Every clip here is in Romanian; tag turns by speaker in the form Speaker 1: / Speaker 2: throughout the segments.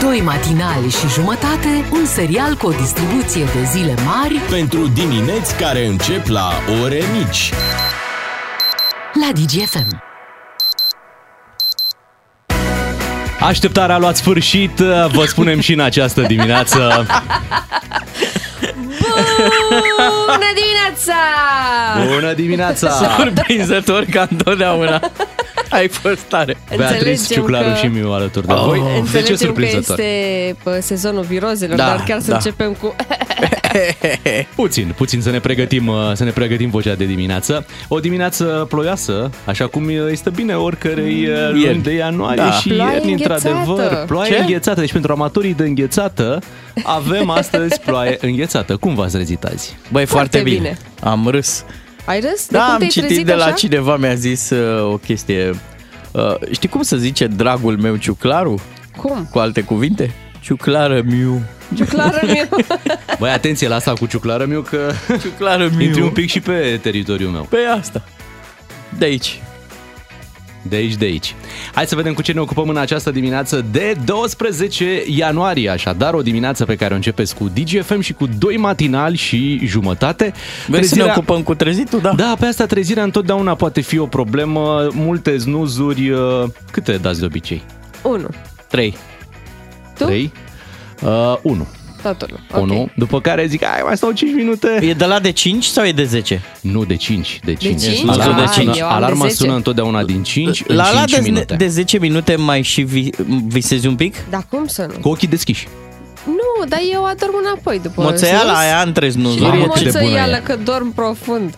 Speaker 1: doi matinali și jumătate, un serial cu o distribuție de zile mari
Speaker 2: Pentru dimineți care încep la ore mici.
Speaker 3: Ah,
Speaker 1: la DGFM.
Speaker 4: Așteptarea a luat sfârșit, vă spunem și în această dimineață.
Speaker 5: Bună dimineața!
Speaker 4: Bună dimineața!
Speaker 6: Surprinzător ca întotdeauna. Ai fost tare.
Speaker 4: Beatrice,
Speaker 5: Înțelegem
Speaker 4: Ciuclaru
Speaker 5: că- Oh.
Speaker 4: și Miu alături de voi. De ce
Speaker 5: Înțelegem că
Speaker 4: surprinzător?
Speaker 5: este pă, sezonul virozelor,
Speaker 6: Deci Da,
Speaker 5: dar chiar să
Speaker 6: da.
Speaker 5: începem cu...
Speaker 4: Puțin, puțin să ne pregătim, uh, să ne pregătim vocea de dimineață. O dimineață ploioasă, așa cum uh, este bine oricărei uh, luni
Speaker 6: Ieri.
Speaker 4: de ianuarie
Speaker 6: Da.
Speaker 4: și
Speaker 5: Mm, Ploaie
Speaker 4: ieri,
Speaker 5: înghețată.
Speaker 4: într-adevăr. Ploaie
Speaker 6: Ce?
Speaker 4: înghețată. Deci pentru amatorii de înghețată, avem astăzi ploaie înghețată. Cum v-ați rezit azi?
Speaker 6: Băi,
Speaker 5: Foarte
Speaker 6: foarte bine.
Speaker 5: bine.
Speaker 6: Am râs.
Speaker 5: Ai râs? De
Speaker 6: Da,
Speaker 5: cum
Speaker 6: am
Speaker 5: te-ai
Speaker 6: citit
Speaker 5: trezit
Speaker 6: de la
Speaker 5: așa?
Speaker 6: cineva, mi-a zis uh, o chestie. Uh, știi cum se zice dragul meu ciuclaru?
Speaker 5: Cum?
Speaker 6: Cu alte cuvinte? Ciuclară miu.
Speaker 5: Clară mie.
Speaker 4: Băi, atenție la asta cu ciuclară, Miu, că
Speaker 6: Ciuclară miu.
Speaker 4: intri un pic și pe teritoriul meu.
Speaker 6: Pe asta. De aici.
Speaker 4: De aici, de aici. Hai să vedem cu ce ne ocupăm în această dimineață de 12 ianuarie, așadar o dimineață pe care o începeți cu DGFM și cu doi matinali și jumătate.
Speaker 6: Vrei să ne ocupăm cu trezitul? Da.
Speaker 4: Da, pe asta trezirea întotdeauna poate fi o problemă, multe znuzuri, uh, câte dați de obicei?
Speaker 5: Unu.
Speaker 6: Trei.
Speaker 5: Tu?
Speaker 4: 3? 1.
Speaker 5: Tot unul.
Speaker 4: 1. Uh, După care zic, hai mai stau 5 minute.
Speaker 6: E de la de 5 sau e de 10?
Speaker 4: Nu, de 5. De 5.
Speaker 5: cinci?
Speaker 4: Alarma,
Speaker 6: Ah,
Speaker 4: sună,
Speaker 5: eu am de
Speaker 4: alarma
Speaker 5: zece.
Speaker 4: sună întotdeauna din 5 în
Speaker 6: la la
Speaker 4: 5
Speaker 6: de,
Speaker 4: minute.
Speaker 6: de 10 minute mai și vi, visezi un pic?
Speaker 5: Dar cum să nu?
Speaker 4: Cu ochii deschiși.
Speaker 5: Nu, dar eu adorm înapoi după
Speaker 6: Moțeala aia între
Speaker 4: Mamă,
Speaker 6: znuzuri.
Speaker 5: Mamă,
Speaker 4: cât de
Speaker 5: cât
Speaker 4: bună e.
Speaker 5: că dorm profund.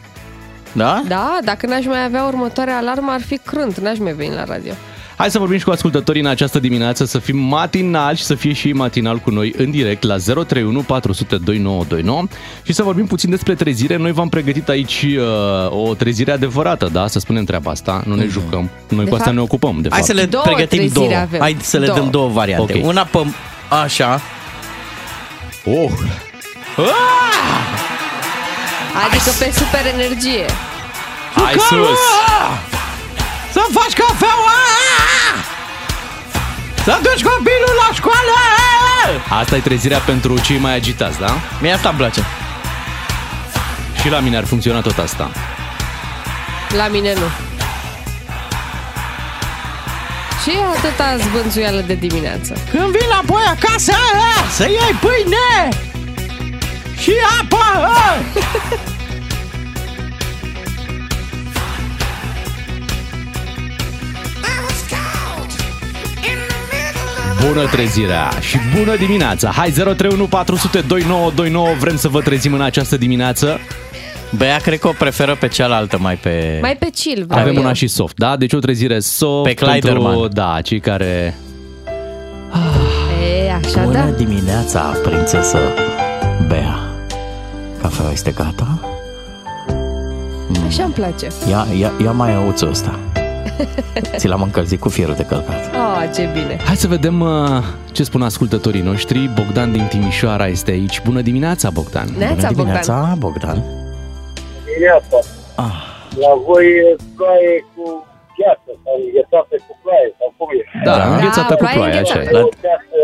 Speaker 6: Da?
Speaker 5: Da, dacă n-aș mai avea următoarea alarmă, ar fi crânt, n-aș mai veni la radio.
Speaker 4: Hai să vorbim și cu ascultătorii în această dimineață, să fim matinal și să fie și ei matinal cu noi în direct la 031 400 2929 și să vorbim puțin despre trezire. Noi v-am pregătit aici uh, o trezire adevărată, da? Să spunem treaba asta, nu ne jucăm. Noi
Speaker 5: De
Speaker 4: cu asta
Speaker 5: fapt-
Speaker 4: ne ocupăm, de
Speaker 6: Da. Hai
Speaker 4: fapt.
Speaker 6: să le
Speaker 5: Două
Speaker 6: pregătim
Speaker 5: treziri
Speaker 6: două.
Speaker 5: avem.
Speaker 6: Hai să le
Speaker 5: Două.
Speaker 6: dăm două variante.
Speaker 4: Ok.
Speaker 6: Una pe așa.
Speaker 4: Oh!
Speaker 6: Ah!
Speaker 5: Adică pe super energie.
Speaker 4: Hai sus!
Speaker 6: Să faci cafeaua! Să duci copilul la școală!
Speaker 4: Asta e trezirea pentru cei mai agitați, da?
Speaker 6: Mie asta îmi place.
Speaker 4: Și la mine ar funcționa tot asta.
Speaker 5: La mine nu. Și atâta zbânțuială de dimineață.
Speaker 6: Când vii la boi acasă, a, să iei pâine! Și apă! a!
Speaker 4: Bună trezirea și bună dimineața! Hai 031 400 2929, vrem să vă trezim în această dimineață.
Speaker 6: Bă, ea cred că o preferă pe cealaltă mai pe...
Speaker 5: Mai pe chill vreau
Speaker 4: Avem
Speaker 5: eu.
Speaker 4: una și soft, da? Deci o trezire soft
Speaker 6: Pe Clyderman.
Speaker 4: pentru, da, cei care...
Speaker 5: Ah. E, așa
Speaker 6: Bună
Speaker 5: da.
Speaker 6: dimineața, prințesă Bea. Cafeaua este gata?
Speaker 5: Așa îmi place.
Speaker 6: Ia, ia, ia mai auțul ăsta. Ți l-am încălzit cu fierul de călcat.
Speaker 5: Oh, ce bine.
Speaker 4: Hai să vedem uh, ce spun ascultătorii noștri. Bogdan din Timișoara este aici. Bună dimineața, Bogdan!
Speaker 5: Neața, Bogdan.
Speaker 6: dimineața, Bogdan.
Speaker 7: dimineața. La voi e ploaie cu gheață sau înghețată cu ploaie sau cum e.
Speaker 4: Da,
Speaker 6: Da.
Speaker 4: înghețată cu
Speaker 5: ploaie
Speaker 4: ploaie, așa
Speaker 5: înghețată.
Speaker 4: e.
Speaker 7: Eu ca să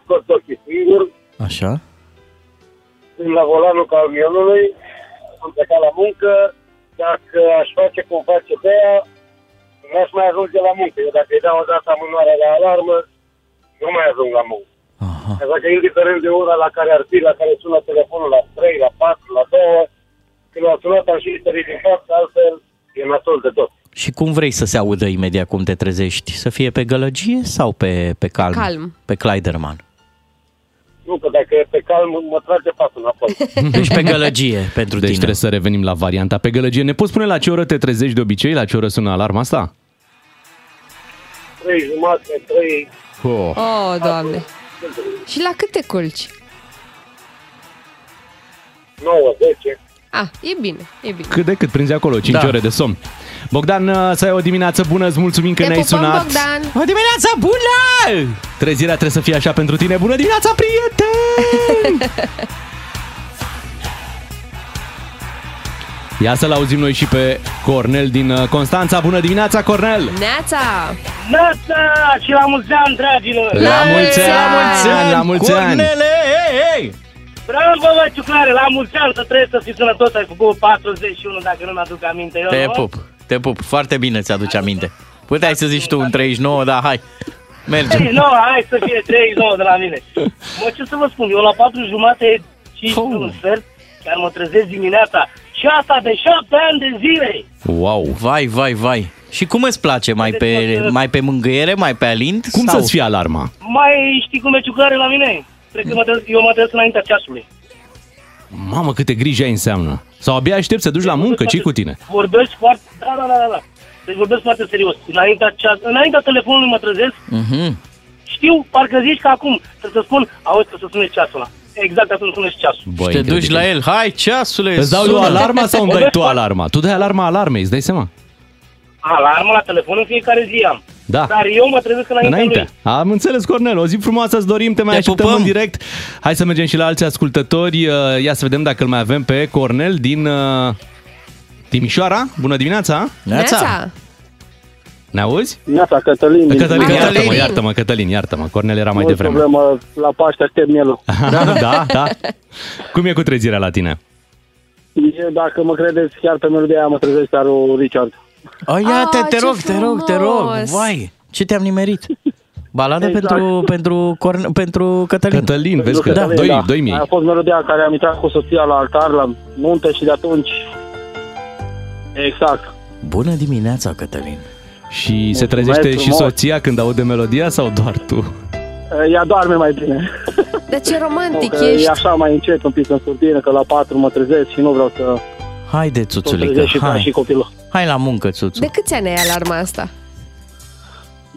Speaker 7: scot ochii singur,
Speaker 6: Așa.
Speaker 7: sunt la volanul camionului, am plecat la muncă, dacă aș face cum face Bea, n-aș mai ajunge la muncă. Eu dacă îi dau o dată amânarea la alarmă, nu mai ajung la muncă.
Speaker 6: Aha.
Speaker 7: Așa că indiferent de ora la care ar fi, la care sună telefonul la 3, la 4, la 2, când am sunat am și sărit din față, altfel e nasol de tot.
Speaker 6: Și cum vrei să se audă imediat cum te trezești? Să fie pe gălăgie sau pe, pe calm?
Speaker 5: Calm.
Speaker 6: Pe Clyderman.
Speaker 7: Nu, că dacă e pe calm, mă trage pasul înapoi.
Speaker 6: Deci pe gălăgie pentru
Speaker 4: Deci
Speaker 6: tine.
Speaker 4: trebuie să revenim la varianta pe gălăgie. Ne poți spune la ce oră te trezești de obicei? La ce oră sună alarma asta?
Speaker 7: 3 jumate, 3...
Speaker 4: Oh.
Speaker 5: Oh, doamne. Și la cât te culci?
Speaker 7: 9, 10.
Speaker 5: Ah, e bine, e bine.
Speaker 4: Cât de cât prinzi acolo, 5
Speaker 6: Da.
Speaker 4: ore de somn. Bogdan, uh, să ai o dimineață bună, îți mulțumim că
Speaker 5: Te
Speaker 4: ne-ai
Speaker 5: pupăm,
Speaker 4: sunat.
Speaker 5: Bogdan!
Speaker 6: O dimineață bună!
Speaker 4: Trezirea trebuie să fie așa pentru tine. Bună dimineața, prieten! Ia să-l auzim noi și pe Cornel din uh, Constanța. Bună dimineața, Cornel!
Speaker 5: Neața!
Speaker 8: Nata! Și la mulți ani, dragilor!
Speaker 4: La mulți ani! La mulți ani!
Speaker 9: Cornele, ei, ei!
Speaker 8: Bravo, bă, ciuclare! La mulți ani să trăiești să fii sănătos! Ai făcut 41, dacă nu mi-aduc aminte eu,
Speaker 6: Te
Speaker 8: nu?
Speaker 6: pup, te pup. Foarte bine ți-aduce aminte. Puteai să zici tu un 39, dar hai. Mergem.
Speaker 8: 39, hai să fie 39 de la mine. Mă, ce să vă spun, eu la 4 jumate, 5
Speaker 6: Fou.
Speaker 8: un sfert, chiar mă trezesc dimineața. Și asta de 7 ani de zile.
Speaker 4: Wow!
Speaker 6: Vai, vai, vai. Și cum îți place? Mai pe, mai pe mângâiere, mai pe alint?
Speaker 4: Cum
Speaker 6: sau-
Speaker 4: să-ți fie alarma?
Speaker 8: Mai știi cum e ciuclare la mine? Cred că mă trezesc, eu mă trezesc înaintea ceasului.
Speaker 4: Mamă, câte griji ai înseamnă! Sau abia aștept să duci la muncă, ce cu tine?
Speaker 8: Vorbești foarte... Da, da, da, da, da. Deci vorbesc foarte serios. Înaintea, ceas... înaintea telefonului mă trezesc,
Speaker 6: Mhm.
Speaker 8: știu, parcă zici că acum trebuie să spun, auzi că să sune ceasul ăla. Exact atunci sunești ceasul.
Speaker 4: Bă,
Speaker 6: Și te
Speaker 4: incredibil.
Speaker 6: duci la el. Hai, ceasule,
Speaker 4: Îți dau
Speaker 6: sună.
Speaker 4: eu alarma sau îmi dai tu alarma? Tu dai alarma alarmei, îți dai seama?
Speaker 8: Alarmă la telefon în fiecare zi am.
Speaker 4: Da.
Speaker 8: Dar eu mă trezesc înaintea
Speaker 4: Înainte.
Speaker 8: lui.
Speaker 4: Am înțeles, Cornel. O zi frumoasă îți dorim, te mai
Speaker 6: Te
Speaker 4: așteptăm
Speaker 6: pupăm.
Speaker 4: în direct. Hai să mergem și la alți ascultători. Uh, Ia să vedem dacă îl mai avem pe Cornel din uh, Timișoara. Bună dimineața!
Speaker 6: Neața.
Speaker 4: Ne auzi?
Speaker 8: Neața, Cătălin.
Speaker 4: Cătălin,
Speaker 5: Cătălin.
Speaker 4: iartă-mă, iartă-mă, Cătălin, iartă-mă. Cornel era mai devreme.
Speaker 8: problemă, la Paște aștept mielul.
Speaker 4: Da, da, da. Cum e cu trezirea la tine?
Speaker 8: Dacă mă credeți, chiar pe melodia aia mă trezesc starul Richard.
Speaker 6: O, iată,
Speaker 5: Ah,
Speaker 6: te
Speaker 5: ce
Speaker 6: rog, te rog, te rog.
Speaker 5: frumos.
Speaker 6: Vai, ce te-am nimerit? Baladă
Speaker 8: Exact.
Speaker 6: pentru, pentru, Corn- pentru Cătălin. da.
Speaker 4: Cătălin, vezi că da, doi, doi mii.
Speaker 8: da. A fost melodia care am intrat cu soția la altar, la nuntă și de atunci... Exact.
Speaker 6: Bună dimineața, Cătălin.
Speaker 4: Și se
Speaker 8: Mulțumesc
Speaker 4: trezește și
Speaker 8: frumos.
Speaker 4: soția când aude melodia sau doar tu?
Speaker 8: Ea doarme mai bine.
Speaker 5: Dar ce romantic
Speaker 8: Că
Speaker 5: ești!
Speaker 8: e așa mai încet un pic în surdină, că la patru mă trezesc și nu vreau să
Speaker 6: Haide,
Speaker 8: să
Speaker 6: țuțulică,
Speaker 8: trezesc și, pe- și
Speaker 6: hai.
Speaker 8: copilul.
Speaker 6: Hai la muncă, țuțu.
Speaker 5: De câți ani ai alarma asta?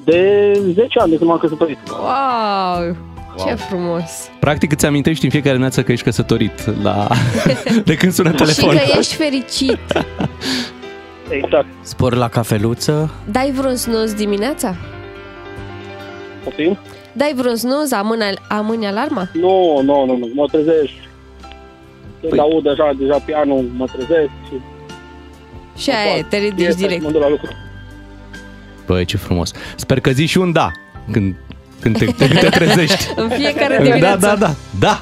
Speaker 8: De 10 ani de când m-am căsătorit.
Speaker 5: Wow! Ce frâmos!
Speaker 4: Practic îți amintești în fiecare dimineață că ești căsătorit la... de când
Speaker 5: Da.
Speaker 4: sună telefonul.
Speaker 5: Și că ești fericit.
Speaker 8: Exact.
Speaker 6: Spor la cafeluță.
Speaker 5: Dai vreun snooze dimineața?
Speaker 8: Poftim?
Speaker 5: Dai vreun snooze, amâni, amâni alarma?
Speaker 8: Nu, nu, nu, nu. Mă trezesc. Când
Speaker 4: Păi-
Speaker 8: aud deja, deja pianul, mă trezesc și...
Speaker 5: Și aia e, te ridici
Speaker 8: Este,
Speaker 5: direct.
Speaker 8: Mă duc la lucru.
Speaker 4: Băi, ce frumos. Sper că zici și un da când, când te, te, te trezești.
Speaker 5: În fiecare
Speaker 4: Da,
Speaker 5: dimineață.
Speaker 4: da, da. Da.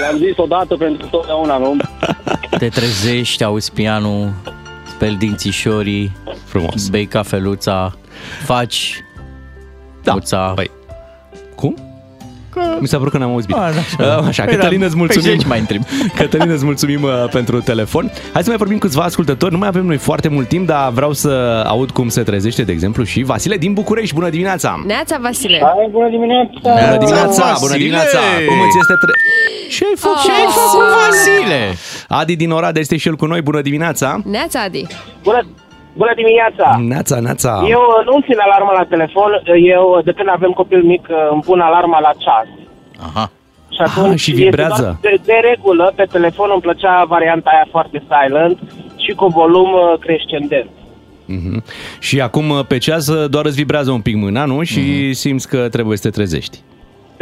Speaker 8: Le-am zis odată pentru totdeauna, nu?
Speaker 6: Te trezești, auzi pianul, speli dințișorii,
Speaker 4: Frumos.
Speaker 6: bei cafeluța, faci
Speaker 4: Da.
Speaker 6: Muța.
Speaker 4: Păi. Cum? Mi s-a părut că n-am auzit bine.
Speaker 6: A, da. Păi
Speaker 4: Așa, așa Cătălin, îți mulțumim.
Speaker 6: mai întreb.
Speaker 4: Cătălin, îți mulțumim uh, pentru telefon. Hai să mai vorbim cu câțiva ascultători. Nu mai avem noi foarte mult timp, dar vreau să aud cum se trezește, de exemplu, și Vasile din București. Bună dimineața!
Speaker 5: Neața, Vasile!
Speaker 8: Hai, bună dimineața!
Speaker 4: Bună dimineața!
Speaker 6: Vasile!
Speaker 4: Bună dimineața! Cum îți este tre... Ce ai făcut?
Speaker 6: Ce ai
Speaker 5: Oh.
Speaker 6: făcut, Vasile?
Speaker 4: Adi din Oradea este și el cu noi. Bună dimineața!
Speaker 5: Neața, Adi!
Speaker 8: Bună, bună dimineața!
Speaker 4: Neața, neața!
Speaker 8: Da. Eu nu țin alarma la telefon, eu de când avem copil mic îmi pun alarma la ceas.
Speaker 6: Aha.
Speaker 8: Și atunci
Speaker 4: Ah, și
Speaker 8: este
Speaker 4: vibrează.
Speaker 8: doar De, de regulă, pe telefon îmi plăcea varianta aia foarte silent și cu volum uh, crescendent.
Speaker 4: Mhm. Și acum uh, pe ceas uh, doar îți vibrează un pic mâna, nu?
Speaker 6: Mhm.
Speaker 4: Și simți că trebuie să te trezești.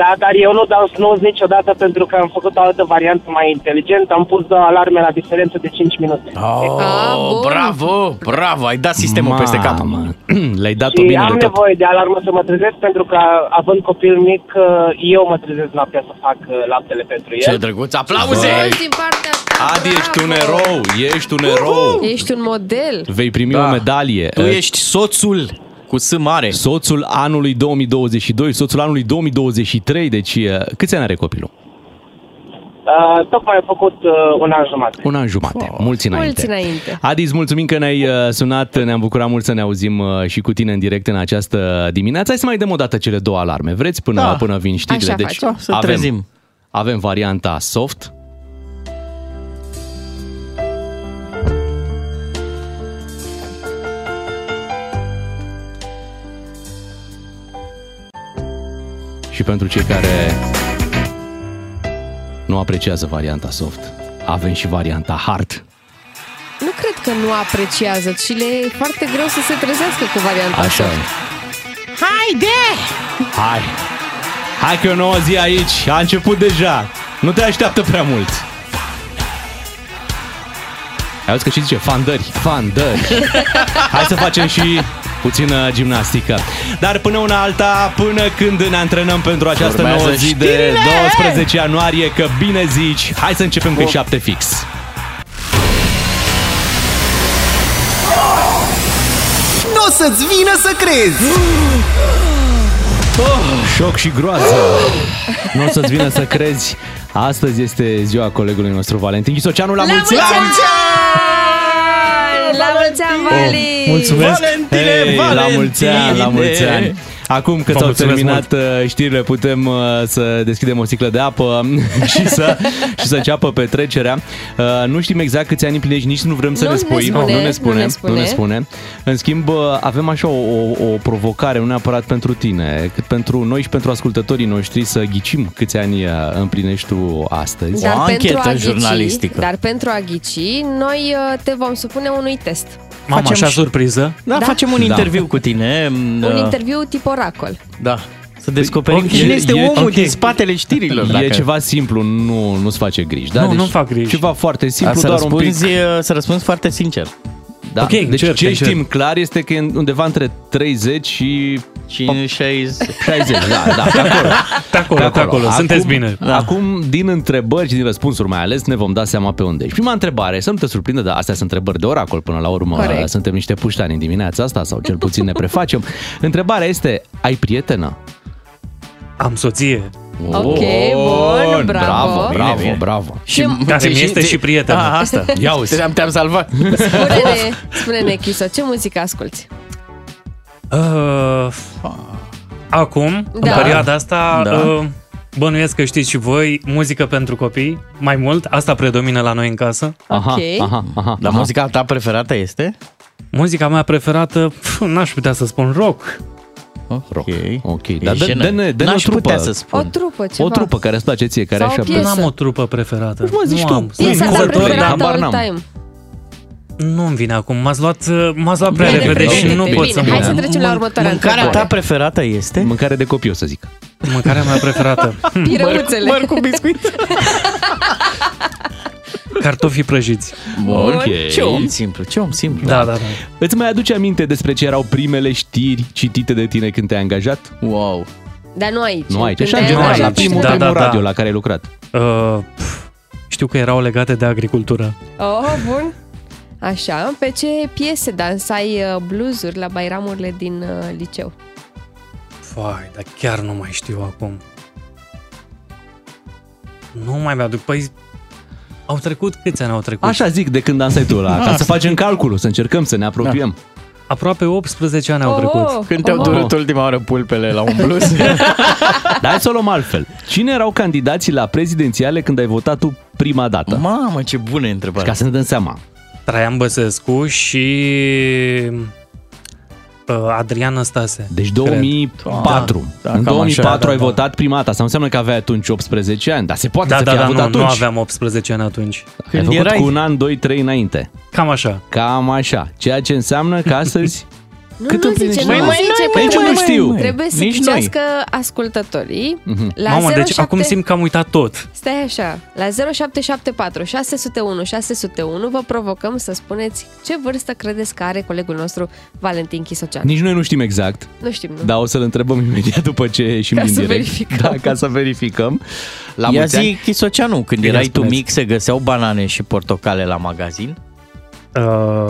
Speaker 8: Da, dar eu nu dau snooze niciodată pentru că am făcut o altă variantă mai inteligentă. Am pus două alarme la diferență de 5 minute.
Speaker 5: Ah, bun.
Speaker 6: Oh, bravo, bravo, ai dat sistemul peste cap.
Speaker 4: Mamă, Le-ai dat o
Speaker 8: Și
Speaker 4: bine
Speaker 8: am
Speaker 4: de tot.
Speaker 8: nevoie de alarmă să mă trezesc pentru că, având copil mic, uh, eu mă trezesc noaptea să fac uh, laptele pentru el.
Speaker 6: Ce drăguț, aplauze!
Speaker 5: Mulți din partea ta,
Speaker 4: Adi, ești un
Speaker 5: bravo!
Speaker 4: erou, ești un erou.
Speaker 5: Ești un model!
Speaker 4: Vei primi
Speaker 6: Da.
Speaker 4: o medalie. Uh,
Speaker 6: Tu ești soțul cu S mare.
Speaker 4: Soțul anului 2022, soțul anului 2023, deci uh, câți ani are copilul?
Speaker 8: Uh, tocmai am făcut uh, un an jumate.
Speaker 4: Un an jumate, mulți înainte.
Speaker 5: Mulți înainte.
Speaker 4: Adi, îți mulțumim că ne-ai uh, sunat, ne-am bucurat mult să ne auzim uh, și cu tine în direct în această dimineață. Hai să mai dăm o dată cele două alarme, vreți, până,
Speaker 6: Da.
Speaker 4: până vin știrile.
Speaker 5: Așa
Speaker 4: deci
Speaker 5: facem.
Speaker 6: Să trezim.
Speaker 4: Avem varianta soft. Și pentru cei care nu apreciază varianta soft, avem și varianta hard.
Speaker 5: Nu cred că nu apreciază, ci le e foarte greu să se trezească cu varianta
Speaker 4: Așa e.
Speaker 5: soft.
Speaker 9: Haide!
Speaker 4: Hai! Hai că e o nouă zi aici, a început deja. Nu te așteaptă prea mult. Ai auzit că și zice fandări, fandări. Hai să facem și puțină gimnastică. Dar până una alta, până când ne antrenăm pentru această
Speaker 6: Urmează
Speaker 4: nouă zi de
Speaker 6: știrile!
Speaker 4: 12 ianuarie, că bine zici, hai să începem cu 7 fix.
Speaker 10: Nu o să-ți vină să crezi!
Speaker 4: Oh. Șoc și groază. Nu o să-ți vină să crezi. Astăzi este ziua colegului nostru Valentin Ghisoceanu la, mulți ani!
Speaker 5: La mulți ani, Vali!
Speaker 11: Mulțumesc!
Speaker 6: Valentine,
Speaker 4: Oh, Hei, la mulți ani, la mulți ani. Acum că
Speaker 11: Vă
Speaker 4: s-au
Speaker 11: mulțumesc
Speaker 4: terminat uh, știrile, putem uh, să deschidem o sticlă de apă și să, și să înceapă petrecerea. Uh, Nu știm exact câți ani împlinești, nici nu vrem să
Speaker 5: Nu
Speaker 4: ne
Speaker 5: ne
Speaker 4: spui.
Speaker 5: spune,
Speaker 4: nu, ne spune,
Speaker 5: nu ne spune.
Speaker 4: nu ne spune. În schimb, uh, avem așa o, o, o provocare, nu neapărat pentru tine, cât pentru noi și pentru ascultătorii noștri să ghicim câți ani uh, împlinești tu astăzi.
Speaker 5: Dar
Speaker 6: O
Speaker 5: pentru
Speaker 6: anchetă
Speaker 5: a ghici,
Speaker 6: jurnalistică.
Speaker 5: Dar pentru a ghici, noi uh, te vom supune unui test.
Speaker 11: Mamă,
Speaker 6: Facem
Speaker 11: așa
Speaker 6: și-
Speaker 11: surpriză!
Speaker 6: Da,
Speaker 5: Da.
Speaker 6: facem un
Speaker 4: Da.
Speaker 6: interviu cu tine.
Speaker 5: Un
Speaker 6: da,
Speaker 5: interviu tip oracol.
Speaker 6: Da. Să descoperim
Speaker 11: ok,
Speaker 6: cine este
Speaker 11: e-
Speaker 6: omul
Speaker 11: ok.
Speaker 6: din spatele știrilor.
Speaker 4: E
Speaker 6: dacă-
Speaker 4: ceva simplu, nu, nu-ți face griji. Da?
Speaker 11: Nu, nu-mi fac griji.
Speaker 4: Ceva foarte
Speaker 6: Dar
Speaker 4: simplu,
Speaker 6: să
Speaker 4: doar un pic
Speaker 6: răspunzi, eh, să răspunzi foarte sincer.
Speaker 4: Da.
Speaker 11: Ok,
Speaker 4: deci
Speaker 11: încerc,
Speaker 4: ce
Speaker 11: încerc.
Speaker 4: știm clar este că e undeva între 30 și
Speaker 6: 5, 6...
Speaker 4: 60. Da, da, de acolo.
Speaker 11: Pe acolo, pe acolo, sunteți bine!
Speaker 4: Da. Acum, din întrebări și din răspunsuri mai ales, ne vom da seama pe unde ești. Prima întrebare, să nu te surprindă, dar astea sunt întrebări de oracol până la urmă.
Speaker 5: Corect.
Speaker 4: Suntem niște puștani în dimineața asta, sau cel puțin ne prefacem. Întrebarea este, ai prietenă?
Speaker 11: Am soție!
Speaker 5: Ok, bun, bravo.
Speaker 4: Bravo,
Speaker 5: Bine,
Speaker 4: bravo,
Speaker 6: bine.
Speaker 4: bravo.
Speaker 6: Și,
Speaker 11: Care mi este și prietenă.
Speaker 6: A, asta.
Speaker 4: Ia uzi.
Speaker 6: Te-am, te-am salvat.
Speaker 5: Spune-ne, spune-ne Chiso, ce muzică asculti?
Speaker 11: Uh, acum, da.
Speaker 5: Da.
Speaker 11: în perioada asta,
Speaker 6: Da.
Speaker 11: da. uh, bănuiesc că știți și voi, muzică pentru copii, mai mult, asta predomină la noi în casă.
Speaker 4: Aha,
Speaker 5: Ok.
Speaker 4: aha, aha,
Speaker 6: Dar
Speaker 4: aha.
Speaker 6: muzica ta preferată este?
Speaker 11: Muzica mea preferată, pf, n-aș putea să spun rock.
Speaker 6: Ok.
Speaker 4: Ok,
Speaker 6: E
Speaker 4: dar dă-
Speaker 6: jenant.
Speaker 4: dă-ne- dă-ne
Speaker 6: N-aș
Speaker 4: o trupă.
Speaker 6: putea să
Speaker 5: O
Speaker 6: spun.
Speaker 5: trupă,
Speaker 4: O
Speaker 5: ceva.
Speaker 4: trupă care îți place ție, care
Speaker 5: Sau
Speaker 4: așa
Speaker 5: o
Speaker 11: Nu
Speaker 5: piesă.
Speaker 11: am o trupă preferată.
Speaker 4: Mă zici
Speaker 11: nu
Speaker 4: tu, păi,
Speaker 11: am.
Speaker 5: Piesa
Speaker 4: Un
Speaker 5: ta
Speaker 4: cuvânt,
Speaker 5: preferată
Speaker 4: habar
Speaker 5: all
Speaker 4: n-am.
Speaker 5: time.
Speaker 11: Nu îmi vine acum, m-ați luat, uh, m-ați luat prea
Speaker 5: Bine,
Speaker 11: repede
Speaker 5: bine,
Speaker 11: și
Speaker 5: bine,
Speaker 11: nu
Speaker 5: bine.
Speaker 11: pot să
Speaker 5: Hai să trecem la următoarea
Speaker 6: Mâncarea
Speaker 5: întrebare.
Speaker 6: ta preferată este?
Speaker 4: Mâncare de copii, o să zic.
Speaker 11: Mâncarea mea preferată,
Speaker 5: Pirăuțele.
Speaker 6: Măr cu biscuit.
Speaker 11: cartofii prăjiți.
Speaker 6: Bun.
Speaker 4: Ok.
Speaker 6: Ce om simplu, ce om simplu.
Speaker 11: Da, da, da.
Speaker 4: Îți mai aduce aminte despre ce erau primele știri citite de tine când te-ai angajat?
Speaker 6: Wow.
Speaker 5: Dar nu aici.
Speaker 4: Nu ai.
Speaker 5: Când
Speaker 4: Așa, în
Speaker 5: te-ai
Speaker 4: general, la
Speaker 5: angajat.
Speaker 11: aici.
Speaker 4: primul,
Speaker 11: Da,
Speaker 4: primul
Speaker 11: da, da.
Speaker 4: radio la care ai lucrat.
Speaker 11: Uh, pf, știu că erau legate de agricultură.
Speaker 5: Oh, bun. Așa, pe ce piese dansai uh, bluesuri la bairamurile din uh, liceu?
Speaker 11: Fai, dar chiar nu mai știu acum. Nu mai mi-aduc. Păi, au trecut câți ani au trecut?
Speaker 4: Așa zic de când dansai tu la Da, ca să facem calculul, să încercăm să ne apropiem.
Speaker 11: Da. Aproape 18 ani au trecut.
Speaker 6: Când te-au
Speaker 5: oh,
Speaker 6: durut ultima oară pulpele la un blues?
Speaker 4: Dar hai să o luăm altfel. Cine erau candidații la prezidențiale când ai votat tu prima dată?
Speaker 6: Mamă, ce bună întrebare.
Speaker 4: Ca să ne dăm seama.
Speaker 11: Traian Băsescu și uh, Adriana Stase.
Speaker 4: Deci 2004.
Speaker 6: Da,
Speaker 4: în
Speaker 6: cam
Speaker 4: 2004
Speaker 6: așa, da,
Speaker 4: ai
Speaker 11: da.
Speaker 4: votat prima dată. Asta nu înseamnă că aveai atunci 18 ani, dar se poate
Speaker 11: Da,
Speaker 4: să
Speaker 11: da,
Speaker 4: fi
Speaker 11: da,
Speaker 4: avut
Speaker 11: nu,
Speaker 4: atunci.
Speaker 11: nu aveam 18 ani atunci.
Speaker 4: Ai
Speaker 6: Când
Speaker 4: făcut
Speaker 6: erai-
Speaker 4: cu un an, doi, trei înainte.
Speaker 11: Cam așa.
Speaker 4: Cam așa. Ceea ce înseamnă că astăzi
Speaker 5: Nu,
Speaker 4: Cât
Speaker 5: nu
Speaker 4: împlinești?
Speaker 5: zice,
Speaker 4: Mai,
Speaker 5: nu
Speaker 4: mai,
Speaker 5: zice,
Speaker 4: mai, Păi nici
Speaker 5: pentru
Speaker 4: nu
Speaker 5: că
Speaker 4: știu. Mhm.
Speaker 5: Trebuie să
Speaker 6: Nici noi.
Speaker 5: ghicească ascultătorii la
Speaker 11: Mamă,
Speaker 5: 07...
Speaker 11: deci acum simt că am uitat tot.
Speaker 5: Stai așa, la 0774 601 601 vă provocăm să spuneți ce vârstă credeți că are colegul nostru Valentin Chisocean.
Speaker 4: nici noi nu știm exact.
Speaker 5: Nu știm, nu?
Speaker 4: Dar o să-l întrebăm imediat după ce ieșim
Speaker 5: Ca
Speaker 4: din
Speaker 5: să
Speaker 4: direct.
Speaker 5: verificăm.
Speaker 4: Da, ca să verificăm. La
Speaker 6: Ia
Speaker 4: mulți ani.
Speaker 6: zi, Chisoceanu, când
Speaker 11: Bine
Speaker 6: erai tu
Speaker 11: spuneți.
Speaker 6: mic, se găseau banane și portocale la magazin?
Speaker 11: Uh,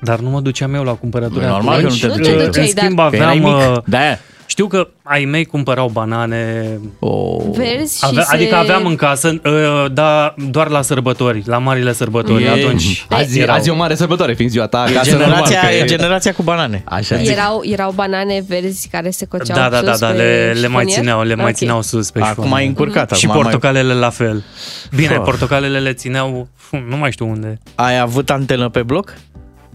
Speaker 11: dar nu mă duceam eu la cumpărături.
Speaker 6: E normal
Speaker 11: atunci.
Speaker 6: că nu te
Speaker 5: Deci, Nu te
Speaker 6: duceai.
Speaker 11: În
Speaker 5: duceai,
Speaker 11: schimb
Speaker 5: dar-
Speaker 6: Că erai
Speaker 11: aveam... uh,
Speaker 6: mic? Da.
Speaker 11: Știu că ai mei cumpărau banane,
Speaker 6: Oh.
Speaker 5: Verzi și
Speaker 11: ave-
Speaker 5: se...
Speaker 11: adică aveam în casă, uh, dar doar la sărbători, la marile sărbători,
Speaker 6: E-
Speaker 11: atunci.
Speaker 4: Azi,
Speaker 11: erau-
Speaker 4: azi e o mare sărbătoare, fiind ziua ta
Speaker 6: E
Speaker 4: acasă.
Speaker 6: generația,
Speaker 4: normal, că
Speaker 6: e generația cu banane.
Speaker 4: Așa zic.
Speaker 5: erau, erau banane verzi care se coceau
Speaker 11: Da, da, da,
Speaker 5: sus
Speaker 11: da,
Speaker 5: pe
Speaker 11: le, le mai
Speaker 5: șifonier?
Speaker 11: țineau, le mai
Speaker 5: Ok.
Speaker 11: țineau sus pe
Speaker 6: Acum
Speaker 11: șifonier.
Speaker 6: ai încurcat.
Speaker 11: Și
Speaker 6: acum am mai-
Speaker 11: portocalele la fel. Bine,
Speaker 6: Of.
Speaker 11: portocalele le țineau, fu, nu mai știu unde.
Speaker 6: Ai avut antenă pe bloc?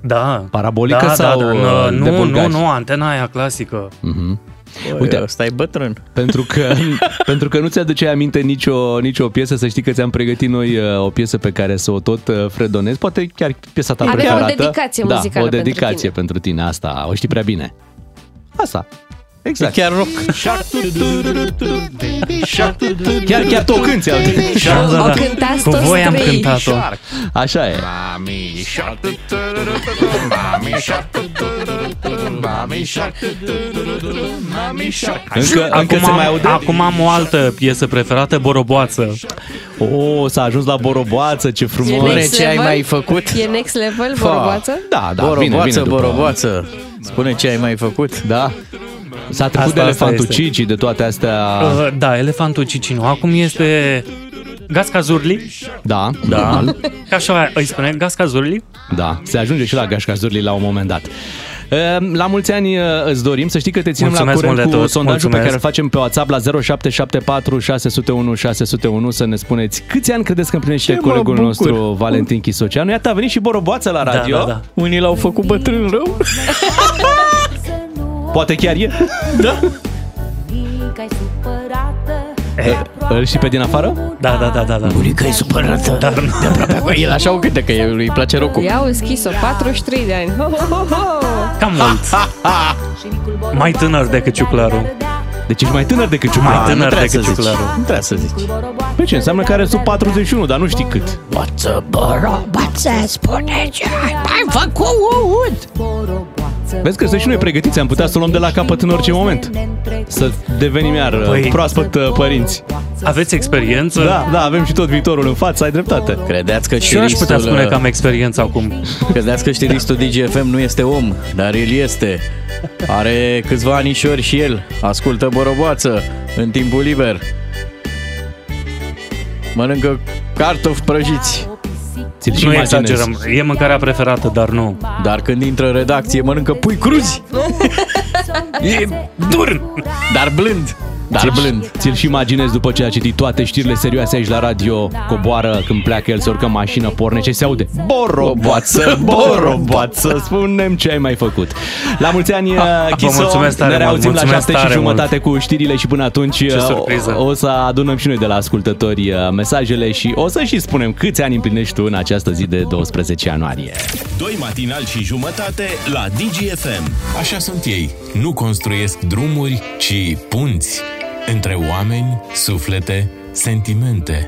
Speaker 11: Da.
Speaker 4: Parabolică
Speaker 11: da,
Speaker 4: sau,
Speaker 11: da, da,
Speaker 4: uh,
Speaker 11: nu,
Speaker 4: de
Speaker 11: nu, nu,
Speaker 4: bulgari?
Speaker 11: nu, antena aia clasică.
Speaker 4: Mhm. Uite.
Speaker 6: Uite, stai bătrân.
Speaker 4: Pentru că, pentru că nu ți-aduceai aminte nicio, nicio piesă, să știi că ți-am pregătit noi uh, o piesă pe care să o tot uh, fredonezi, poate chiar piesa ta
Speaker 5: Avem o
Speaker 4: preferată.
Speaker 5: dedicație
Speaker 4: da,
Speaker 5: muzicală
Speaker 4: o
Speaker 5: pentru
Speaker 4: dedicație
Speaker 5: tine.
Speaker 4: pentru tine. asta o știi prea bine. Asta. Exact.
Speaker 6: E chiar rock.
Speaker 4: Chiar, chiar tu o cânti. altfel.
Speaker 5: O cântați
Speaker 3: Cu
Speaker 5: toți
Speaker 3: voi am
Speaker 5: trei.
Speaker 3: cântat-o.
Speaker 4: Așa e. Încă, încă
Speaker 3: Acum
Speaker 4: se
Speaker 3: am,
Speaker 4: mai aude?
Speaker 3: acum am o altă piesă preferată, Boroboață.
Speaker 4: O, Oh, s-a ajuns la boroboață, ce
Speaker 5: Bine.
Speaker 4: frumos.
Speaker 6: Spune ce ai mai făcut.
Speaker 5: E next level,
Speaker 6: Fa.
Speaker 5: vorbață?
Speaker 4: Da, da,
Speaker 6: boroboață,
Speaker 4: vine, vine după-
Speaker 6: boroboață. Spune ce ai mai făcut.
Speaker 4: Da.
Speaker 3: Asta-
Speaker 4: S-a trecut de
Speaker 3: asta
Speaker 4: elefantul
Speaker 3: este.
Speaker 4: Cici, de toate astea.
Speaker 3: Uh, da, Elefantul Cicinu. Acum este Gasca Zurli.
Speaker 4: Da,
Speaker 6: Da.
Speaker 4: normal.
Speaker 3: Ca așa îi spune, Gasca Zurli.
Speaker 4: Da, se ajunge și la Gașca Zurli la un moment dat. Uh, La mulți ani uh, îți dorim să știi că te ținem
Speaker 3: Mulțumesc
Speaker 4: la curent
Speaker 3: mult de
Speaker 4: cu
Speaker 3: tot,
Speaker 4: sondajul pe
Speaker 3: mulțumesc.
Speaker 4: care îl facem pe WhatsApp la 0774 601 601 să ne spuneți câți ani credeți că împlinește
Speaker 6: Ce mă
Speaker 4: colegul
Speaker 6: bucur.
Speaker 4: nostru Valentin Chisoceanu. Iată, a venit și Boroboață la radio.
Speaker 3: Da, da, da.
Speaker 6: Unii l-au făcut bătrân rău.
Speaker 4: Poate chiar e.
Speaker 6: Da.
Speaker 3: Eh,
Speaker 4: Îl și pe din afară?
Speaker 3: Da, da, da, da. da.
Speaker 6: Că e supărată. Dar el așa o cântă, că el- îi place rock
Speaker 5: Ia o schis-o, 43 de ani. Ho, ho, ho, ho.
Speaker 3: Cam mult. Mai tânăr decât Ciuclaru.
Speaker 4: Deci ești mai tânăr decât Ciuclaru.
Speaker 3: Mai tânăr decât Ciuclaru.
Speaker 6: Nu trebuie să zici.
Speaker 4: Păi ce, înseamnă că are sub 41, dar nu știi cât. Vezi că sunt și noi pregătiți, am putea să o luăm de la capăt în orice moment. Să devenim iar păi.
Speaker 3: Păi.
Speaker 4: proaspăt uh, părinți.
Speaker 3: Aveți experiență?
Speaker 4: Da, da, avem și tot viitorul în față, ai dreptate.
Speaker 6: Credeți că uh,
Speaker 3: Și eu aș putea
Speaker 6: știristul,
Speaker 4: uh,
Speaker 3: spune că am experiență acum.
Speaker 6: Credeți că știristul DGFM nu este om, dar el este. Are câțiva anișori și el. Ascultă boroboață în timpul liber. Mănâncă cartofi prăjiți.
Speaker 4: Ți-l și
Speaker 3: nu
Speaker 4: imaginezi.
Speaker 3: exagerăm. E mâncarea preferată, dar nu.
Speaker 6: Dar când intră în redacție, mănâncă pui cruzi.
Speaker 3: E dur!
Speaker 6: Dar blând. Dar blând.
Speaker 4: Ți-l și imaginezi după ce a citit toate știrile serioase aici la radio, coboară când pleacă el, se urcă în mașină, pornește și se aude. Boroboață, boroboață, spunem ce ai mai făcut. La mulți ani,
Speaker 3: vă
Speaker 4: Chiso,
Speaker 3: mulțumesc tare
Speaker 4: ne reauzim
Speaker 3: mult,
Speaker 4: la
Speaker 3: mulțumesc
Speaker 4: 7 și
Speaker 3: tare
Speaker 4: jumătate cu știrile și până atunci uh,
Speaker 3: surpriză.
Speaker 4: o, o să adunăm și noi de la ascultători uh, mesajele și o să și spunem câți ani împlinești tu în această zi de 12 ianuarie.
Speaker 12: Doi matinal și jumătate la DGFM. Așa sunt ei. Nu construiesc drumuri, ci punți. Între oameni, suflete, sentimente.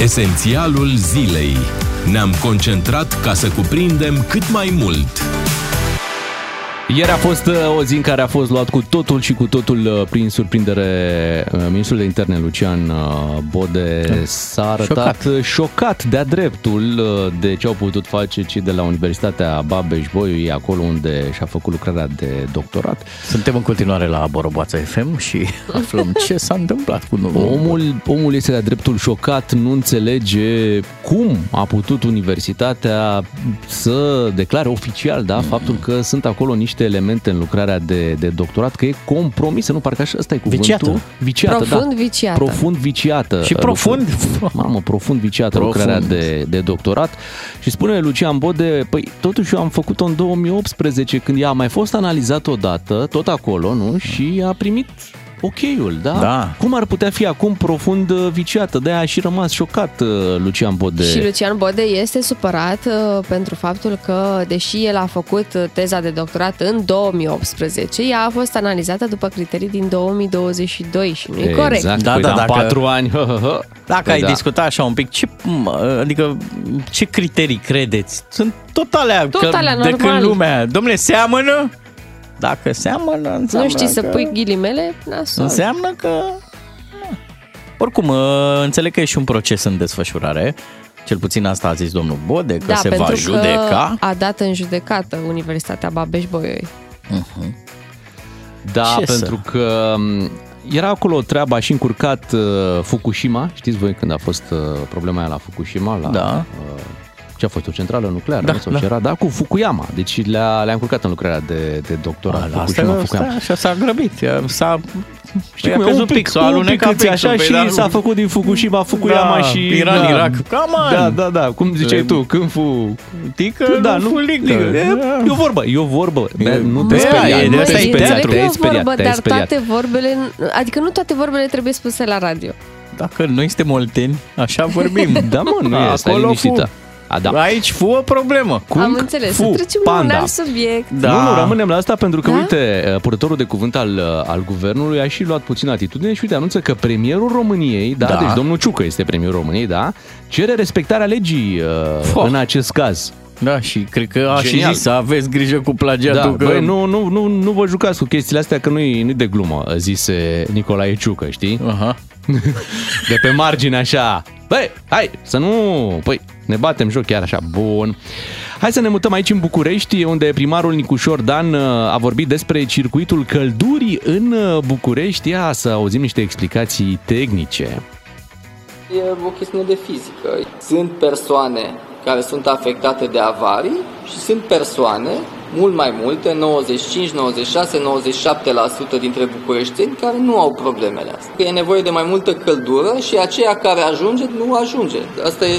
Speaker 12: Esențialul zilei. Ne-am concentrat ca să cuprindem cât mai mult.
Speaker 4: Ieri a fost uh, o zi în care a fost luat cu totul și cu totul uh, prin surprindere uh, ministrul de interne Lucian uh, Bode s-a arătat șocat, șocat de-a dreptul uh, de ce au putut face cei de la Universitatea Babeș-Bolyai, acolo unde și-a făcut lucrarea de doctorat.
Speaker 6: Suntem în continuare la Boroboață FM și aflăm ce s-a întâmplat cu
Speaker 4: Omul, omul este de-a dreptul șocat, nu înțelege cum a putut universitatea să declare oficial da,
Speaker 6: Mhm.
Speaker 4: faptul că sunt acolo niște elemente în lucrarea de, de doctorat, că e compromisă, nu parcă așa, ăsta e cuvântul.
Speaker 6: Viciată.
Speaker 4: Viciată,
Speaker 5: Profund
Speaker 4: da.
Speaker 5: viciată.
Speaker 4: Profund viciată.
Speaker 6: Și profund.
Speaker 4: Lucru- Mamă, profund viciată
Speaker 6: Profund.
Speaker 4: lucrarea de, de doctorat. Și spune Lucian Bode, păi totuși eu am făcut-o în 2018, când ea a mai fost analizat odată, tot acolo, nu? Și a primit ok-ul, da?
Speaker 6: Da.
Speaker 4: Cum ar putea fi acum profund uh, viciată? De-aia a și rămas șocat uh, Lucian Bode.
Speaker 5: Și Lucian Bode este supărat uh, pentru faptul că, deși el a făcut uh, teza de doctorat în 2018, ea a fost analizată după criterii din 2022 și nu e
Speaker 4: Exact,
Speaker 5: corect.
Speaker 6: Da,
Speaker 4: păi
Speaker 6: da,
Speaker 4: da,
Speaker 6: dacă-
Speaker 4: patru ani.
Speaker 6: Dacă
Speaker 4: Păi
Speaker 6: ai discutat așa un pic, ce, m- adică, ce criterii credeți? Sunt tot alea,
Speaker 5: Tot
Speaker 6: că,
Speaker 5: alea,
Speaker 6: de când
Speaker 5: normal.
Speaker 6: lumea. Domne, seamănă? Dacă seamănă, înseamnă
Speaker 5: Nu știi
Speaker 6: că,
Speaker 5: să pui ghilimele? Nasol.
Speaker 6: Înseamnă că... na. Oricum, ă, înțeleg că e și un proces în desfășurare. Cel puțin asta a zis domnul Bode, că
Speaker 5: Da,
Speaker 6: se
Speaker 5: pentru
Speaker 6: va
Speaker 5: că
Speaker 6: judeca.
Speaker 5: a dat în judecată Universitatea Babeș-Bolyai.
Speaker 4: Da,
Speaker 6: Ce să?
Speaker 4: pentru că m, era acolo treaba și încurcat uh, Fukushima. Știți voi când a fost uh, problema aia la Fukushima? La,
Speaker 6: Da.
Speaker 4: uh, ce a fost o centrală nucleară
Speaker 6: Da,
Speaker 4: nu? sau
Speaker 6: da.
Speaker 4: ce era, da, cu Fukuyama. Deci le-a, le-a încurcat în lucrarea de, de doctorat.
Speaker 6: Ala, Asta, asta, așa s-a grăbit, ea s-a
Speaker 4: Știi
Speaker 5: Păi
Speaker 6: i-a
Speaker 4: cum e,
Speaker 6: prins
Speaker 4: un pic,
Speaker 6: s-a
Speaker 4: un pic
Speaker 6: alunecat
Speaker 4: îți așa
Speaker 6: pixul,
Speaker 4: și
Speaker 6: păi, da,
Speaker 4: s-a făcut din Fukushima, Fukuyama
Speaker 6: Da,
Speaker 4: și...
Speaker 6: Iran,
Speaker 4: da.
Speaker 6: Irak. Come on!
Speaker 4: Da, da, da, cum ziceai
Speaker 6: Le-
Speaker 4: tu, câmpul...
Speaker 6: Tică,
Speaker 4: da,
Speaker 6: nu,
Speaker 4: nu,
Speaker 6: fulică.
Speaker 4: E, e o vorbă, e o vorbă. Bă, nu te
Speaker 6: de aia
Speaker 4: speria,
Speaker 6: e, de
Speaker 4: nu
Speaker 6: asta
Speaker 4: te
Speaker 6: e
Speaker 4: speria,
Speaker 6: teatru.
Speaker 4: te-ai
Speaker 5: Trebuie
Speaker 4: speriat,
Speaker 5: vorbă,
Speaker 4: te-ai
Speaker 5: dar
Speaker 4: speriat.
Speaker 5: toate vorbele, adică nu toate vorbele trebuie spuse la radio.
Speaker 6: Dacă noi suntem olteni, așa vorbim.
Speaker 4: Da, mă, nu e, stai
Speaker 6: Acolo
Speaker 4: liniștită.
Speaker 6: Cu
Speaker 4: A, da.
Speaker 6: Aici fu o problemă.
Speaker 4: Cum?
Speaker 5: Am înțeles.
Speaker 4: Fu,
Speaker 5: Să trecem la un
Speaker 4: panda.
Speaker 5: alt subiect.
Speaker 6: Da.
Speaker 4: Nu, nu, rămânem la asta pentru că,
Speaker 5: Da?
Speaker 4: uite, purtătorul de cuvânt al, al guvernului a și luat puțin atitudine și, uite, anunță că premierul României, da,
Speaker 6: Da.
Speaker 4: deci domnul Ciucă este premierul României, da, cere respectarea legii uh,
Speaker 6: Fo.
Speaker 4: în acest caz.
Speaker 6: Da, și cred că a
Speaker 4: Genial.
Speaker 6: și zis să aveți grijă cu
Speaker 4: Da,
Speaker 6: plagiatul. că...
Speaker 4: băi, nu, nu, nu, nu vă jucați cu chestiile astea că nu-i, nu-i de glumă, zise Nicolae Ciucă, știi?
Speaker 6: Aha.
Speaker 4: De pe margine așa. Băi, hai, să nu... Păi, ne batem joc chiar așa. Bun. Hai să ne mutăm aici în București, unde primarul Nicușor Dan uh, a vorbit despre circuitul căldurii în uh, București. Ia să auzim niște explicații tehnice.
Speaker 13: E o chestiune de fizică. Sunt persoane care sunt afectate de avarii și sunt persoane, mult mai multe, 95, 96, 97% dintre bucureșteni care nu au problemele astea. Că e nevoie de mai multă căldură și aceea care ajunge nu ajunge. Asta e,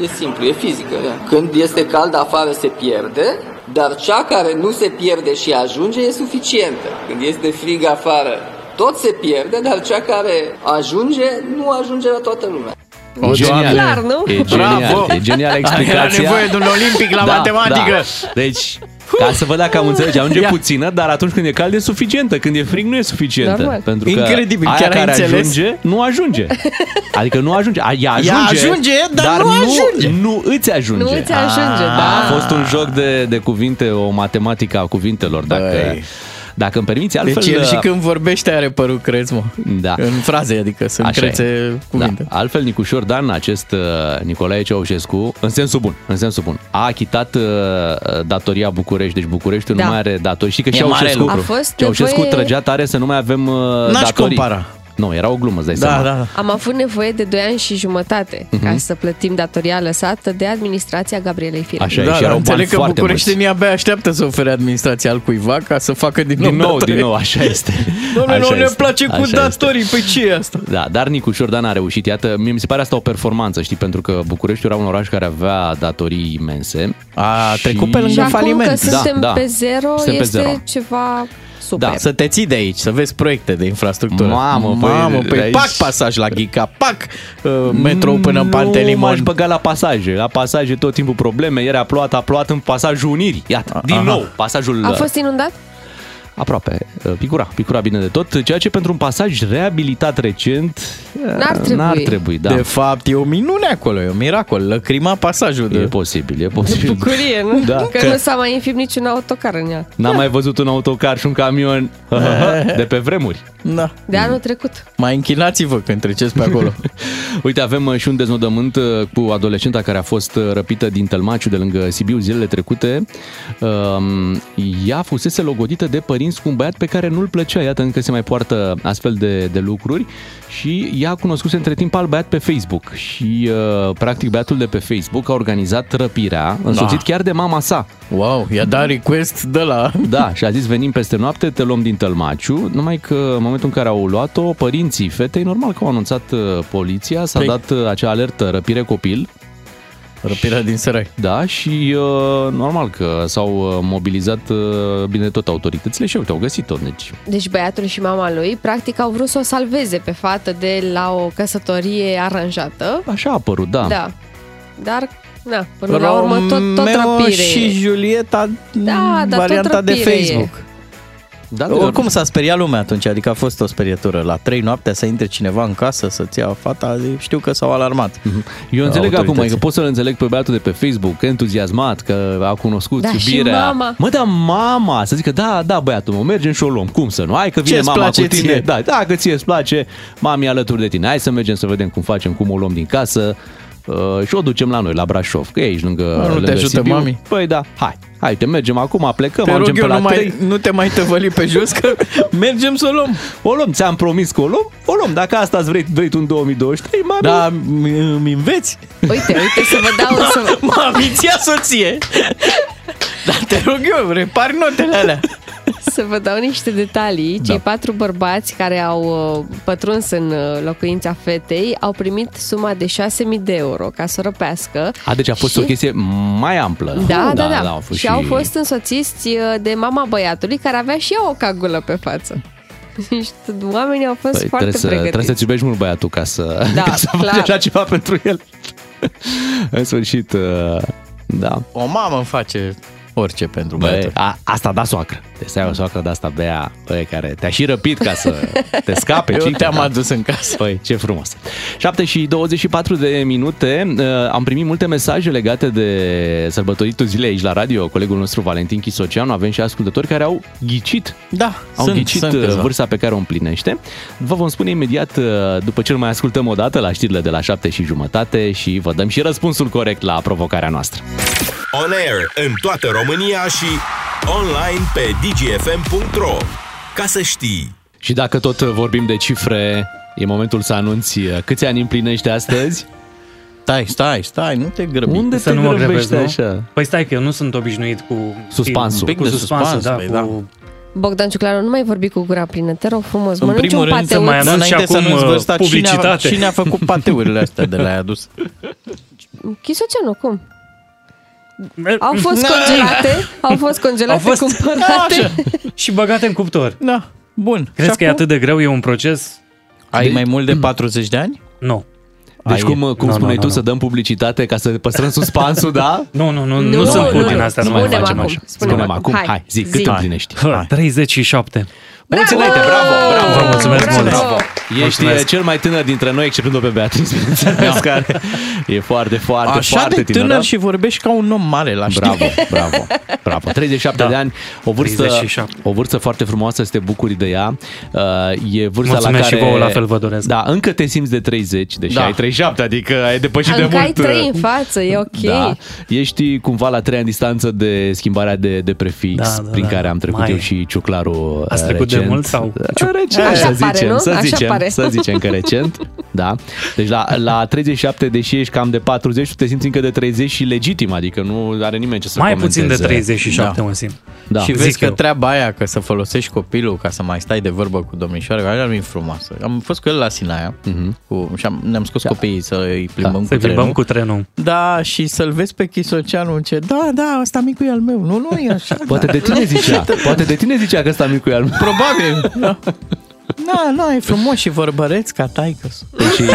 Speaker 13: e, e simplu, e fizică. da. Când este cald afară se pierde, dar cea care nu se pierde și ajunge e suficientă. Când este frig afară tot se pierde, dar cea care ajunge nu ajunge la toată lumea.
Speaker 6: O,
Speaker 4: Genial. Deci-
Speaker 6: Doamne.
Speaker 5: Clar, nu?
Speaker 4: E genial,
Speaker 6: Bravo!
Speaker 4: e genial
Speaker 6: Era
Speaker 4: explicația.
Speaker 6: nevoie de un olimpic la matematică.
Speaker 4: Da. Deci, ca să văd dacă am înțeles, ajunge
Speaker 6: Ia.
Speaker 4: puțină, dar atunci când e cald e suficientă, când e frig nu e suficientă.
Speaker 5: Normal.
Speaker 4: Pentru că
Speaker 6: Incredibil,
Speaker 4: aia
Speaker 6: chiar ai
Speaker 4: care
Speaker 6: înțeles.
Speaker 4: ajunge, nu ajunge. Adică nu ajunge, A, ea ajunge,
Speaker 6: Ea ajunge, dar nu ajunge.
Speaker 4: Nu, îți ajunge.
Speaker 5: Nu îți ajunge,
Speaker 4: A,
Speaker 5: da.
Speaker 4: A fost un joc de, de cuvinte, o matematică a cuvintelor, dacă...
Speaker 6: Băi.
Speaker 4: Dacă îmi permiți, altfel... uh,
Speaker 6: Deci el și când vorbește are părul creț, mă.
Speaker 4: Da.
Speaker 6: În fraze, adică să
Speaker 4: Așa e.
Speaker 6: crețe cuvinte.
Speaker 4: Da. Altfel, Nicușor Dan, acest uh, Nicolae Ceaușescu, în sensul bun, în sensul bun, a achitat uh, datoria București, deci Bucureștiul
Speaker 5: Da.
Speaker 4: nu mai are datorii. Știi că
Speaker 6: E mare
Speaker 4: Ceaușescu,
Speaker 6: lucru.
Speaker 5: A fost
Speaker 4: Ceaușescu
Speaker 5: nevoie-
Speaker 4: trăgea tare să nu mai avem uh,
Speaker 6: N-aș
Speaker 4: datorii.
Speaker 6: compara.
Speaker 4: Nu, era o glumă, îți dai
Speaker 6: Da,
Speaker 4: seama.
Speaker 6: da, da.
Speaker 5: Am avut nevoie de 2 ani și jumătate
Speaker 4: Mhm.
Speaker 5: ca să plătim datoria lăsată de administrația Gabrielei Firea.
Speaker 4: Așa e,
Speaker 6: Da,
Speaker 4: și
Speaker 6: da,
Speaker 4: erau bani
Speaker 6: înțeleg că
Speaker 4: foarte mulți.
Speaker 6: bucureștenii abia așteaptă să ofere administrația al cuiva ca să facă din,
Speaker 4: Din nou,
Speaker 6: datorii.
Speaker 4: din nou, așa este.
Speaker 6: Doamne,
Speaker 4: Așa
Speaker 6: nu ne
Speaker 4: este.
Speaker 6: place cu
Speaker 4: Așa este.
Speaker 6: datorii, păi ce e asta?
Speaker 4: Da, dar Nicușor Dan a reușit. Iată, mie mi se pare asta o performanță, știi, pentru că Bucureștiul era un oraș care avea datorii imense.
Speaker 6: A
Speaker 4: Și-
Speaker 6: trecut pe
Speaker 5: Și
Speaker 6: lângă
Speaker 5: acum că
Speaker 6: faliment.
Speaker 4: Da,
Speaker 5: suntem
Speaker 4: da.
Speaker 5: pe zero,
Speaker 4: Suntem pe
Speaker 5: este
Speaker 4: zero.
Speaker 5: ceva super.
Speaker 4: Da,
Speaker 6: Să te ții de aici, să vezi proiecte de infrastructură.
Speaker 4: Mamă, păi,
Speaker 6: Mamă,
Speaker 4: de
Speaker 6: păi
Speaker 4: aici-
Speaker 6: pac pasaj la Ghica, pac uh, metro până în
Speaker 4: Nu m-aș
Speaker 6: Pantelimon.
Speaker 4: băga la pasaje. La pasaje tot timpul probleme. Ieri a plouat, a plouat în pasajul Unirii. Iată, din
Speaker 6: aha.
Speaker 4: nou, pasajul uh,
Speaker 5: A fost inundat?
Speaker 4: aproape. Picura, picura bine de tot. Ceea ce pentru un pasaj reabilitat recent
Speaker 5: N-ar trebui.
Speaker 4: Da, N-ar trebui da.
Speaker 6: De fapt, e o minune acolo, e un miracol. Lăcrima pasajul
Speaker 4: E
Speaker 6: de...
Speaker 4: posibil, e posibil.
Speaker 5: Bucurie, nu?
Speaker 4: Da.
Speaker 5: Că,
Speaker 4: Că-
Speaker 5: nu s-a mai înfipt niciun autocar în ea.
Speaker 4: N-am mai văzut un autocar și un camion de pe vremuri.
Speaker 6: Da.
Speaker 5: De anul trecut.
Speaker 6: Mai închinați-vă când treceți pe acolo.
Speaker 4: Uite, avem uh, și un deznodământ uh, cu adolescenta care a fost uh, răpită din Tălmaciu de lângă Sibiu zilele trecute. Um, Ea fusese logodită de părinți cu un băiat pe care nu-l plăcea. Iată, încă se mai poartă astfel de, de lucruri. Și ea a cunoscut între timp alt băiat pe Facebook. Și, uh, practic, băiatul de pe Facebook a organizat răpirea,
Speaker 6: Da.
Speaker 4: însoțit chiar de mama sa.
Speaker 6: wow, i-a dat request de la...
Speaker 4: Da, și a zis venim peste noapte, te luăm din Tălmaciu, numai că în momentul în care au luat-o, părinții fetei, normal că au anunțat uh, poliția, s-a
Speaker 6: Păi-
Speaker 4: dat uh, acea alertă răpire copil,
Speaker 6: Răpirea din sărai.
Speaker 4: da, și uh, normal că s-au uh, mobilizat uh, bine tot autoritățile și uite, au găsit-o, deci
Speaker 5: Deci băiatul și mama lui practic au vrut să o salveze pe fată de la o căsătorie aranjată.
Speaker 4: așa a apărut, da.
Speaker 5: Da. Dar, na, până la urmă tot, tot
Speaker 6: Romeo
Speaker 5: răpire
Speaker 6: și
Speaker 5: e.
Speaker 6: Julieta,
Speaker 5: Da, dar tot
Speaker 6: varianta de
Speaker 5: răpire e.
Speaker 6: Facebook.
Speaker 4: da de-
Speaker 6: Oricum s-a speriat lumea atunci, adică a fost o sperietură. La trei noaptea să intre cineva în casă să-ți ia fata, adică știu că s-au alarmat.
Speaker 4: Mhm. Eu înțeleg acum, adică,
Speaker 6: Autoritățile.
Speaker 4: că pot să-l înțeleg pe băiatul de pe Facebook, entuziasmat, că a cunoscut
Speaker 5: Da, și
Speaker 4: iubirea.
Speaker 5: mama.
Speaker 4: Mă, dar mama, să zică, da, da, băiatul meu, mergem și o luăm. Cum să nu? Hai că vine
Speaker 6: Ce-ți
Speaker 4: mama
Speaker 6: place
Speaker 4: cu tine.
Speaker 6: ție?
Speaker 4: Da, dacă ție îți place, mami e alături de tine. Hai să mergem să vedem cum facem, cum o luăm din casă. Uh, și o ducem la noi, la Brașov, că e aici lângă,
Speaker 6: Nu, nu te
Speaker 4: lângă
Speaker 6: ajută
Speaker 4: Sibiu.
Speaker 6: mami?
Speaker 4: Păi da, hai, hai, te mergem acum, plecăm,
Speaker 6: Te rog
Speaker 4: ajungem
Speaker 6: eu,
Speaker 4: pe la
Speaker 6: nu,
Speaker 4: trei.
Speaker 6: mai, nu te mai tăvăli pe jos, că mergem să o luăm.
Speaker 4: O luăm, ți-am promis că o luăm, o luăm. Dacă asta îți vrei, vrei tu în 2023, mami,
Speaker 6: Da, m- îmi înveți?
Speaker 5: Uite, uite să vă dau să...
Speaker 6: Mami, ți-a soție! Dar te rog eu, repari notele alea.
Speaker 5: Să vă dau niște detalii. Cei patru bărbați care au uh, pătruns în uh, locuința fetei au primit suma de 6.000 de euro ca să o răpească.
Speaker 4: A, deci a fost
Speaker 5: și...
Speaker 4: o chestie mai amplă.
Speaker 5: Da, da, da.
Speaker 4: au
Speaker 5: și,
Speaker 4: fost
Speaker 5: au fost însoțiți uh, de mama băiatului care avea și ea o cagulă pe față. Deci oamenii au fost
Speaker 4: Păi,
Speaker 5: foarte
Speaker 4: trebuie, să,
Speaker 5: pregătiți.
Speaker 4: trebuie să-ți iubești mult băiatul ca să,
Speaker 5: Da,
Speaker 4: ca să faci
Speaker 5: clar.
Speaker 4: așa ceva pentru el. În sfârșit, uh, da.
Speaker 6: O mamă îmi face orice pentru
Speaker 4: Băi, a, asta da soacră. Te să ai o soacră de asta, bea, băi, care te-a și răpit ca să te scape.
Speaker 6: Eu
Speaker 4: cică,
Speaker 6: te-am
Speaker 4: da?
Speaker 6: adus în casă.
Speaker 4: Păi, ce frumos. 7 și 24 de minute. Uh, Am primit multe mesaje legate de sărbătoritul zilei aici la radio. Colegul nostru Valentin Chisoceanu. Avem și ascultători care au ghicit.
Speaker 6: Da,
Speaker 4: Au
Speaker 6: sunt,
Speaker 4: ghicit
Speaker 6: sunt
Speaker 4: uh,
Speaker 6: câțiva.
Speaker 4: vârsta pe care o împlinește. Vă vom spune imediat uh, după ce îl mai ascultăm o dată la știrile de la 7 și jumătate și vă dăm și răspunsul corect la provocarea noastră.
Speaker 12: On air în toată România și online pe dgfm.ro Ca să știi.
Speaker 4: Și dacă tot vorbim de cifre, e momentul să anunți uh, câți ani împlinești astăzi?
Speaker 6: Stai, stai, stai, nu te grăbi.
Speaker 4: Unde
Speaker 3: Să
Speaker 4: te
Speaker 3: nu mă
Speaker 4: grăbești
Speaker 3: grăbesc, nu?
Speaker 4: așa?
Speaker 3: Păi stai că eu nu sunt obișnuit cu
Speaker 4: Suspansul.
Speaker 3: Un pic
Speaker 4: Cu
Speaker 3: de
Speaker 4: suspans,
Speaker 3: suspans, da,
Speaker 4: păi,
Speaker 3: cu...
Speaker 4: da.
Speaker 5: Bogdan Ciuclaru, nu mai vorbi cu gura plină, te rog frumos,
Speaker 6: În
Speaker 5: mănânci
Speaker 6: primul
Speaker 5: un
Speaker 6: rând să mai
Speaker 5: pateuț.
Speaker 6: anunț și
Speaker 3: Înainte să
Speaker 6: acum
Speaker 3: nu-ți
Speaker 6: uh,
Speaker 3: vârsta, cine a-
Speaker 6: publicitate.
Speaker 3: cine a făcut
Speaker 6: pateurile astea de la adus?
Speaker 5: Chisoceanu, cum? Au fost congelate, au fost congelate,
Speaker 3: Au fost-
Speaker 5: cumpărate.
Speaker 3: Așa. Și băgate în cuptor.
Speaker 6: Da, bun.
Speaker 3: Crezi
Speaker 6: Și
Speaker 3: că e
Speaker 6: acum?
Speaker 3: atât de greu? E un proces?
Speaker 6: Ai mai mult de 40 de ani?
Speaker 3: Nu.
Speaker 4: Deci
Speaker 3: Ai-
Speaker 4: cum, cum
Speaker 3: Nu,
Speaker 4: spuneai
Speaker 3: nu,
Speaker 4: tu,
Speaker 3: nu,
Speaker 4: să dăm publicitate ca să păstrăm suspansul, da?
Speaker 3: Nu, nu, nu, nu, nu sunt
Speaker 5: nu,
Speaker 3: cu din
Speaker 5: nu.
Speaker 3: astea, nu mai
Speaker 5: Spune-mi
Speaker 3: facem
Speaker 5: acum,
Speaker 3: așa.
Speaker 5: spune-mi
Speaker 4: Spune-mi acum, hai, zi, cât
Speaker 5: zi.
Speaker 4: împlinești?
Speaker 3: Ha, 37.
Speaker 4: Mulțumesc, bravo, bravo!
Speaker 3: Vă mulțumesc mult.
Speaker 4: Ești uh,
Speaker 3: Mulțumesc. Da.
Speaker 4: cel mai tânăr dintre noi, exceptând-o pe Beatrice, bineînțeles, care e foarte, foarte,
Speaker 6: Așa
Speaker 4: foarte
Speaker 6: de
Speaker 4: tânără.
Speaker 6: tânăr și vorbești ca un om mare la știri.
Speaker 4: Bravo, bravo, bravo. 37 da. de ani, o vârstă,
Speaker 3: 37.
Speaker 4: o vârstă foarte frumoasă, să te bucuri de ea. Uh, e vârsta
Speaker 3: Mulțumesc
Speaker 4: la
Speaker 3: și
Speaker 4: care...
Speaker 3: vouă, la fel vă doresc.
Speaker 4: Da, încă te simți de 30, deși
Speaker 6: Da.
Speaker 4: ai 37, adică ai depășit de
Speaker 5: Încă
Speaker 4: mult. uh,
Speaker 5: ai trei în față, e ok.
Speaker 4: Da, ești cumva la trei ani distanță de schimbarea de, de prefix
Speaker 3: Da, da,
Speaker 4: prin
Speaker 3: da.
Speaker 4: care am trecut
Speaker 3: Mai
Speaker 4: eu
Speaker 3: e.
Speaker 4: și Ciuclaru
Speaker 3: Ați
Speaker 4: uh,
Speaker 3: trecut de
Speaker 4: recent.
Speaker 3: mult sau-
Speaker 4: Uh, Recent,
Speaker 5: Așa
Speaker 4: să
Speaker 5: pare,
Speaker 4: zicem,
Speaker 5: nu?
Speaker 4: să
Speaker 5: Așa
Speaker 4: zicem,
Speaker 5: pare.
Speaker 4: să zicem că recent, da. Deci la, la 37, deși ești cam de 40, tu te simți încă de 30 și legitim, adică nu are nimeni ce să
Speaker 3: Mai
Speaker 4: comenteze.
Speaker 3: puțin de 37, mă simt.
Speaker 4: Da.
Speaker 6: Și
Speaker 4: Și
Speaker 6: vezi
Speaker 3: Zic
Speaker 6: că
Speaker 3: eu.
Speaker 6: treaba aia că să folosești copilul ca să mai stai de vorbă cu domnișoara, aia nu e frumoasă. Am fost cu el la Sinaia
Speaker 3: Mhm.
Speaker 6: cu, și am, ne-am scos copiii să îi plimbăm cu
Speaker 3: Să Da.
Speaker 6: trenul.
Speaker 3: plimbăm cu trenul.
Speaker 6: Da, și să-l vezi pe Chisoceanu ce, da, da, ăsta micul e al meu. Nu, nu e așa.
Speaker 4: Poate
Speaker 6: da.
Speaker 4: de tine zicea, poate de tine zicea că ăsta micul e al meu.
Speaker 6: Probabil. Da. Da, da, e frumos și vorbăreț ca taică
Speaker 4: Și Deci,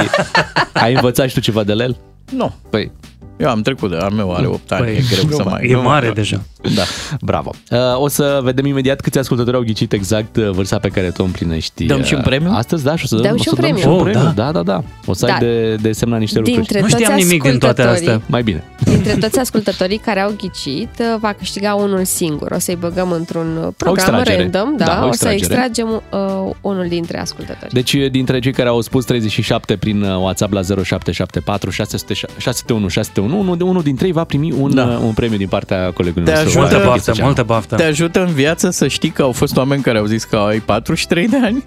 Speaker 4: ai învățat și tu ceva de la el?
Speaker 6: Nu,
Speaker 4: Păi,
Speaker 6: eu am trecut de al meu, are 8 ani,
Speaker 3: Păi,
Speaker 6: e greu să mai...
Speaker 3: E
Speaker 6: nu,
Speaker 3: mare
Speaker 6: nu.
Speaker 3: deja.
Speaker 6: Da.
Speaker 4: bravo. Uh, O să vedem imediat câți ascultători au ghicit exact uh, vârsta pe care tu o împlinești.
Speaker 6: Dăm
Speaker 4: uh,
Speaker 6: și un premiu?
Speaker 4: Astăzi, da, și o să
Speaker 5: Dăm
Speaker 4: dăm, o
Speaker 5: și
Speaker 4: să
Speaker 5: un
Speaker 4: dăm
Speaker 5: premiu.
Speaker 4: și un
Speaker 3: Oh, da.
Speaker 4: premiu. da, da, da. O să ai
Speaker 5: Da.
Speaker 4: de, de semnat niște lucruri.
Speaker 5: Dintre
Speaker 3: Nu
Speaker 5: toți
Speaker 3: știam nimic din toate
Speaker 5: ascultătorii,
Speaker 4: Mai bine.
Speaker 5: dintre toți ascultătorii care au ghicit, uh, va câștiga unul singur. O să-i băgăm într-un uh, program
Speaker 4: extragere.
Speaker 5: random, da,
Speaker 4: Da, o
Speaker 5: o să
Speaker 4: extragere.
Speaker 5: extragem uh, unul dintre ascultători.
Speaker 4: Deci, dintre cei care au spus 37 prin uh, WhatsApp la 0774 601 601, unul, unul din trei va primi un, da. un premiu din partea colegului
Speaker 6: Te
Speaker 4: nostru.
Speaker 6: ajută.
Speaker 3: Multă
Speaker 4: Oana
Speaker 6: Multă
Speaker 3: baftă,
Speaker 4: Ghițoceanu.
Speaker 3: multă baftă.
Speaker 6: Te ajută în viață să știi că au fost oameni care au zis că ai 43 de ani?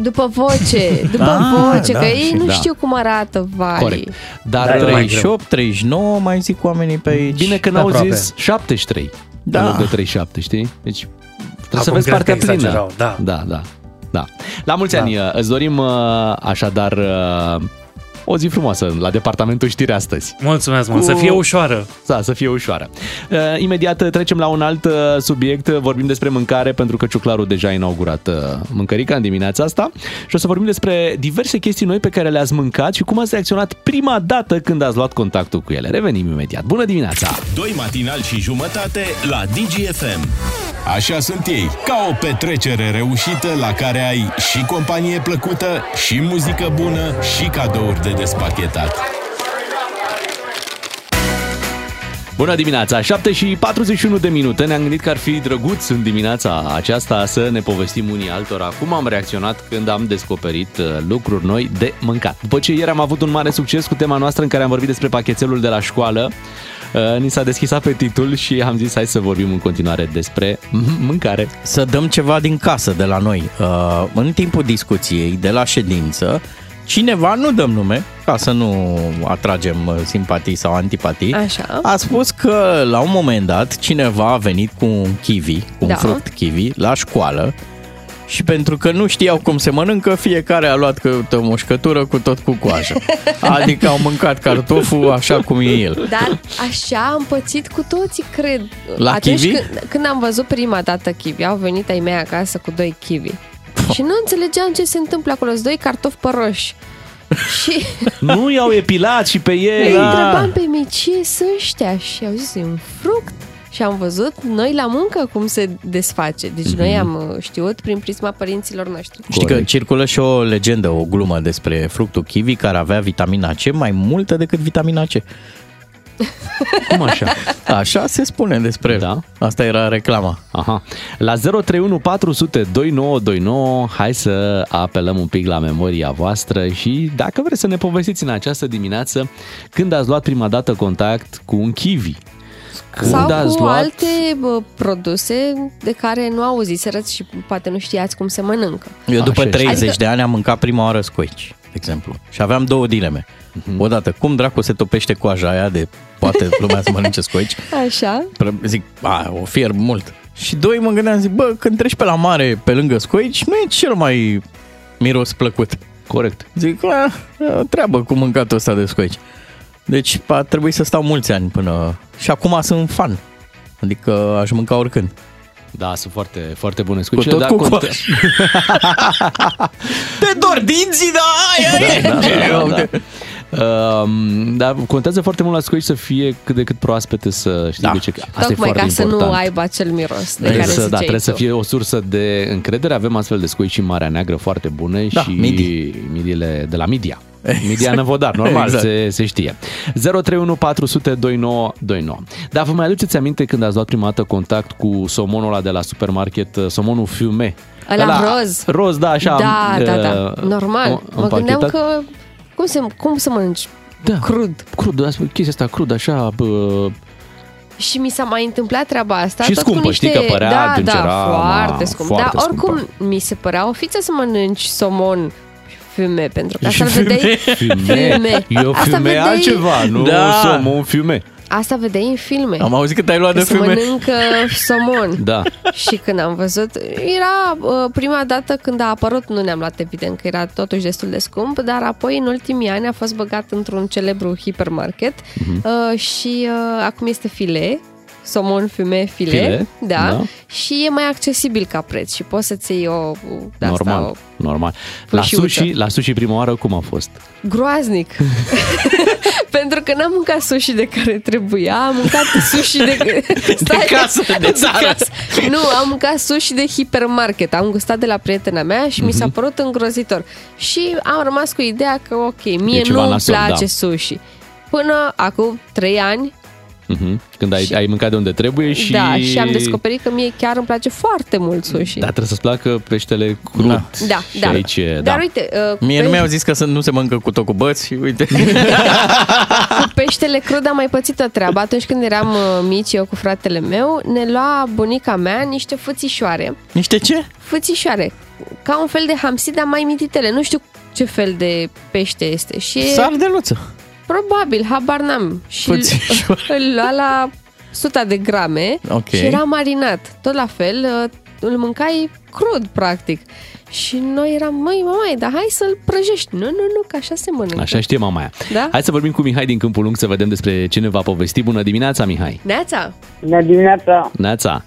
Speaker 5: După voce, după
Speaker 6: Da,
Speaker 5: voce,
Speaker 6: da,
Speaker 5: că ei
Speaker 6: și
Speaker 5: nu
Speaker 4: da.
Speaker 5: știu cum arată, vai.
Speaker 4: Corect. Dar
Speaker 3: Da, e
Speaker 4: uh,
Speaker 3: mai
Speaker 6: 38, 39, mai zic oamenii pe aici.
Speaker 4: Bine că n-au
Speaker 3: Aproape.
Speaker 4: zis 73
Speaker 6: Da.
Speaker 4: în loc de 37, știi? Deci trebuie să
Speaker 3: Acum
Speaker 4: vezi
Speaker 3: cred că
Speaker 4: partea plină.
Speaker 3: exagerau, da.
Speaker 4: da, da, da. La mulți da. ani uh, îți dorim uh, așadar uh, o zi frumoasă la departamentul știri astăzi.
Speaker 3: Mulțumesc mult, să fie ușoară.
Speaker 4: Da, să fie ușoară. Uh, Imediat uh, trecem la un alt uh, subiect. Uh, Vorbim despre mâncare, pentru că Ciuclaru deja a inaugurat uh, mâncărica în dimineața asta. Și o să vorbim despre diverse chestii noi pe care le-ați mâncat și cum ați reacționat prima dată când ați luat contactul cu ele. Revenim imediat. Bună dimineața!
Speaker 12: Doi matinal și jumătate la DGFM. Așa sunt ei, ca o petrecere reușită la care ai și companie plăcută, și muzică bună, și cadouri de despachetat.
Speaker 4: Bună dimineața! 7 și 41 de minute. Ne-am gândit că ar fi drăguț în dimineața aceasta să ne povestim unii altora cum am reacționat când am descoperit uh, lucruri noi de mâncat. După ce ieri am avut un mare succes cu tema noastră în care am vorbit despre pachetelul de la școală, uh, ni s-a deschis apetitul și am zis hai să vorbim în continuare despre m- mâncare.
Speaker 6: să dăm ceva din casă de la noi. Uh, în timpul discuției, de la ședință, cineva, nu dăm nume, ca să nu atragem uh, simpatii sau antipatii,
Speaker 5: Așa.
Speaker 6: a spus că la un moment dat cineva a venit cu un kiwi, cu un
Speaker 5: Da.
Speaker 6: fruct kiwi, la școală și pentru că nu știau cum se mănâncă, fiecare a luat câte o mușcătură cu tot cu coajă. Adică au mâncat cartoful așa cum e el.
Speaker 5: Dar așa am pățit cu toții, cred.
Speaker 6: La
Speaker 5: Atunci
Speaker 6: kiwi?
Speaker 5: Când, când am văzut prima dată kiwi, au venit ai mei acasă cu doi kiwi. Și nu înțelegeam ce se întâmplă acolo, sunt doi cartofi păroși. Și
Speaker 4: Nu i-au epilat și pe
Speaker 5: îi
Speaker 4: el. da.
Speaker 5: întrebam pe mine ce sunt ăștia și au zis, e un fruct. Și am văzut noi la muncă cum se desface. Deci
Speaker 6: Mhm.
Speaker 5: mm-hmm. noi am uh, știut prin prisma părinților noștri.
Speaker 6: Știi că circulă și o legendă, o glumă despre fructul kiwi care avea vitamina C mai multă decât vitamina C.
Speaker 4: Cum așa?
Speaker 6: Așa se spune despre
Speaker 4: da?
Speaker 6: Asta era reclama.
Speaker 4: Aha. La 031 400 2929, hai să apelăm un pic la memoria voastră și dacă vreți să ne povestiți în această dimineață când ați luat prima dată contact cu un kiwi. Când
Speaker 5: Sau
Speaker 4: ați
Speaker 5: cu
Speaker 4: luat...
Speaker 5: alte bă, produse de care nu auziserăți și poate nu știați cum se mănâncă.
Speaker 6: Eu după
Speaker 5: Așa este.
Speaker 6: 30
Speaker 5: Adică-
Speaker 6: de ani am mâncat prima oară scoici, de exemplu. Și aveam două dileme.
Speaker 4: Mhm.
Speaker 6: Odată, cum dracu se topește coaja aia de poate lumea să mănânce scoici?
Speaker 5: Așa.
Speaker 6: Pre- Zic, a, o fierb mult. Și doi, mă gândeam, zic, bă, când treci pe la mare, pe lângă scoici, nu e cel mai miros plăcut.
Speaker 4: Corect.
Speaker 6: Zic, la, treabă cu mâncatul ăsta de scoici. Deci a trebuit să stau mulți ani până... Și acum sunt fan. Adică aș mânca oricând.
Speaker 4: Da, sunt foarte, foarte bune
Speaker 6: Cu
Speaker 4: scuicile.
Speaker 6: tot
Speaker 4: da,
Speaker 6: cu
Speaker 4: cont-
Speaker 6: coaș. Te dor dinții, da, aia e!
Speaker 4: da, da, da, da. Um, dar contează foarte mult la scoici să fie cât de cât proaspete să știi da. ce. Asta e
Speaker 5: Tocmai
Speaker 4: foarte
Speaker 5: ca să
Speaker 4: important.
Speaker 5: nu aibă acel miros de
Speaker 4: Trebuie
Speaker 5: care
Speaker 4: să,
Speaker 5: ziceai
Speaker 4: da, trebuie
Speaker 5: tu.
Speaker 4: să fie o sursă de încredere. Avem astfel de scoici și în Marea Neagră foarte bune
Speaker 6: Da,
Speaker 4: și
Speaker 6: midi.
Speaker 4: midiile de la Midia. Midia Năvodar, normal,
Speaker 6: Exact.
Speaker 4: se, se știe. 031 400 2929. Dar Da, vă mai aduceți aminte când ați luat prima dată contact cu somonul ăla de la supermarket, uh, somonul fiume?
Speaker 5: Ăla roz.
Speaker 4: Roz, da, așa.
Speaker 5: Da, da, da.
Speaker 4: uh,
Speaker 5: Normal.
Speaker 4: o-
Speaker 5: mă gândeam
Speaker 4: împachetat.
Speaker 5: că... Cum, se, cum să mănânci?
Speaker 4: Da. Crud. Crud, da, chestia asta crud, așa... Bă,
Speaker 5: Și mi s-a mai întâmplat treaba asta.
Speaker 4: Și
Speaker 5: tot cu
Speaker 4: scumpă,
Speaker 5: niște...
Speaker 4: știi că părea
Speaker 5: da,
Speaker 4: din ce
Speaker 5: da,
Speaker 4: era,
Speaker 5: foarte
Speaker 4: ma,
Speaker 5: scump.
Speaker 4: foarte
Speaker 5: Dar oricum mi se părea o fiță să mănânci somon și fiume, pentru că asta vedeai...
Speaker 4: Fiume. Eu
Speaker 5: Asta
Speaker 4: fiume
Speaker 5: vedeai-
Speaker 4: altceva, nu
Speaker 6: Da.
Speaker 4: somon fiume.
Speaker 5: Asta vedeai în filme.
Speaker 6: Am auzit că te-ai luat
Speaker 5: că
Speaker 6: de
Speaker 5: se
Speaker 6: fiume.
Speaker 5: mănâncă somon.
Speaker 4: Da.
Speaker 5: Și când am văzut, era uh, prima dată când a apărut, nu ne-am luat evident că era totuși destul de scump, dar apoi în ultimii ani a fost băgat într-un celebru hipermarket
Speaker 14: Mhm.
Speaker 5: uh, și uh, acum este file, somon fume file,
Speaker 4: File,
Speaker 5: da,
Speaker 4: da.
Speaker 5: și e mai accesibil ca preț și poți să-ți iei o, de
Speaker 4: normal,
Speaker 5: Asta,
Speaker 4: normal. La
Speaker 5: fâșiuță.
Speaker 4: sushi, la sushi prima oară cum a fost?
Speaker 5: o, groaznic. Pentru că n-am mâncat sushi de care trebuia, am mâncat sushi de... Stai,
Speaker 6: casă, de țară.
Speaker 5: Nu, am mâncat sushi de hipermarket. Am gustat de la prietena mea și mi s-a
Speaker 14: Mhm.
Speaker 5: părut îngrozitor. Și am rămas cu ideea că, ok, mie
Speaker 4: ceva
Speaker 5: nu îmi
Speaker 4: nasol,
Speaker 5: place
Speaker 4: da.
Speaker 5: sushi. Până acum 3 ani,
Speaker 4: Mhm. Când ai, ai mâncat de unde trebuie și...
Speaker 5: și... da, și am descoperit că mie chiar îmi place foarte mult sushi.
Speaker 4: Dar trebuie să-ți placă peștele crud.
Speaker 5: Da,
Speaker 4: Da. și
Speaker 5: da.
Speaker 4: aici e-
Speaker 5: Dar
Speaker 4: da.
Speaker 5: uite, uh, cu
Speaker 6: Mie
Speaker 5: pe-
Speaker 6: nu mi-au zis că să nu se mănâncă cu tot cu băți și uite.
Speaker 5: cu peștele crud am mai pățit o treabă. Atunci când eram uh, mici, eu cu fratele meu, ne lua bunica mea niște fățișoare.
Speaker 6: Niște ce?
Speaker 5: Fățișoare, ca un fel de hamsida mai mititele. Nu știu ce fel de pește este. Și
Speaker 6: luță.
Speaker 5: Probabil, habar n-am. Și îl, îl lua la 100 de grame
Speaker 6: Ok.
Speaker 5: și era marinat. Tot la fel, uh, îl mâncai crud, practic. Și noi eram, măi, măi, dar hai să-l prăjești. Nu, nu, nu, că așa se mănâncă.
Speaker 4: Așa știe mama aia.
Speaker 5: Da?
Speaker 4: Hai să vorbim cu Mihai din Câmpul Lung să vedem despre ce ne va povesti. Bună dimineața, Mihai!
Speaker 5: Neața?
Speaker 15: Bună dimineața!
Speaker 4: Neața!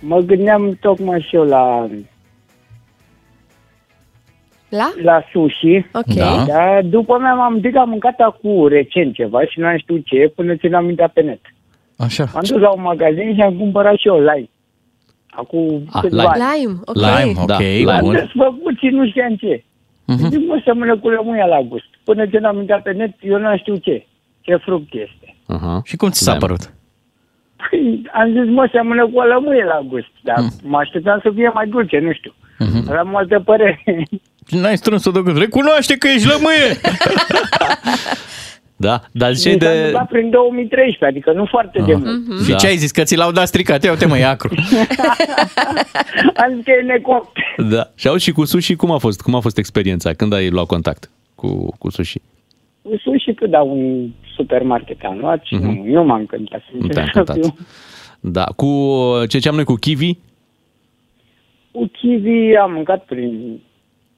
Speaker 15: Mă gândeam tocmai și eu la...
Speaker 5: La?
Speaker 15: La sushi.
Speaker 5: Ok.
Speaker 4: Da.
Speaker 15: Dar după mea m-am dus, am mâncat acum recent ceva și n-am știut ce e, până ți l-am uitat pe net.
Speaker 6: Așa.
Speaker 15: M-am dus la un magazin și am cumpărat și eu lime. Acum
Speaker 6: Ah,
Speaker 15: câțiva
Speaker 6: lime.
Speaker 15: ani.
Speaker 5: Lime, Da,
Speaker 6: ok. Lime, ok,
Speaker 15: L-am
Speaker 6: bun.
Speaker 15: desfăcut și nu știam ce.
Speaker 6: Mhm.
Speaker 15: Zic, mă, să mănânc cu lămâia la gust. Până ce l-am uitat pe net, eu n-am știut ce. Ce fruct este.
Speaker 4: Uh-huh.
Speaker 6: Și cum ți s-a părut?
Speaker 15: Păi, am zis, mă, seamănă cu o lămâie la gust, dar mă așteptam să fie mai dulce, nu știu. Am multă părere.
Speaker 6: N-ai strâns-o de gând. Recunoaște că ești lămâie!
Speaker 4: da, dar
Speaker 15: Mi s-a întâmplat prin 2013, adică nu foarte de mult.
Speaker 4: da.
Speaker 6: Și ce ai zis? Că ți l-au dat stricat. Ia uite mă, e acru.
Speaker 15: Am zis că e necop.
Speaker 4: Da. Și auzi și cu sushi, cum a fost? Cum a fost experiența? Când ai luat contact cu, cu sushi?
Speaker 15: Sushi cât da un supermarket am luat și nu, nu m-am cântat.
Speaker 4: Nu te-a încântat. Da, cu uh, ce am noi cu kiwi?
Speaker 15: Cu kiwi am mâncat prin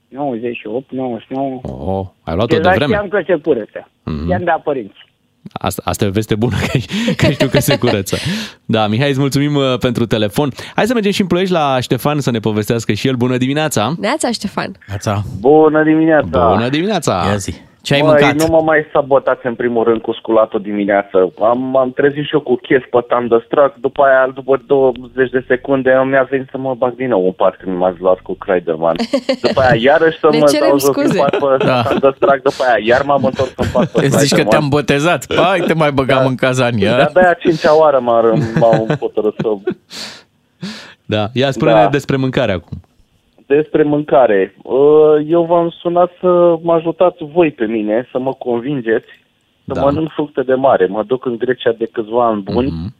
Speaker 15: 98, 99.
Speaker 4: Oh, ai luat-o
Speaker 15: Deja
Speaker 4: Oh, de vreme.
Speaker 15: știam că se purăță. Mm-hmm. da. I-am dat părinți.
Speaker 4: Asta, asta e o veste bună, că, că știu că se curăță. Da, Mihai, îți mulțumim uh, pentru telefon. Hai să mergem și în Ploiești la Ștefan să ne povestească și el. Bună dimineața!
Speaker 5: Neața, Ștefan.
Speaker 4: Neața!
Speaker 14: Bună dimineața!
Speaker 4: Bună dimineața! Ia zi. Ce ai
Speaker 14: Măi,
Speaker 4: mâncat?
Speaker 14: nu mă mai sabotați în primul rând cu sculatul dimineață. Am, am trezit și eu cu chest pe Thunderstruck, după aia, după 20 de secunde, mi-a venit să mă bag din nou în parc când m-ați luat cu Kreiderman. După aia iarăși să
Speaker 6: Ne
Speaker 14: mă
Speaker 6: cerem
Speaker 14: dau jos în
Speaker 6: scuze.
Speaker 14: parc pe
Speaker 6: Da.
Speaker 14: Thunderstruck, după aia iar m-am întors în parc pe
Speaker 6: Îți zici că
Speaker 14: Kreiderman.
Speaker 6: te-am botezat. Pai, te mai băgam în
Speaker 14: De-abia
Speaker 6: cazania.
Speaker 14: a cincea oară m-am m-am hotărât să
Speaker 4: Da, ia spune-ne da.
Speaker 14: Da.
Speaker 4: despre mâncare acum.
Speaker 14: despre mâncare. Uh, Eu v-am sunat să mă ajutați voi pe mine, să mă convingeți să
Speaker 4: Da.
Speaker 14: da. mănânc fructe de mare. Mă duc în Grecia de câțiva ani buni
Speaker 4: Mhm.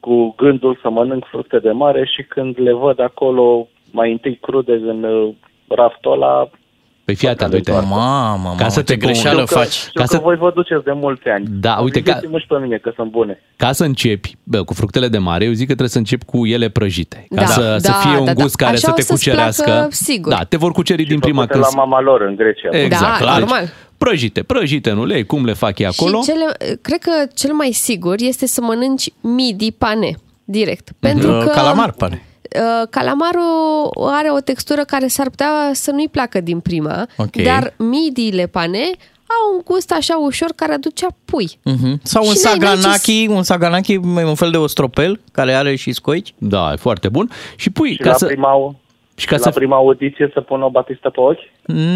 Speaker 14: cu gândul să mănânc fructe de mare și când le văd acolo mai întâi crude în uh, raftul ăla...
Speaker 4: Păi fii atent, uite.
Speaker 6: Mamă,
Speaker 4: ca să te
Speaker 14: Știu că,
Speaker 4: Ca
Speaker 14: Știu că
Speaker 4: să,
Speaker 14: voi vă duceți de mulți ani.
Speaker 4: Da, uite, ca-
Speaker 14: Convingeți-mă și pe mine că sunt bune.
Speaker 4: ca să începi bă, cu fructele de mare, eu zic că trebuie să începi cu ele prăjite. Ca
Speaker 14: Da.
Speaker 4: să, să
Speaker 14: Da,
Speaker 4: fie
Speaker 14: da,
Speaker 4: un
Speaker 14: da.
Speaker 4: gust care
Speaker 14: Așa
Speaker 4: să
Speaker 14: o
Speaker 4: te
Speaker 14: să-ți
Speaker 4: cucerească.
Speaker 14: placă, sigur.
Speaker 4: Da, te vor cuceri din prima
Speaker 14: Făcute
Speaker 4: când...
Speaker 14: la mama lor în Grecia.
Speaker 4: Exact,
Speaker 5: Da,
Speaker 4: clar.
Speaker 5: normal.
Speaker 4: Prăjite, prăjite în ulei, cum le fac ei acolo.
Speaker 5: Și cele, uh, cred că cel mai sigur este să mănânci midi pane, direct. Pentru
Speaker 6: Uh,
Speaker 5: că
Speaker 6: Calamar, pare.
Speaker 5: uh, calamarul are o textură care s-ar putea să nu-i placă din prima,
Speaker 6: Ok.
Speaker 5: dar midiile pane au un gust așa ușor care aduce a pui.
Speaker 6: Mhm. Sau un
Speaker 5: Și n-ai nici-
Speaker 6: saganaki, un saganaki, e un fel de ostropel care are și scoici.
Speaker 4: Da, e foarte bun. Și pui,
Speaker 14: Și la, prima,
Speaker 4: și
Speaker 14: ca la să... prima audiție să pun o batistă pe ochi?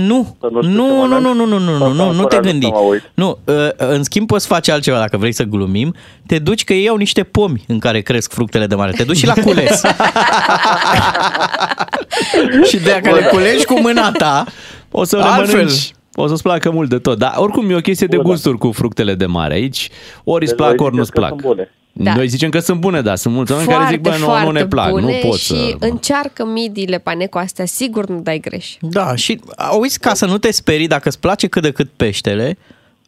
Speaker 6: Nu, nu, nu, nu, nu, nu, nu, nu, nu, nu te gândi. Nu, uh, în schimb poți face altceva dacă vrei să glumim. Te duci că ei iau niște pomi în care cresc fructele de mare. Te duci și la cules. și dacă le culegi cu mâna ta,
Speaker 4: O să le
Speaker 6: altfel.
Speaker 4: mănânci. O să-ți placă mult de tot. Dar oricum e o chestie de gusturi cu fructele de mare aici. Ori îți
Speaker 14: Deci voi
Speaker 4: plac,
Speaker 14: ziceți
Speaker 4: ori nu-ți
Speaker 14: că
Speaker 4: plac.
Speaker 14: sunt bune.
Speaker 5: Da.
Speaker 4: Noi zicem că sunt bune, dar sunt mulți oameni care
Speaker 5: Foarte,
Speaker 4: zic, bă, nu, nu
Speaker 5: foarte
Speaker 4: ne plac, nu
Speaker 5: bune
Speaker 4: pot
Speaker 5: și
Speaker 4: să...
Speaker 5: încearcă midiile pane cu astea, sigur nu dai greș.
Speaker 6: Da, și auzi, ca să nu te sperii, dacă îți place cât de cât peștele,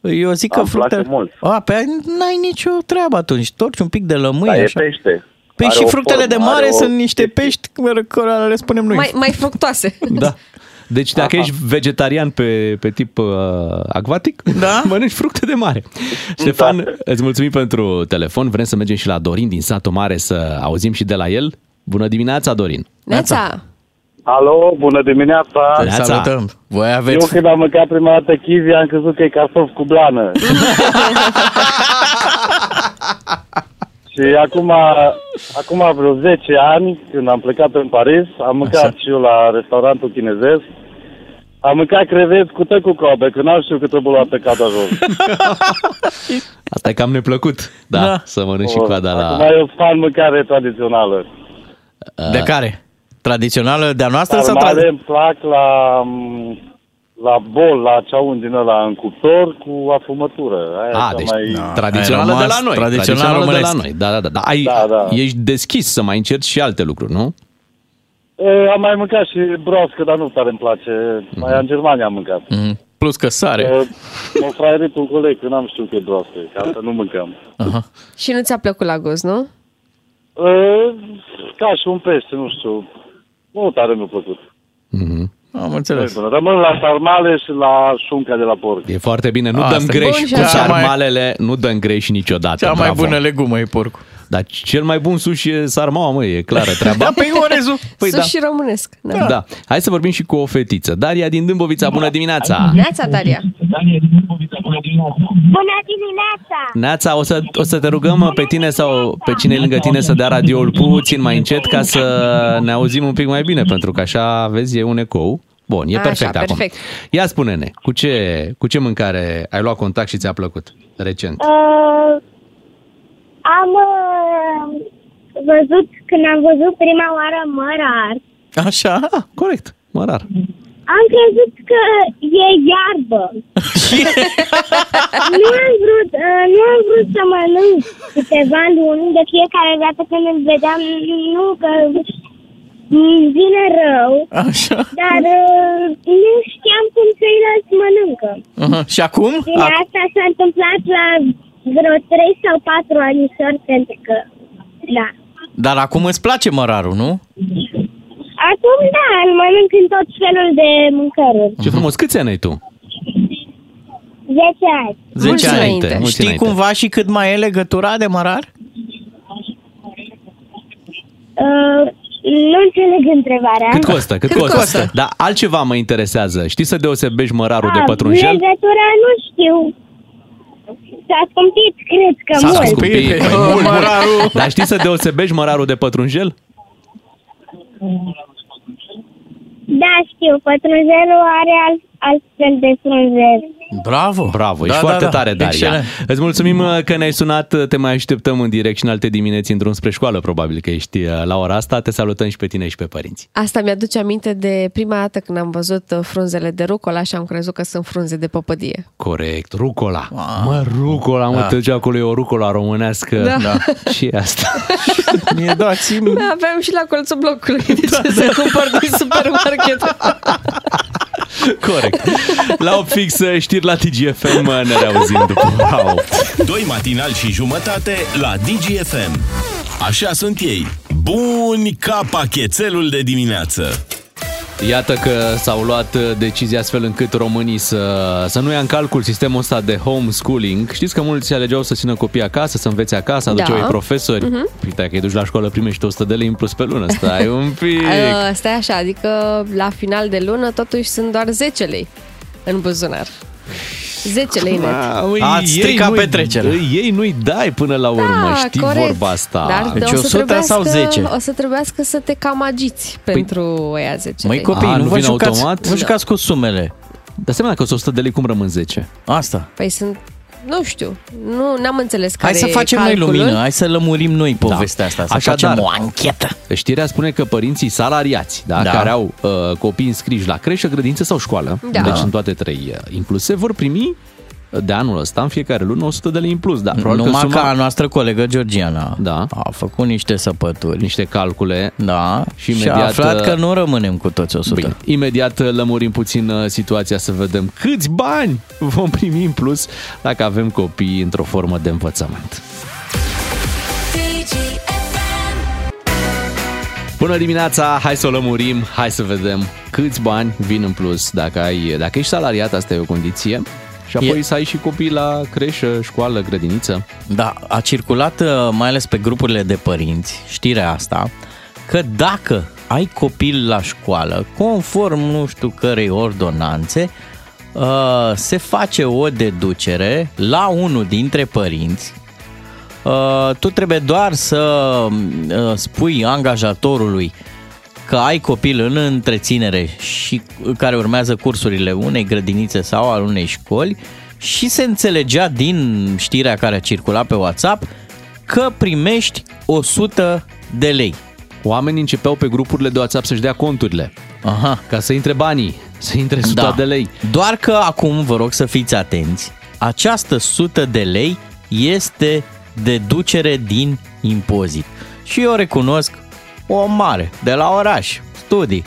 Speaker 6: eu zic că
Speaker 14: Îmi place
Speaker 6: fructele...
Speaker 14: mult.
Speaker 6: A, pe n-ai nicio treabă atunci, torci un pic de lămâie.
Speaker 14: Da, e
Speaker 6: așa.
Speaker 14: pește.
Speaker 6: Păi
Speaker 14: Are
Speaker 6: și
Speaker 14: o
Speaker 6: fructele
Speaker 14: formă,
Speaker 6: de mare
Speaker 14: are o
Speaker 6: sunt niște pești care- care le spunem noi.
Speaker 5: Mai, mai fructoase.
Speaker 4: Da. Deci dacă Aha. ești vegetarian pe, pe tip uh, acvatic, da? mănânci fructe de mare. Ștefan, da. îți mulțumim pentru telefon. Vrem să mergem și la Dorin din satul mare să auzim și de la el. Bună dimineața, Dorin!
Speaker 5: Neața!
Speaker 16: Alo, bună dimineața!
Speaker 4: Neața. salutăm.
Speaker 6: Voi aveți...
Speaker 16: Eu când am mâncat prima dată kiwi, am crezut că e cartof cu blană. și acum, acum vreo 10 ani, când am plecat în Paris, am mâncat Așa. și eu la restaurantul chinezesc. Am mâncat creveți cu tău cu cobe, că n-am știut cât o buloată cadă jos.
Speaker 4: Asta e cam neplăcut, da, da. să mănânci și coada la...
Speaker 16: Mai eu fan mâncare tradițională.
Speaker 6: De care? Tradițională de-a noastră
Speaker 16: Dar
Speaker 6: sau
Speaker 16: mai
Speaker 6: tra-
Speaker 16: îmi plac la, mm, la bol, la ceaun din ăla în cuptor cu afumătură. Aia
Speaker 6: Ah,
Speaker 4: A,
Speaker 16: cea
Speaker 4: deci
Speaker 16: mai...
Speaker 4: da. tradițională
Speaker 6: Ai
Speaker 4: de
Speaker 6: rămas
Speaker 4: la noi.
Speaker 6: tradițional
Speaker 4: Tradițională de la
Speaker 6: românesc.
Speaker 4: noi. Da, da, da. da. Ai, da, da. Ești deschis să mai încerci și alte lucruri, nu?
Speaker 16: E, am mai mâncat și broască, dar nu tare îmi place. Mai în Germania am mâncat.
Speaker 6: Mm, Mhm. Plus că sare.
Speaker 16: E, M-a fraierit un coleg că n-am știut că e broască, că asta nu mâncam.
Speaker 6: Aha.
Speaker 5: Și nu ți-a plăcut la gust, nu?
Speaker 16: E, ca și un pește, nu știu. Nu tare mi-a plăcut.
Speaker 6: Mhm. Am înțeles.
Speaker 16: Nu e bună. Rămân la sarmale și la șunca de la porc.
Speaker 4: E foarte bine. Nu
Speaker 16: Asta
Speaker 4: dăm
Speaker 16: e.
Speaker 4: greș
Speaker 16: Bun și
Speaker 4: cu
Speaker 16: așa.
Speaker 4: sarmalele, nu dăm greș niciodată.
Speaker 6: Cea mai
Speaker 4: bravo.
Speaker 6: bună legumă e porcul.
Speaker 4: Dar cel mai bun sushi e sarmaua, mă, e clară treaba.
Speaker 6: Da, pe orezul.
Speaker 4: Păi
Speaker 5: Sunt
Speaker 4: da.
Speaker 5: și românesc. Da.
Speaker 4: Da. da. Hai să vorbim și cu o fetiță. Daria din Dâmbovița, bună dimineața!
Speaker 5: Neața, Daria!
Speaker 17: Bună dimineața!
Speaker 4: Neața, o să, o să te rugăm mă, pe tine sau pe cine e lângă tine să dea radioul puțin mai încet ca să ne auzim un pic mai bine, pentru că așa, vezi, e un ecou. Bun, e
Speaker 18: Așa,
Speaker 4: perfect acum.
Speaker 18: perfect.
Speaker 4: Ia spune-ne, cu ce, cu ce mâncare ai luat contact și ți-a plăcut recent?
Speaker 17: Uh, am uh, văzut, când am văzut prima oară mărar,
Speaker 6: Așa, corect. Mărar.
Speaker 17: am crezut că e iarbă. nu, am vrut, uh, nu am vrut să mănânc câteva luni, de fiecare dată când îl vedeam, nu, că îmi vine rău,
Speaker 6: Așa.
Speaker 17: dar uh, nu știam cum să-i las mănâncă.
Speaker 6: Aha. Uh-huh. Și acum?
Speaker 17: Bine,
Speaker 6: Ac-
Speaker 17: asta s-a întâmplat la vreo 3 sau 4 anișori, pentru că, da.
Speaker 6: Dar acum îți place mărarul, nu?
Speaker 17: Acum, da,
Speaker 6: Mhm.
Speaker 17: îl mănânc în tot felul de mâncăruri.
Speaker 4: Ce frumos, câți ani ai tu?
Speaker 17: 10 ani.
Speaker 6: 10 ani.
Speaker 11: Mulți
Speaker 6: Știi
Speaker 11: înainte.
Speaker 6: cumva și cât mai e legătura de mărar?
Speaker 17: Uh, nu înțeleg întrebarea.
Speaker 4: Cât costă? Cât, costă? Dar altceva mă interesează. Știi să deosebești mărarul de
Speaker 17: Ah,
Speaker 4: pătrunjel?
Speaker 17: Legătura nu știu. S-a scumpit, cred că
Speaker 4: S-a
Speaker 17: mult.
Speaker 6: Păi,
Speaker 4: scumpit, mai Păi, mult, mult. Dar știi să deosebești mărarul de pătrunjel?
Speaker 17: Da, știu, pătrunjelul are alt, altfel de frunze.
Speaker 6: Bravo!
Speaker 4: Bravo, ești
Speaker 6: Da, da,
Speaker 4: foarte
Speaker 6: da.
Speaker 4: tare, Daria.
Speaker 6: Excelent.
Speaker 4: Îți mulțumim uh, că ne-ai sunat, uh, te mai așteptăm în direct și în alte dimineți în drum spre școală, probabil că ești uh, la ora asta. Te salutăm și pe tine și pe părinți.
Speaker 5: Asta mi-aduce aminte de prima dată când am văzut uh, frunzele de rucola și am crezut că sunt frunze de păpădie.
Speaker 4: Corect, rucola. Mă, rucola, mă,
Speaker 6: Da.
Speaker 4: te duce acolo, e o rucola românească.
Speaker 5: Da.
Speaker 6: Da.
Speaker 4: Și asta.
Speaker 6: Mi-e dați
Speaker 5: Aveam și la colțul blocului, deci da, să cumpăr din supermarket.
Speaker 4: Corect. La 8 fix, uh, știri la TGFM, uh, ne reauzim după ora 8.
Speaker 12: Doi matinal și jumătate la DGFM. Așa sunt ei. Buni ca pachetelul de dimineață.
Speaker 4: Iată că s-au luat uh, decizii astfel încât românii să, să nu ia în calcul sistemul ăsta de homeschooling. Știți că mulți alegeau să țină copii acasă, să învețe acasă,
Speaker 5: Da.
Speaker 4: aduceau ei profesori.
Speaker 5: Mhm.
Speaker 4: Uh-huh. Păi dacă îi duci la școală primești 100 de lei în plus pe lună, stai un pic.
Speaker 5: Uh, Stai așa, adică la final de lună totuși sunt doar 10 lei în buzunar. 10 lei net.
Speaker 4: Mamă,
Speaker 6: Ați
Speaker 4: ei
Speaker 6: stricat
Speaker 4: nu-i-
Speaker 6: petrecerea.
Speaker 4: Ei nu-i dai până la urmă,
Speaker 5: Da,
Speaker 4: știi
Speaker 5: corect.
Speaker 4: vorba asta.
Speaker 5: Dar deci o să trebuiască, O să trebuiască să te cam agiți păi, pentru aia 10
Speaker 6: Măi
Speaker 5: lei. Ah.
Speaker 6: copii, nu, vă
Speaker 4: vine
Speaker 6: jucați,
Speaker 4: automat?
Speaker 6: vă jucați cu sumele.
Speaker 4: Dar seamănă că 100 de lei cum rămân 10?
Speaker 6: Asta.
Speaker 5: Păi sunt, nu știu, nu n-am înțeles care
Speaker 6: Hai să
Speaker 5: e
Speaker 6: facem noi
Speaker 5: calculul.
Speaker 6: lumină, hai să lămurim noi povestea asta, să
Speaker 4: Da. Așadar,
Speaker 6: facem o anchetă.
Speaker 4: Știrea spune că părinții salariați, da,
Speaker 6: Da.
Speaker 4: da. care au uh, copii înscriși la creșă, grădință sau școală,
Speaker 6: Da.
Speaker 4: da.
Speaker 6: Da.
Speaker 4: deci în toate trei uh, incluse, vor primi uh, de anul ăsta, în fiecare lună, 100 de lei în plus. Da, probabil
Speaker 6: Numai
Speaker 4: că suma...
Speaker 6: ca a noastră colegă Georgiana
Speaker 4: da.
Speaker 6: a făcut niște săpături,
Speaker 4: niște calcule
Speaker 6: da,
Speaker 4: și
Speaker 6: și
Speaker 4: imediat,
Speaker 6: a aflat
Speaker 4: uh,
Speaker 6: că nu rămânem cu toți 100.
Speaker 4: Bine, imediat uh, lămurim puțin uh, situația să vedem câți bani vom primi în plus dacă avem copii într-o formă de învățământ. Bună dimineața, hai să o lămurim, hai să vedem câți bani vin în plus dacă, ai, dacă ești salariat, asta e o condiție. Și apoi e... să ai Păi și copii la creșă, școală, grădiniță.
Speaker 6: Da, a circulat uh, mai ales pe grupurile de părinți știrea asta că dacă ai copil la școală, conform nu știu cărei ordonanțe, uh, se face o deducere la unul dintre părinți. Uh, Tu trebuie doar să uh, spui angajatorului că ai copil în întreținere și care urmează cursurile unei grădinițe sau al unei școli și se înțelegea din știrea care a circulat pe WhatsApp că primești 100 de lei.
Speaker 4: Oamenii începeau pe grupurile de WhatsApp să-și dea conturile.
Speaker 6: Aha.
Speaker 4: Ca să intre banii, să intre 100 da. de lei.
Speaker 6: Doar că acum vă rog să fiți atenți. Această 100 de lei este deducere din impozit. Și eu recunosc o mare, de la oraș, studii.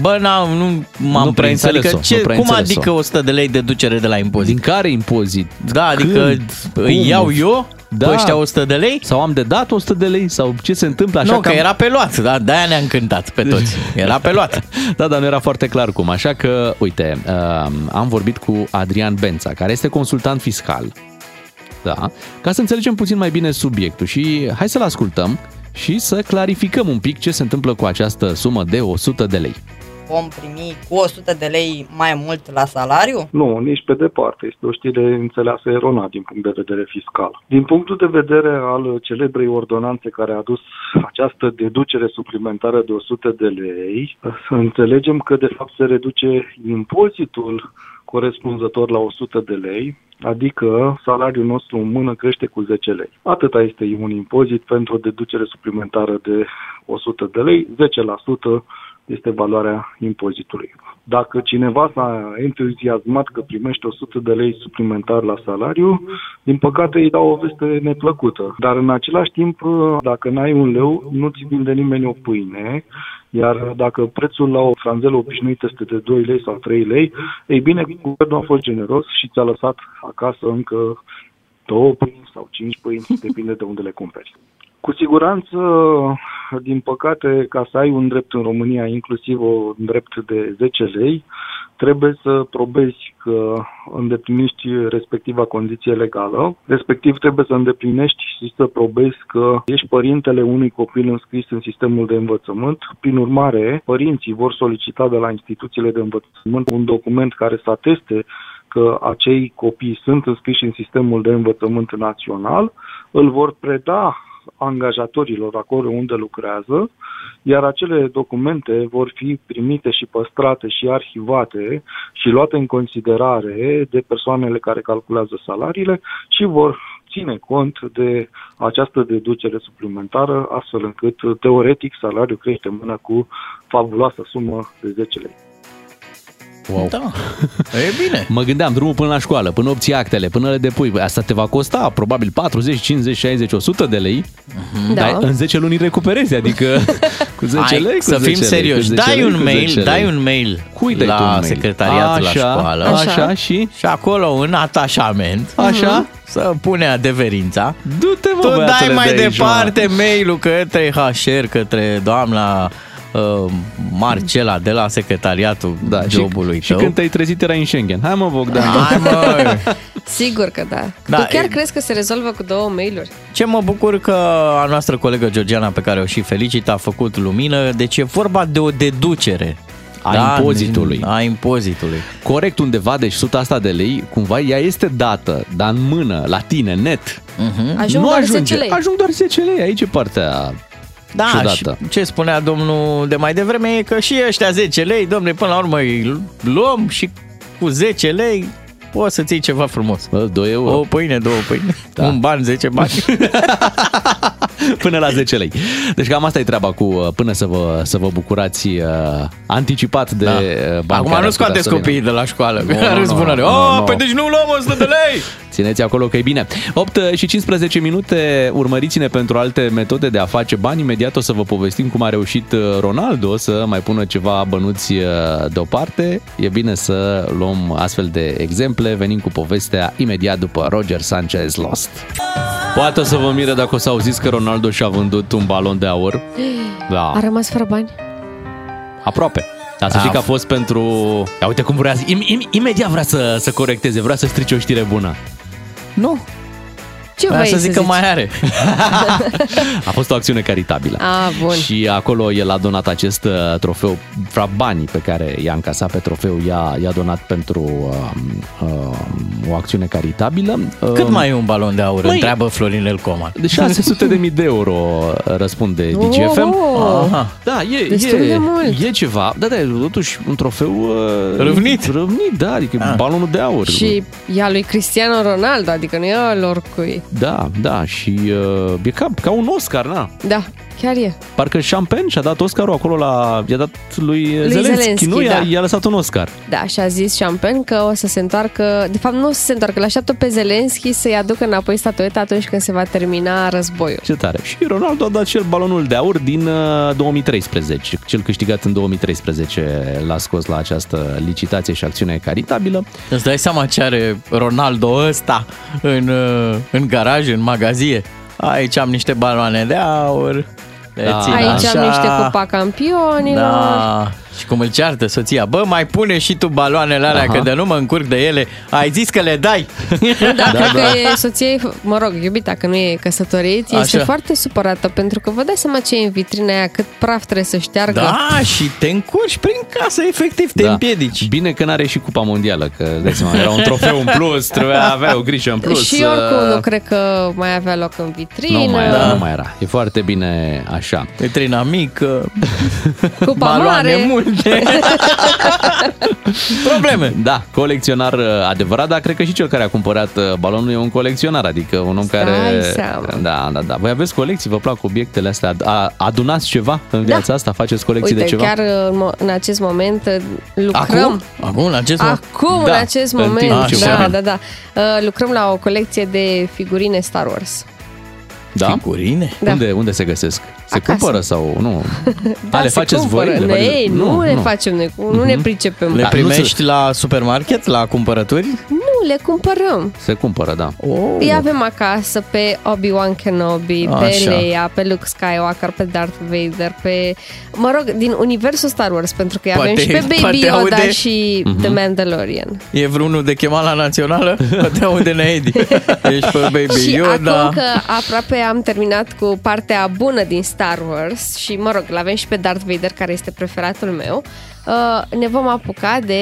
Speaker 6: Bă, n-am, nu m-am
Speaker 4: Nu prea
Speaker 6: prins. Adică
Speaker 4: înțeles-o,
Speaker 6: ce,
Speaker 4: nu prea
Speaker 6: cum
Speaker 4: înțeles-o.
Speaker 6: adică 100 de lei deducere de la impozit?
Speaker 4: Din care impozit?
Speaker 6: Da, adică îi iau eu da. pe ăștia 100 de lei?
Speaker 4: Sau am de dat 100 de lei? Sau ce se întâmplă? Așa
Speaker 6: nu, că, era pe luat, da, de-aia ne-a încântat
Speaker 4: Deci,
Speaker 6: pe toți. Era pe luat.
Speaker 4: da, dar nu era foarte clar cum. Așa că, uite, uh, am vorbit cu Adrian Bența, care este consultant fiscal. Da, ca să înțelegem puțin mai bine subiectul și hai să-l ascultăm și să clarificăm un pic ce se întâmplă cu această sumă de 100 de lei.
Speaker 18: vom primi cu 100 de lei mai mult la salariu?
Speaker 19: Nu, nici pe departe. Este o știre înțeleasă eronat din punct de vedere fiscal. Din punctul de vedere al celebrei ordonanțe care a adus această deducere suplimentară de 100 de lei, să înțelegem că de fapt se reduce impozitul corespunzător la 100 de lei, adică salariul nostru în mână crește cu 10 lei. Atâta este un impozit pentru o deducere suplimentară de 100 de lei, 10% este valoarea impozitului. Dacă cineva s-a entuziasmat că primește 100 de lei suplimentar la salariu, din păcate îi dau o veste neplăcută. Dar în același timp, dacă n-ai un leu, nu-ți vinde nimeni o pâine, iar dacă prețul la o franzelă obișnuită este de 2 lei sau 3 lei, ei bine, guvernul a fost generos și ți-a lăsat acasă încă două pâini sau cinci pâini, depinde de unde le cumperi. Cu siguranță, din păcate, ca să ai un drept în România, inclusiv un drept de 10 lei, trebuie să probezi că îndeplinești respectiva condiție legală, respectiv trebuie să îndeplinești și să probezi că ești părintele unui copil înscris în sistemul de învățământ. Prin urmare, părinții vor solicita de la instituțiile de învățământ un document care să ateste că acei copii sunt înscriși în sistemul de învățământ național, îl vor preda angajatorilor acolo unde lucrează, iar acele documente vor fi primite și păstrate și arhivate și luate în considerare de persoanele care calculează salariile și vor ține cont de această deducere suplimentară, astfel încât teoretic salariul crește mână cu fabuloasa sumă de 10 lei.
Speaker 4: Wow.
Speaker 6: Da. E bine.
Speaker 4: Mă gândeam, drumul până la școală, până obții actele, până le depui, bă, asta te va costa probabil 40, 50, 60, 100 de lei,
Speaker 6: Da.
Speaker 4: dar în 10 luni îi recuperezi, adică cu 10
Speaker 6: Hai,
Speaker 4: lei, cu
Speaker 6: să
Speaker 4: 10
Speaker 6: fim
Speaker 4: lei,
Speaker 6: serioși.
Speaker 4: cu 10
Speaker 6: Dai
Speaker 4: lei,
Speaker 6: un
Speaker 4: cu
Speaker 6: mail,
Speaker 4: 10 lei.
Speaker 6: dai un mail
Speaker 4: Cui dai
Speaker 6: la
Speaker 4: tu un mail?
Speaker 6: secretariat la
Speaker 4: Așa,
Speaker 6: școală.
Speaker 4: așa. Așa,
Speaker 6: și? Și acolo un atașament. Mhm.
Speaker 4: Așa.
Speaker 6: Să pune adeverința.
Speaker 4: Du-te, mă,
Speaker 6: Tu
Speaker 4: băiatule,
Speaker 6: dai mai
Speaker 4: de aici, mă.
Speaker 6: departe mail-ul către HR, către doamna uh, Marcela de la secretariatul da, jobului
Speaker 4: Și
Speaker 6: tău.
Speaker 4: când te-ai trezit erai în Schengen. Hai mă, Bogdan.
Speaker 6: Hai, mă.
Speaker 5: Sigur că da.
Speaker 6: Da,
Speaker 5: tu chiar
Speaker 6: e-
Speaker 5: crezi că se rezolvă cu două mail-uri?
Speaker 6: Ce mă bucur că a noastră colegă Georgiana, pe care o și felicit, a făcut lumină. Deci e vorba de o deducere.
Speaker 4: A impozitului.
Speaker 6: A impozitului.
Speaker 4: Da, Corect undeva, deci suta asta de lei, cumva ea este dată, dar în mână, la tine, net.
Speaker 6: Uh-huh.
Speaker 4: nu ajunge. Mhm. Ajung doar 10 lei, aici e partea
Speaker 6: Da,
Speaker 4: ciudată.
Speaker 6: și ce spunea domnul de mai devreme e că și ăștia 10 lei, domnule, până la urmă îi luăm și cu 10 lei poți să-ți iei ceva frumos.
Speaker 4: 2 euro.
Speaker 6: O pâine, două pâine. Da. Un ban, 10 bani.
Speaker 4: Până la 10 lei. Deci cam asta e treaba cu uh, până să vă, să vă bucurați uh, anticipat de da. bani. care
Speaker 6: Acum nu
Speaker 4: ar putea
Speaker 6: scoateți
Speaker 4: să vină.
Speaker 6: copiii de la școală.
Speaker 4: Nu, nu,
Speaker 6: Râs
Speaker 4: nu,
Speaker 6: bună.
Speaker 4: nu,
Speaker 6: Oh,
Speaker 4: nu.
Speaker 6: păi deci nu luăm 100 de lei!
Speaker 4: Țineți acolo că e bine. 8 și 15 minute, urmăriți-ne pentru alte metode de a face bani. Imediat o să vă povestim cum a reușit uh, Ronaldo să mai pună ceva bănuți uh, deoparte. E bine să luăm astfel de exemple. Venim cu povestea imediat după Roger Sanchez Lost. Poate o să vă mire dacă o să auziți că Ronaldo și-a vândut un balon de aur. Da.
Speaker 5: A rămas fără bani?
Speaker 4: Aproape. Dar să știi că a fost pentru... Ia uite cum vrea... să- Im, im, imediat vrea să, să corecteze, vrea să strice o știre bună.
Speaker 6: Nu.
Speaker 5: Ce
Speaker 6: Vreau
Speaker 5: vrei
Speaker 6: să
Speaker 5: să
Speaker 6: zic că
Speaker 5: zici?
Speaker 6: mai are.
Speaker 4: A fost o acțiune caritabilă.
Speaker 5: A, bun.
Speaker 4: Și acolo el a donat acest uh, trofeu, fra banii pe care i-a încasat pe trofeu, i-a, i-a donat pentru um, um, o acțiune caritabilă.
Speaker 6: Cât
Speaker 4: Um,
Speaker 6: mai e un balon de aur?
Speaker 4: Măi-
Speaker 6: Întreabă Florinel Coman.
Speaker 4: de 600 de mii de euro uh, răspunde
Speaker 6: Oh,
Speaker 4: DGFM.
Speaker 6: oh.
Speaker 4: Aha. Da, e,
Speaker 6: Destul
Speaker 4: e,
Speaker 6: de mult.
Speaker 4: e ceva. Da, da, e totuși un trofeu uh,
Speaker 6: Râvnit.
Speaker 4: Râvnit, da, adică ah. balonul de aur.
Speaker 5: Și e a lui Cristiano Ronaldo, adică nu e al oricui.
Speaker 4: Da, da, și uh, e ca, ca un Oscar, na.
Speaker 5: Da, chiar e.
Speaker 4: Parcă Champagne și-a dat Oscarul acolo la... I-a dat lui,
Speaker 5: Lui
Speaker 4: Zelenski,
Speaker 5: Zelenski,
Speaker 4: nu? I-a,
Speaker 5: da.
Speaker 4: i-a lăsat un Oscar.
Speaker 5: Da, și a zis Champagne că o să se întoarcă, de fapt nu o să se întoarcă, le așteaptă pe Zelenski să-i aducă înapoi statueta atunci când se va termina războiul.
Speaker 4: Ce tare. Și Ronaldo a dat și el balonul de aur din uh, 2013, cel câștigat în 2013 l-a scos la această licitație și acțiune caritabilă.
Speaker 6: Îți dai seama ce are Ronaldo ăsta în, uh, în garaj, în magazie? Aici am niște baloane de aur. Le
Speaker 5: Da.
Speaker 6: țin
Speaker 5: Aici
Speaker 6: așa.
Speaker 5: am niște cupa campionilor.
Speaker 6: Da. Și cum îl ceartă soția, bă, mai pune și tu baloanele alea,
Speaker 4: Aha.
Speaker 6: că de nu mă încurc de ele. Ai zis că le dai.
Speaker 5: Da, cred că e soția, ei, mă rog, iubita, că nu e căsătorit, este
Speaker 6: Așa.
Speaker 5: foarte supărată pentru că vă dați seama ce e în vitrina aia, cât praf trebuie să șteargă.
Speaker 6: Da, și te încurci prin casă, efectiv, te
Speaker 4: da.
Speaker 6: da.
Speaker 4: împiedici. Bine că n-are și Cupa Mondială, că îți dai seama, era un trofeu în plus, trebuia avea o grijă în plus.
Speaker 5: și oricum
Speaker 4: uh,
Speaker 5: nu cred că mai avea loc în vitrină.
Speaker 4: nu mai era, da. nu mai era. E foarte bine așa.
Speaker 6: Vitrina mică,
Speaker 5: Cupa
Speaker 6: baloane
Speaker 5: mare.
Speaker 6: multe. Probleme.
Speaker 4: Da, colecționar uh, adevărat, dar cred că și cel care a cumpărat uh, balonul e un colecționar, adică un om
Speaker 5: Stai
Speaker 4: care...
Speaker 5: seama.
Speaker 4: Da, da, da. Voi aveți colecții, vă plac obiectele astea, Ad- a, adunați ceva în viața asta, faceți colecții
Speaker 5: Da. Uite,
Speaker 4: de ceva?
Speaker 5: chiar uh, în, mo- în acest moment uh, lucrăm.
Speaker 6: Acum? Acum, în acest moment?
Speaker 5: Acum,
Speaker 6: Da,
Speaker 5: în acest
Speaker 6: în
Speaker 5: moment,
Speaker 6: timp ce
Speaker 5: da,
Speaker 6: vorbim.
Speaker 5: da, da. Uh, Lucrăm la o colecție de figurine Star Wars.
Speaker 4: Da?
Speaker 6: Figurine?
Speaker 5: Da.
Speaker 4: Unde, unde se găsesc? Se
Speaker 5: Acasă.
Speaker 4: cumpără sau nu?
Speaker 5: Da,
Speaker 4: a, le
Speaker 5: se
Speaker 4: faceți
Speaker 5: cumpără.
Speaker 4: voi? Le faceți-
Speaker 5: Nei, nu, nu, le facem noi, nu ne
Speaker 6: Mhm.
Speaker 5: pricepem.
Speaker 6: Le
Speaker 5: Da, nu
Speaker 6: primești la supermarket, la cumpărături?
Speaker 5: Nu, le cumpărăm.
Speaker 4: Se cumpără, da.
Speaker 5: Oh. Îi avem acasă pe Obi-Wan Kenobi,
Speaker 4: Așa.
Speaker 5: pe Leia, pe Luke Skywalker, pe Darth Vader, pe... Mă rog, din universul Star Wars, pentru că îi avem
Speaker 6: Poate-
Speaker 5: și pe Baby
Speaker 6: poate
Speaker 5: Yoda
Speaker 6: aude.
Speaker 5: și
Speaker 6: Mhm.
Speaker 5: The Mandalorian.
Speaker 6: E vreunul de chemat la națională? Te aude Needi. Ești pe Baby
Speaker 5: și
Speaker 6: Yoda.
Speaker 5: acum că aproape am terminat cu partea bună din Star Wars și, mă rog, l-avem și pe Darth Vader, care este preferatul meu, uh, ne vom apuca de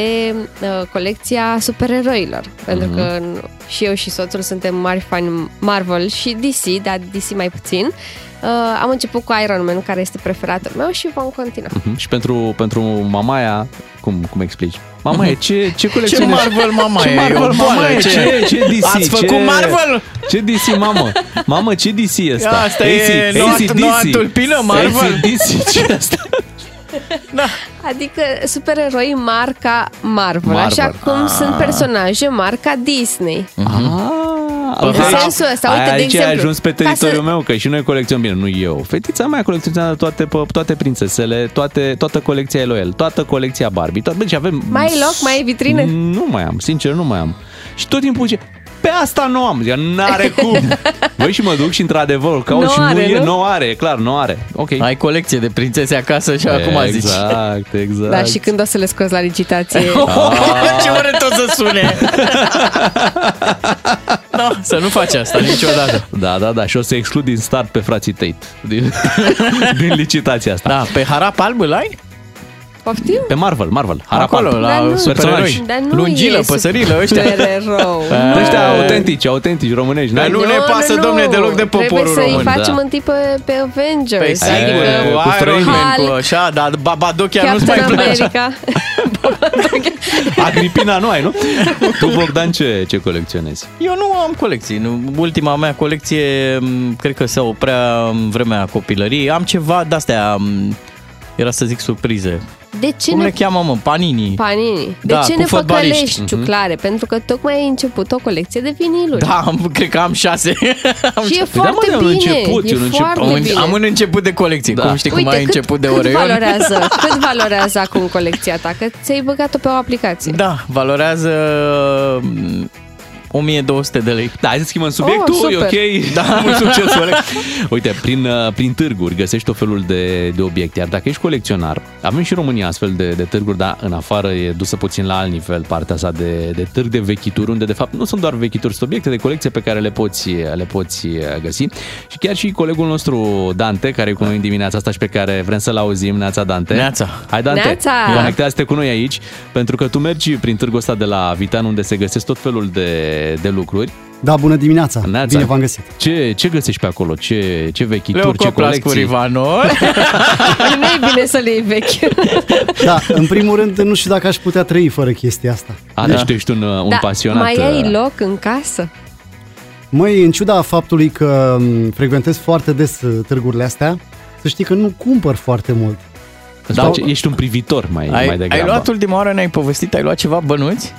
Speaker 5: uh, colecția supereroilor. Pentru
Speaker 20: Mhm.
Speaker 5: că n- și eu și soțul suntem mari fani Marvel și DC, dar DC mai puțin. Uh, Am început cu Iron Man, care este preferatul meu și vom continua.
Speaker 4: Mhm. Și pentru, pentru mamaia, cum, cum explici? Mamaie, ce, ce
Speaker 6: Mhm. Ce
Speaker 4: colecțiune?
Speaker 6: Marvel mama
Speaker 4: ce
Speaker 6: e?
Speaker 4: Marvel,
Speaker 6: E o boală,
Speaker 4: mamaie?
Speaker 6: ce?
Speaker 4: Ce, ce, DC?
Speaker 6: Ați făcut
Speaker 4: ce,
Speaker 6: Marvel?
Speaker 4: Ce DC, mamă? Mamă, ce DC e asta?
Speaker 6: Asta e
Speaker 4: AC,
Speaker 6: noua-
Speaker 4: AC/DC.
Speaker 6: noua tulpină, Marvel?
Speaker 4: AC/DC, ce e asta?
Speaker 5: Adică supereroi marca Marvel,
Speaker 4: Marvel.
Speaker 5: așa cum
Speaker 4: Ah.
Speaker 5: sunt personaje marca Disney.
Speaker 6: Mhm.
Speaker 4: Ah,
Speaker 5: În
Speaker 6: Păi,
Speaker 5: sensul ăsta, uite, de
Speaker 4: aici
Speaker 5: exemplu,
Speaker 4: ai ajuns pe
Speaker 5: ca
Speaker 4: teritoriul
Speaker 5: să-
Speaker 4: meu, că și noi colecționăm bine, nu eu. Fetița mea colecționează toate, pe- toate prințesele, toate, toată colecția Eloel, toată colecția Barbie. Toată, deci avem...
Speaker 5: Mai e loc? Mai e vitrine?
Speaker 4: Nu mai am, sincer, nu mai am. Și tot timpul ce... Pe asta nu am, zic, n-are cum. Băi, și mă duc și într-adevăr, caut
Speaker 6: Nu
Speaker 4: și nu
Speaker 6: are,
Speaker 4: e,
Speaker 6: nu?
Speaker 4: nu are, clar, nu are. Ok.
Speaker 6: Ai colecție de prințese acasă și acum zici.
Speaker 4: Exact, exact.
Speaker 6: Da,
Speaker 5: Dar Da, și când o să le scoți la licitație?
Speaker 6: Ce urât o să sune! no, să nu faci asta niciodată.
Speaker 4: Da, da, da, și o să exclud din start pe frații Tate din, din licitația asta.
Speaker 6: Da, pe harap alb îl ai?
Speaker 5: Poftim?
Speaker 4: Pe Marvel, Marvel, harap
Speaker 6: Acolo,
Speaker 4: alb.
Speaker 6: la Dar nu. supereroi.
Speaker 5: Dar nu Lungilă, e păsărilă, ăștia. supererou.
Speaker 4: Ăștia autentici, autici românești.
Speaker 6: Păi,
Speaker 4: Da.
Speaker 6: Dar
Speaker 4: N-ai-
Speaker 6: nu ne pasă, domne, deloc de poporul
Speaker 5: Trebuie să-i
Speaker 6: român. da.
Speaker 5: facem întâi pe, pe Avengers.
Speaker 6: Păi sigur,
Speaker 5: adică
Speaker 6: cu Iron Man,
Speaker 5: Hulk,
Speaker 6: cu așa, dar Babadochia nu-ți mai
Speaker 5: Captain
Speaker 6: place.
Speaker 5: America.
Speaker 4: Agripina nu ai, nu? Tu, Bogdan, ce, ce colecționezi?
Speaker 6: Eu nu am colecții. Nu- Ultima mea colecție, m, cred că se oprea în vremea copilăriei. Am ceva de-astea, m, era să zic surprize.
Speaker 5: De ce
Speaker 6: Cum
Speaker 5: ne
Speaker 6: le cheamă, mă? Panini.
Speaker 5: Panini. De
Speaker 6: Da,
Speaker 5: ce
Speaker 6: cu
Speaker 5: ne
Speaker 6: fotbaliști.
Speaker 5: păcălești
Speaker 6: Mhm.
Speaker 5: ciuclare? Pentru că tocmai ai început o colecție de viniluri.
Speaker 6: Da, am, cred că am șase. am
Speaker 5: Și e
Speaker 6: șase.
Speaker 5: foarte
Speaker 6: mă, am
Speaker 5: bine, e foarte
Speaker 6: am, un-
Speaker 5: bine.
Speaker 6: am un început de colecție, cum știi cum
Speaker 5: Uite,
Speaker 6: ai început de
Speaker 5: cât
Speaker 6: Oreo.
Speaker 5: valorează, cât valorează acum colecția ta? Că ți-ai băgat-o pe o aplicație.
Speaker 6: Da, valorează mm, m, 1200 de lei.
Speaker 4: Da, hai să schimbăm Subiectul
Speaker 5: Oh,
Speaker 4: e
Speaker 5: super.
Speaker 4: ok, da, mult succes, Oleg. Uite, prin, uh, prin târguri găsești tot felul de, de obiecte, iar dacă ești colecționar, avem și în România astfel de, de târguri, dar în afară e dusă puțin la alt nivel partea asta de, de târg de vechituri, unde de fapt nu sunt doar vechituri, sunt obiecte de colecție pe care le poți, le poți uh, găsi. Și chiar și colegul nostru, Dante, care e cu noi în dimineața asta și pe care vrem să-l auzim, Neața Dante.
Speaker 6: Neața.
Speaker 4: Hai, Dante,
Speaker 5: Neața.
Speaker 4: conectează conectează-te cu noi aici, pentru că tu mergi prin târgul ăsta de la Vitan, unde se găsesc tot felul de, de lucruri.
Speaker 21: Da, bună dimineața!
Speaker 4: Neața.
Speaker 21: Bine v-am găsit!
Speaker 4: Ce, ce găsești pe acolo? Ce, ce
Speaker 6: Leo
Speaker 4: vechituri, ce
Speaker 6: Coplas
Speaker 4: colecții?
Speaker 6: cu Rivanol.
Speaker 5: nu e bine să le iei vechi.
Speaker 21: Da, în primul rând, nu știu dacă aș putea trăi fără chestia asta.
Speaker 4: A, deci tu ești un, un
Speaker 5: Da,
Speaker 4: pasionat.
Speaker 5: Mai
Speaker 4: uh,
Speaker 5: ai loc în casă?
Speaker 21: Măi, în ciuda faptului că m, frecventez foarte des uh, târgurile astea, să știi că nu cumpăr foarte mult.
Speaker 4: Da,
Speaker 21: Sau-
Speaker 4: ești un privitor mai, mai
Speaker 6: Ai, ai
Speaker 4: degrabă.
Speaker 6: luat ultima oară, ne-ai povestit, ai luat ceva bănuți?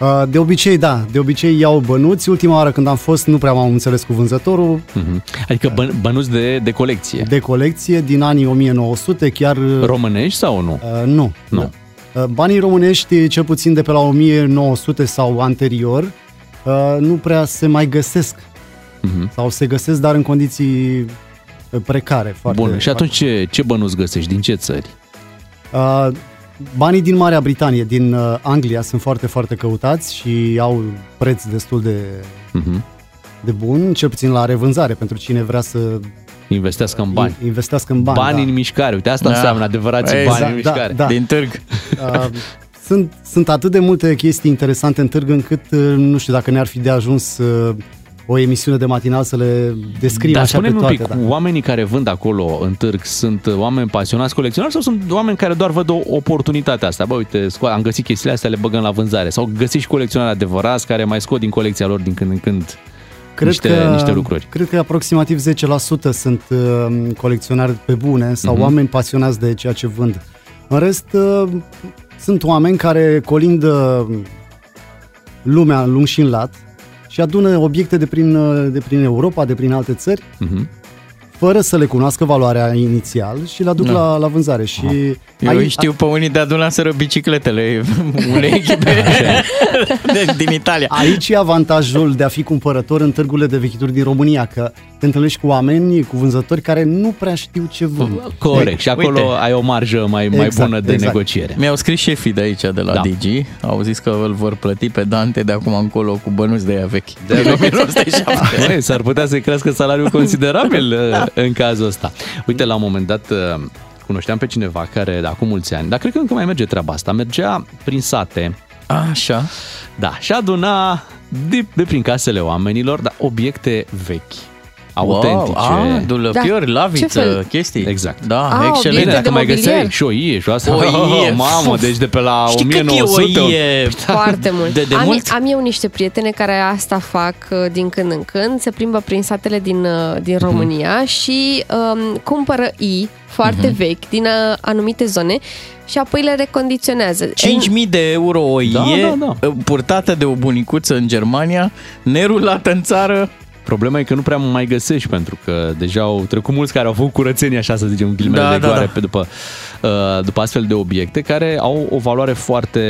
Speaker 21: Uh, De obicei, da, de obicei iau bănuți. Ultima oară când am fost, nu prea m-am înțeles cu vânzătorul.
Speaker 4: Mhm. Adică băn- bănuți de, de colecție.
Speaker 21: De colecție din anii 1900, chiar...
Speaker 4: Românești sau nu?
Speaker 21: Uh, nu.
Speaker 4: Nu.
Speaker 21: Uh, Banii românești, cel puțin de pe la 1900 sau anterior, uh, nu prea se mai găsesc.
Speaker 4: Mhm.
Speaker 21: Sau se găsesc, dar în condiții uh, precare. Foarte,
Speaker 4: Bun, și atunci ce, ce bănuți găsești? Din ce țări?
Speaker 21: Uh, Banii din Marea Britanie, din uh, Anglia, sunt foarte, foarte căutați și au preț destul de,
Speaker 4: Mhm.
Speaker 21: de bun, cel puțin la revânzare, pentru cine vrea să
Speaker 4: Investească în bani.
Speaker 21: investească în bani.
Speaker 4: Bani
Speaker 21: da.
Speaker 4: în mișcare. Uite, asta înseamnă adevărații bani în mișcare. Din
Speaker 6: târg.
Speaker 21: Uh, sunt, sunt atât de multe chestii interesante în târg încât uh, nu știu dacă ne-ar fi de ajuns uh, o emisiune de matinal să le descriem
Speaker 4: Dar
Speaker 21: așa pe
Speaker 4: spune-mi Da, un
Speaker 21: toate. da.
Speaker 4: pic, oamenii care vând acolo în târg sunt uh, oameni pasionați colecționari sau sunt oameni care doar văd o oportunitate asta? Bă, uite, sco- am găsit chestiile astea, le băgăm la vânzare. Sau găsești colecționari adevărați care mai scot din colecția lor din când în când niște, niște lucruri.
Speaker 21: Cred că aproximativ 10% sunt uh, colecționari pe bune sau
Speaker 4: Mhm.
Speaker 21: oameni pasionați de ceea ce vând. În rest, uh, sunt oameni care colindă lumea în lung și în lat și adună obiecte de prin, uh, de prin Europa, de prin alte țări,
Speaker 4: Mhm.
Speaker 21: fără să le cunoască valoarea inițial și le aduc
Speaker 6: Da.
Speaker 21: la, la vânzare. Și
Speaker 6: Eu
Speaker 21: ai-
Speaker 6: ai, știu pe unii de adunaseră bicicletele unei echipe de, din Italia.
Speaker 21: Aici e avantajul de a fi cumpărător în târgurile de vechituri din România, că te întâlnești cu oameni, cu vânzători care nu prea știu ce vând.
Speaker 4: Corect, și acolo
Speaker 6: Uite.
Speaker 4: ai o marjă mai, mai
Speaker 6: Exact,
Speaker 4: bună de
Speaker 6: exact.
Speaker 4: negociere.
Speaker 6: Mi-au scris șefii de aici, de la
Speaker 4: Da.
Speaker 6: da. Digi, au zis că îl vor plăti pe Dante de acum încolo cu bănuți de aia vechi.
Speaker 4: De 1907. Ah, Băi, s-ar putea să-i crească salariul considerabil eh, în cazul ăsta. Uite, la un moment dat eh, cunoșteam pe cineva care, de acum mulți ani, dar cred că încă mai merge treaba asta, mergea prin sate.
Speaker 6: Așa.
Speaker 4: Da, și aduna de, de prin casele oamenilor, dar obiecte vechi,
Speaker 6: Wow,
Speaker 4: autentice.
Speaker 6: a, dulăpiori, Da. laviță, Ce fel?
Speaker 4: chestii. Exact.
Speaker 6: Da, A, excelent. obiecte
Speaker 4: Bine,
Speaker 6: de
Speaker 4: dacă mai
Speaker 6: mobilier.
Speaker 4: găseai și o ie și o asta.
Speaker 6: O ie,
Speaker 4: mamă,
Speaker 6: fuf.
Speaker 4: deci de pe la
Speaker 6: Știi cât e o
Speaker 4: 1900.
Speaker 6: ie?
Speaker 5: Foarte mult.
Speaker 4: De, de
Speaker 5: am,
Speaker 4: mult?
Speaker 5: am eu niște prietene care asta fac uh, din când în când, se plimbă prin satele din, uh, din
Speaker 6: Mhm.
Speaker 5: România și um, cumpără i foarte
Speaker 6: Mhm.
Speaker 5: vechi din uh, anumite zone și apoi le recondiționează.
Speaker 6: 5.000 de euro o ie, uh,
Speaker 5: Da, da,
Speaker 6: purtată de o bunicuță în Germania, nerulată în țară.
Speaker 4: Problema e că nu prea mai găsești pentru că deja au trecut mulți care au făcut curățenie, așa să zicem, în ghilimele
Speaker 6: Da,
Speaker 4: de
Speaker 6: da,
Speaker 4: goare
Speaker 6: da.
Speaker 4: Pe după, uh, după astfel de obiecte care au o valoare foarte,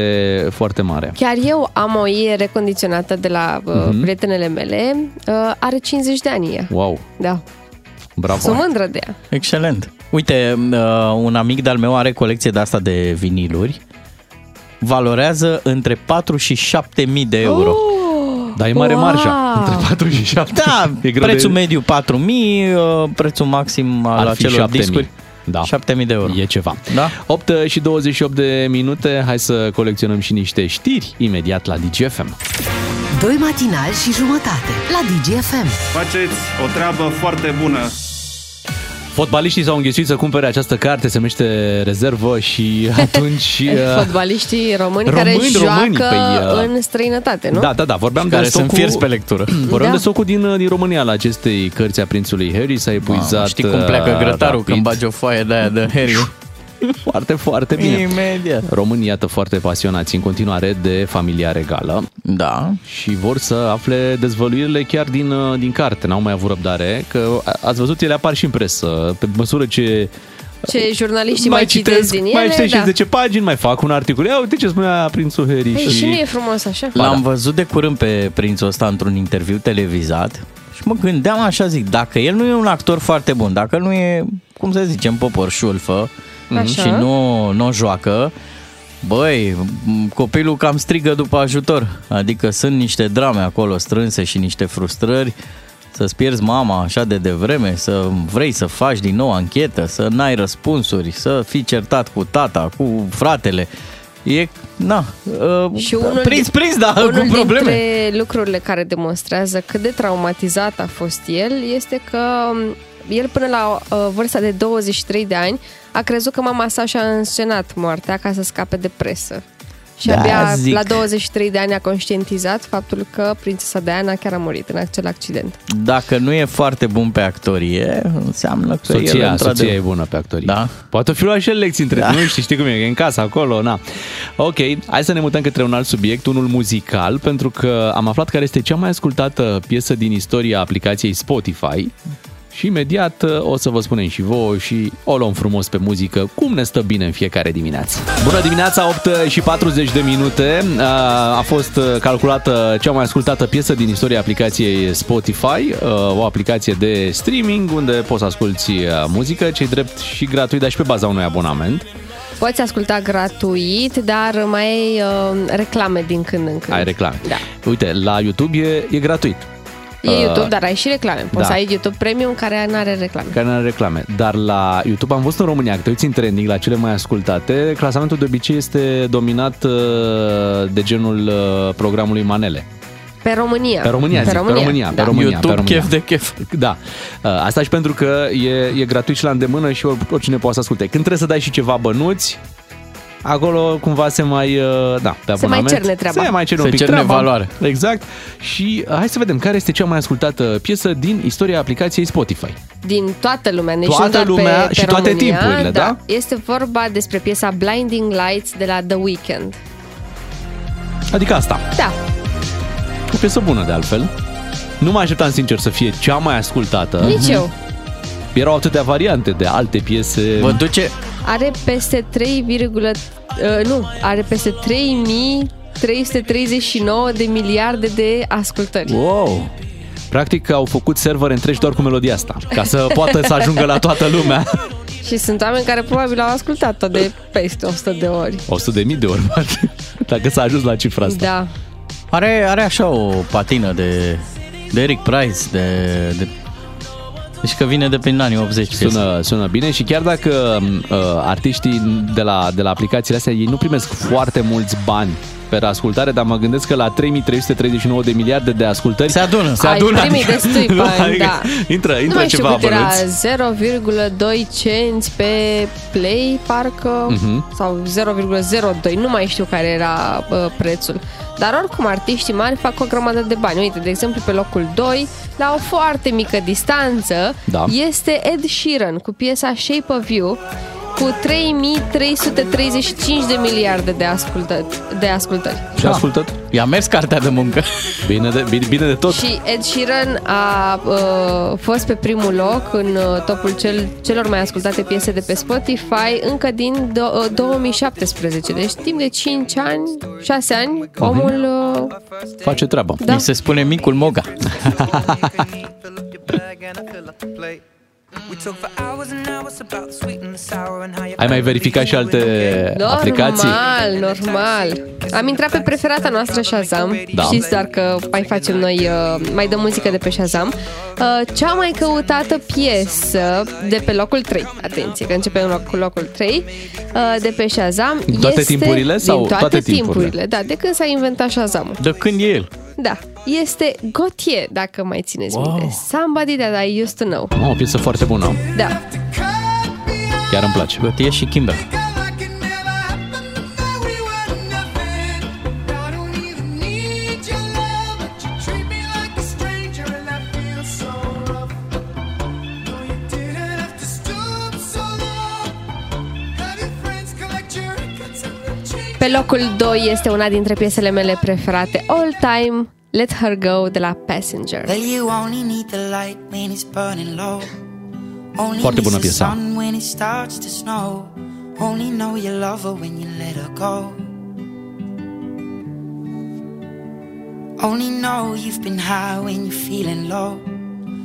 Speaker 4: foarte mare.
Speaker 5: Chiar eu am o ie recondiționată de la uh,
Speaker 4: Mhm.
Speaker 5: prietenele mele, uh, are 50 de ani ea.
Speaker 6: Wow,
Speaker 5: Da.
Speaker 6: bravo.
Speaker 5: Sunt mândră de ea.
Speaker 6: Excelent. Uite, uh, un amic de-al meu are colecție de asta de viniluri. Valorează între 4 și 7 mii de euro.
Speaker 5: Oh,
Speaker 6: Dar
Speaker 4: e mare wow! marja. Între 4 și 7.
Speaker 6: Da,
Speaker 4: E greu
Speaker 6: prețul
Speaker 4: de-
Speaker 6: mediu 4 mii, uh, prețul maxim al
Speaker 4: Ar fi
Speaker 6: acelor
Speaker 4: 7.000.
Speaker 6: discuri.
Speaker 4: Da.
Speaker 6: 7.000 de euro.
Speaker 4: E ceva.
Speaker 6: Da?
Speaker 4: 8 și 28 de minute, hai să colecționăm și niște știri imediat la DGFM.
Speaker 1: Doi matinali și jumătate la DGFM.
Speaker 20: Faceți o treabă foarte bună.
Speaker 4: Fotbaliștii s-au înghesuit să cumpere această carte, se numește Rezervă și atunci... uh,
Speaker 5: Fotbaliștii români, care
Speaker 4: români,
Speaker 5: joacă
Speaker 4: români, păi, uh,
Speaker 5: în străinătate, nu?
Speaker 4: Da, da, da, vorbeam
Speaker 6: Și
Speaker 4: de
Speaker 6: care
Speaker 4: stocul...
Speaker 6: sunt fierți pe lectură.
Speaker 4: Vorbeam
Speaker 5: Da.
Speaker 4: de socul din, din România la acestei cărți a prințului Harry, s-a epuizat...
Speaker 6: Mamă, știi cum pleacă
Speaker 4: uh,
Speaker 6: grătarul
Speaker 4: rapid.
Speaker 6: când bagi o foaie de aia de Harry?
Speaker 4: Foarte, foarte bine.
Speaker 6: Imediat.
Speaker 4: Românii, iată, foarte pasionați în continuare de familia regală.
Speaker 6: Da.
Speaker 4: Și vor să afle dezvăluirile chiar din, uh, din carte. N-au mai avut răbdare, că a- ați văzut, ele apar și în presă. Pe măsură ce
Speaker 5: Ce jurnaliștii mai,
Speaker 4: mai
Speaker 5: citesc,
Speaker 4: citesc,
Speaker 5: din ele,
Speaker 4: mai citesc
Speaker 5: da.
Speaker 4: și 10 pagini, mai fac un articol. Ia uite ce spunea prințul Harry
Speaker 5: Păi,
Speaker 4: și...
Speaker 5: și nu e frumos așa?
Speaker 6: L-am
Speaker 4: Da.
Speaker 6: văzut de curând pe prințul ăsta într-un interviu televizat și mă gândeam așa, zic, dacă el nu e un actor foarte bun, dacă nu e, cum să zicem, popor șulfă
Speaker 5: Așa.
Speaker 6: și nu, nu joacă, băi, m- copilul cam strigă după ajutor. Adică sunt niște drame acolo strânse și niște frustrări să-ți pierzi mama așa de devreme, să vrei să faci din nou anchetă, să n-ai răspunsuri, să fii certat cu tata, cu fratele. E, na, uh,
Speaker 5: Și unul
Speaker 6: prins,
Speaker 5: din-
Speaker 6: prins, da,
Speaker 5: unul
Speaker 6: cu probleme.
Speaker 5: dintre lucrurile care demonstrează cât de traumatizat a fost el este că m, el până la uh, vârsta de 23 de ani a crezut că mama sa și-a înscenat moartea ca să scape de presă. Și
Speaker 6: Da,
Speaker 5: abia
Speaker 6: zic.
Speaker 5: la 23 de ani a conștientizat faptul că prințesa Diana chiar a murit în acel accident.
Speaker 6: Dacă nu e foarte bun pe actorie, înseamnă că el,
Speaker 4: Soția,
Speaker 6: într-adevăr-
Speaker 4: soția e bună pe actorie. Da. Poate o fi luat și el lecții între
Speaker 6: Da.
Speaker 4: timp, nu știi, știi cum e, e în casă, acolo, na. Ok, hai să ne mutăm către un alt subiect, unul muzical, pentru că am aflat care este cea mai ascultată piesă din istoria aplicației Spotify. Și imediat uh, o să vă spunem și voi și o luăm frumos pe muzică, cum ne stă bine în fiecare dimineață. Bună dimineața, 8 și 40 de minute. Uh, A fost uh, calculată cea mai ascultată piesă din istoria aplicației Spotify, uh, o aplicație de streaming unde poți să asculti uh, muzică, cei drept și gratuit, dar și pe baza unui abonament.
Speaker 5: Poți asculta gratuit, dar mai ai uh, reclame din când în când.
Speaker 4: Ai reclame. Da. Uite, la YouTube e, e gratuit.
Speaker 5: E YouTube,
Speaker 4: Uh,
Speaker 5: dar ai și reclame. Poți
Speaker 4: da.
Speaker 5: să ai YouTube Premium care nu are reclame.
Speaker 4: care nu are reclame. Dar la YouTube am văzut în România, că te uiți în trending la cele mai ascultate, clasamentul de obicei este dominat uh, de genul uh, programului Manele.
Speaker 5: Pe România.
Speaker 4: Pe România,
Speaker 5: pe
Speaker 4: zic,
Speaker 5: România.
Speaker 4: pe România, pe
Speaker 5: da.
Speaker 4: România,
Speaker 6: YouTube,
Speaker 4: pe România.
Speaker 6: chef
Speaker 4: de chef. Da. Uh, Asta și pentru că e, e gratuit și la îndemână și or- oricine poate să asculte. Când trebuie să dai și ceva bănuți, acolo cumva se mai, uh, da, pe
Speaker 5: Se mai
Speaker 4: abonament,
Speaker 5: cerne treaba.
Speaker 4: Se mai cerne
Speaker 6: Se
Speaker 4: un pic
Speaker 6: cerne
Speaker 4: treaba.
Speaker 6: valoare.
Speaker 4: Exact. Și uh, hai să vedem care este cea mai ascultată piesă din istoria aplicației Spotify.
Speaker 5: Din toată lumea, ne
Speaker 4: Toată lumea
Speaker 5: pe,
Speaker 4: și
Speaker 5: pe
Speaker 4: toate
Speaker 5: România,
Speaker 4: timpurile, da?
Speaker 5: Este vorba despre piesa Blinding Lights de la The Weeknd.
Speaker 4: Adică asta.
Speaker 5: Da.
Speaker 4: O piesă bună de altfel. Nu mă așteptam sincer să fie cea mai ascultată. Mhm.
Speaker 5: Nici eu.
Speaker 4: erau atâtea variante de alte piese.
Speaker 6: Vă duce...
Speaker 5: Are peste 3, uh, nu, are peste 3339 de miliarde de ascultări.
Speaker 4: Wow! Practic au făcut servere întregi doar cu melodia asta, ca să poată să ajungă la toată lumea.
Speaker 5: Și sunt oameni care probabil au ascultat-o de peste 100 de ori.
Speaker 4: 100 de mii de ori, poate, dacă s-a ajuns la cifra asta.
Speaker 5: Da.
Speaker 6: Are, are așa o patină de, de Eric Price, de, de deci că vine de prin anii 80.
Speaker 4: Sună, sună bine și chiar dacă uh, artiștii de la, de la aplicațiile astea, ei nu primesc foarte mulți bani pe ascultare, dar mă gândesc că la 3339 de miliarde de ascultări
Speaker 6: se adună. Se
Speaker 5: Ai
Speaker 6: adună.
Speaker 5: primit destui bani, da.
Speaker 4: Intră,
Speaker 5: nu
Speaker 4: intră
Speaker 5: mai știu
Speaker 4: ceva
Speaker 5: cât era,
Speaker 4: bănuț.
Speaker 5: 0,2 cenți pe play, parcă,
Speaker 4: Mhm.
Speaker 5: sau 0,02, nu mai știu care era uh, prețul. Dar oricum, artiștii mari fac o grămadă de bani. Uite, de exemplu, pe locul 2, la o foarte mică distanță,
Speaker 4: Da.
Speaker 5: este Ed Sheeran cu piesa Shape of You, cu 3335 de miliarde de, ascultă- de ascultări.
Speaker 6: Da.
Speaker 4: Și a ascultat?
Speaker 6: I-a mers cartea de muncă.
Speaker 4: Bine de, bine, bine de tot.
Speaker 5: Și Ed Sheeran a uh, fost pe primul loc în uh, topul cel, celor mai ascultate piese de pe Spotify încă din do- uh, 2017. Deci timp de 5 ani, 6 ani, omul uh,
Speaker 4: Face treaba.
Speaker 5: Da. Mi
Speaker 6: se spune micul Moga.
Speaker 4: Ai mai verificat și alte
Speaker 5: normal,
Speaker 4: aplicații?
Speaker 5: normal. Am intrat pe preferata noastră Shazam.
Speaker 4: Da.
Speaker 5: Știți doar că mai facem noi, uh, mai dăm muzică de pe Shazam. Uh, Cea mai căutată piesă de pe locul 3, atenție că începem loc- cu locul 3, uh, de pe Shazam
Speaker 4: Din toate
Speaker 5: este
Speaker 4: timpurile sau
Speaker 5: din toate,
Speaker 4: toate timpurile?
Speaker 5: timpurile? Da, de când s-a inventat Shazam.
Speaker 6: De când e el?
Speaker 5: Da, este Gautier, dacă mai țineți
Speaker 4: Wow.
Speaker 5: wow. minte. Somebody that I used to know.
Speaker 4: Mă, o piesă foarte bună.
Speaker 5: Da.
Speaker 4: Chiar îmi place.
Speaker 6: Bătie și Kimber.
Speaker 5: Pe locul 2 este una dintre piesele mele preferate all time, Let Her Go de la Passenger.
Speaker 22: Well, you only need the light when it's burning low. Only
Speaker 4: Foarte bună
Speaker 22: miss the
Speaker 4: piesa.
Speaker 22: sun when it starts to snow. Only know you love her when you let her go. Only know you've been high when you're feeling low.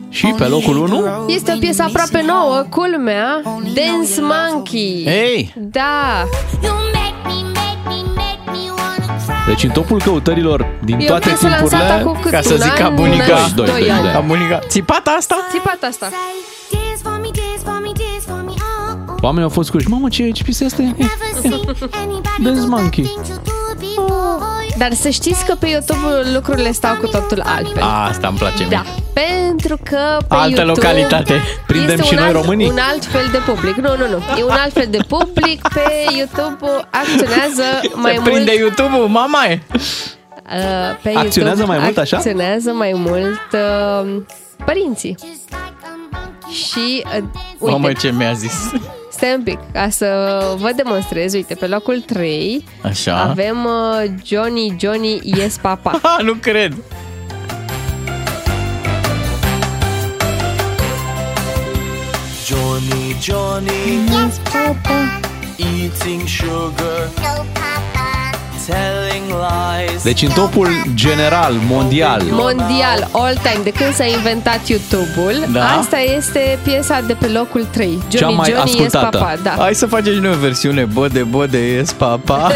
Speaker 4: Și pe locul 1?
Speaker 5: Este o piesă aproape nouă, culmea, Dance Monkey.
Speaker 4: Hey!
Speaker 5: Da!
Speaker 4: Deci în topul căutărilor din
Speaker 5: E o
Speaker 4: toate
Speaker 5: piesă lansată
Speaker 4: timpurile,
Speaker 5: acum cât, un an, un an și doi ani.
Speaker 6: Ca bunica. Țipata asta?
Speaker 5: Țipat asta.
Speaker 4: Oamenii au fost cuși. Mamă, ce, ce piesă asta Eh, e? Dance Monkey.
Speaker 5: Dar să știți că pe YouTube lucrurile stau cu totul
Speaker 4: Păi.
Speaker 5: altfel.
Speaker 6: Asta îmi place
Speaker 5: Da,
Speaker 6: mie.
Speaker 5: pentru că pe
Speaker 6: Altă
Speaker 5: YouTube
Speaker 6: localitate. Prindem
Speaker 5: este
Speaker 6: și
Speaker 5: un
Speaker 6: noi
Speaker 5: alt,
Speaker 6: românii.
Speaker 5: Un alt fel de public. Nu, nu, nu. E un alt fel de public. Pe YouTube acționează mai
Speaker 6: Se
Speaker 5: mult
Speaker 6: prinde YouTube-ul, mama e.
Speaker 5: Uh, pe
Speaker 6: Acționează
Speaker 5: YouTube,
Speaker 6: mai mult așa?
Speaker 5: Acționează mai mult uh, părinții. Și uh, uite,
Speaker 6: Mamă, ce mi-a zis.
Speaker 5: stai un pic, ca să vă demonstrez, uite, pe locul 3
Speaker 6: Așa.
Speaker 5: avem uh, Johnny, Johnny, yes papa.
Speaker 6: nu cred.
Speaker 9: Johnny, Johnny. Yes, Papa. Eating sugar. No, Papa. Telling lies.
Speaker 4: Deci în topul general, mondial.
Speaker 5: Mondial, all time, de când s-a inventat YouTube-ul,
Speaker 6: Da.
Speaker 5: asta este piesa de pe locul 3. Johnny,
Speaker 6: Cea mai
Speaker 5: Johnny,
Speaker 6: ascultată.
Speaker 5: yes papa, da.
Speaker 6: Hai să facem și noi o versiune Bode, bode, yes, papa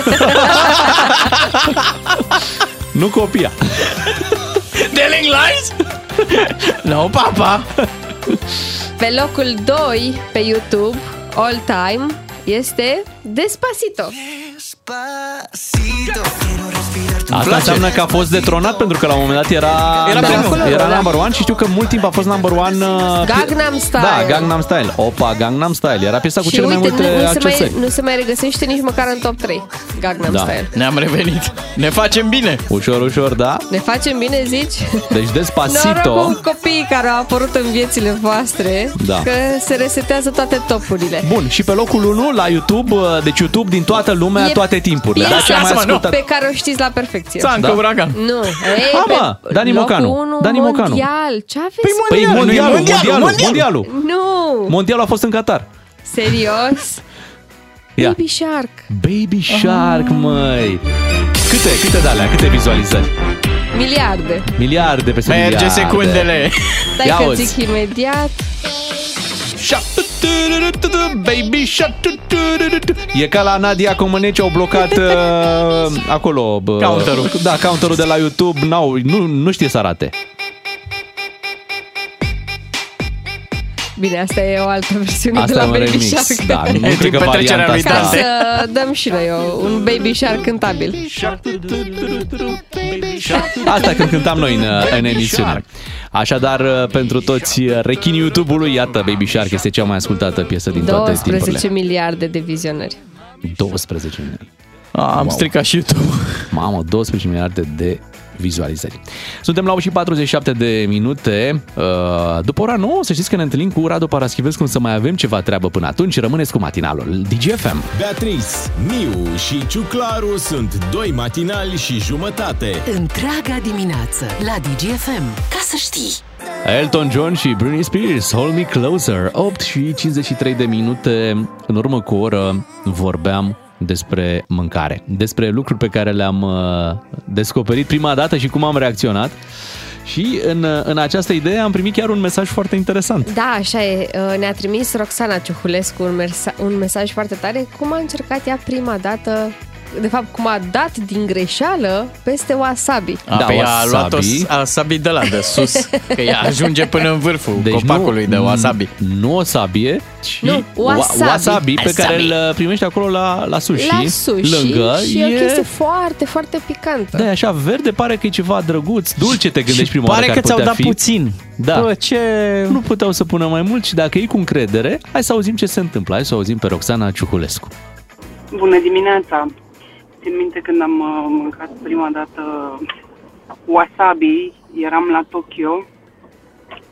Speaker 4: Nu copia.
Speaker 6: Telling lies? no, papa
Speaker 5: Pe locul 2 pe YouTube, all time, este Despacito.
Speaker 4: Asta înseamnă că a fost detronat pentru că la un moment dat era
Speaker 6: Era pe locul ăla,
Speaker 4: era
Speaker 6: da.
Speaker 4: number one și știu că mult timp a fost number one uh,
Speaker 5: Gangnam Style.
Speaker 4: Da, Gangnam Style. Opa, Gangnam Style. Era piesa cu
Speaker 5: Și
Speaker 4: cele mai
Speaker 5: uite,
Speaker 4: multe
Speaker 5: nu, nu, se mai,
Speaker 4: accesări.
Speaker 5: nu se mai regăsește nici măcar în top 3 Gangnam
Speaker 4: Da.
Speaker 5: Style.
Speaker 6: Ne-am revenit. Ne facem bine.
Speaker 4: Ușor, ușor, da.
Speaker 5: Ne facem bine, zici?
Speaker 4: Deci
Speaker 5: Norocul
Speaker 4: Despacito.
Speaker 5: copiii care au apărut în viețile voastre
Speaker 4: Da.
Speaker 5: Că se resetează toate topurile
Speaker 4: Bun, și pe locul 1 la YouTube, uh, deci YouTube din toată lumea,
Speaker 5: E
Speaker 4: toate timpurile.
Speaker 5: Piesa
Speaker 4: am mai
Speaker 5: pe care o știți la perfecție.
Speaker 4: Țancă,
Speaker 5: Da.
Speaker 4: uragan.
Speaker 5: Nu. Ei,
Speaker 4: Ha,
Speaker 5: pe
Speaker 4: mă, Dani
Speaker 5: locul
Speaker 4: Mocanu.
Speaker 5: unu
Speaker 4: Dani Mocanu.
Speaker 5: Mondial. Ce aveți?
Speaker 4: Păi mondialul, mondialul, mondialul.
Speaker 5: Nu.
Speaker 4: Mondialul a fost în Qatar.
Speaker 5: Serios?
Speaker 4: Ia.
Speaker 5: Baby Shark.
Speaker 4: Baby Shark, măi. Câte, câte de alea, câte vizualizări?
Speaker 5: Miliarde.
Speaker 4: Miliarde peste
Speaker 5: Merge
Speaker 4: miliarde.
Speaker 5: secundele. Stai
Speaker 4: Ia
Speaker 5: că
Speaker 4: uzi.
Speaker 5: zic imediat.
Speaker 4: Baby Shark. E ca la Nadia Comăneci, au blocat uh, acolo... Bă,
Speaker 6: Counterul.
Speaker 4: Da, counterul de la YouTube. N-au, nu, nu știe să arate.
Speaker 5: Bine, asta e o altă versiune
Speaker 4: Asta
Speaker 5: de la
Speaker 4: e un
Speaker 5: Baby
Speaker 4: remix,
Speaker 5: Shark.
Speaker 4: da, nu cred că
Speaker 5: Pentru
Speaker 4: varianta
Speaker 5: petrecerea
Speaker 4: asta-
Speaker 5: lui Dan. Ca să dăm și noi o- un Baby Shark cântabil.
Speaker 4: Asta când cântam noi în, în emisiune. Așadar, uh, pentru toți rechinii YouTube-ului, iată, Baby Shark este cea mai ascultată piesă din toate
Speaker 5: 12
Speaker 4: timpurile.
Speaker 5: miliarde de vizionări.
Speaker 4: 12 miliarde. Am stricat și YouTube. Mamă, 12 miliarde de vizualizări. Suntem la 8 și 47 de minute. Uh, După ora 9, să știți că ne întâlnim cu Radu Paraschivescu, să mai avem ceva treabă până atunci. Rămâneți cu matinalul DGFM.
Speaker 12: Beatriz, Miu și Ciuclaru sunt doi matinali și jumătate.
Speaker 1: Întreaga dimineață la DGFM. Ca să știi!
Speaker 4: Elton John și Britney Spears, Hold Me Closer, 8 și 53 de minute. În urmă cu o oră vorbeam despre mâncare, despre lucruri pe care le-am uh, descoperit prima dată și cum am reacționat. Și în, uh, în această idee am primit chiar un mesaj foarte interesant.
Speaker 5: Da, așa e. Uh, Ne-a trimis Roxana Ciuhulescu un, mersa- un mesaj foarte tare. Cum a încercat ea prima dată de fapt, cum a dat din greșeală peste wasabi.
Speaker 6: A, da,
Speaker 4: Da,
Speaker 6: pe ea a
Speaker 4: wasabi.
Speaker 6: luat-o s- a wasabi de la de sus, că ea ajunge până în vârful deci copacului nu, de wasabi.
Speaker 4: Nu wasabi, ci
Speaker 5: Nu,
Speaker 4: wa-
Speaker 5: wasabi.
Speaker 4: wasabi pe
Speaker 5: Wasabi.
Speaker 4: care îl uh, primești acolo la, la sushi,
Speaker 5: la sushi
Speaker 4: lângă.
Speaker 5: și e o chestie foarte, foarte picantă.
Speaker 4: Da, e așa verde, pare că e ceva drăguț, dulce te gândești prima oară
Speaker 6: pare
Speaker 4: ar
Speaker 6: că ți-au
Speaker 4: putea
Speaker 6: dat
Speaker 4: fi.
Speaker 6: puțin.
Speaker 4: Da.
Speaker 6: Bă,
Speaker 4: ce... Nu puteau să pună mai mult și dacă e cu încredere, hai să auzim ce se întâmplă. Hai să auzim pe Roxana Ciuhulescu.
Speaker 23: Bună dimineața! Țin minte când am uh, mâncat prima dată wasabi, eram la Tokyo,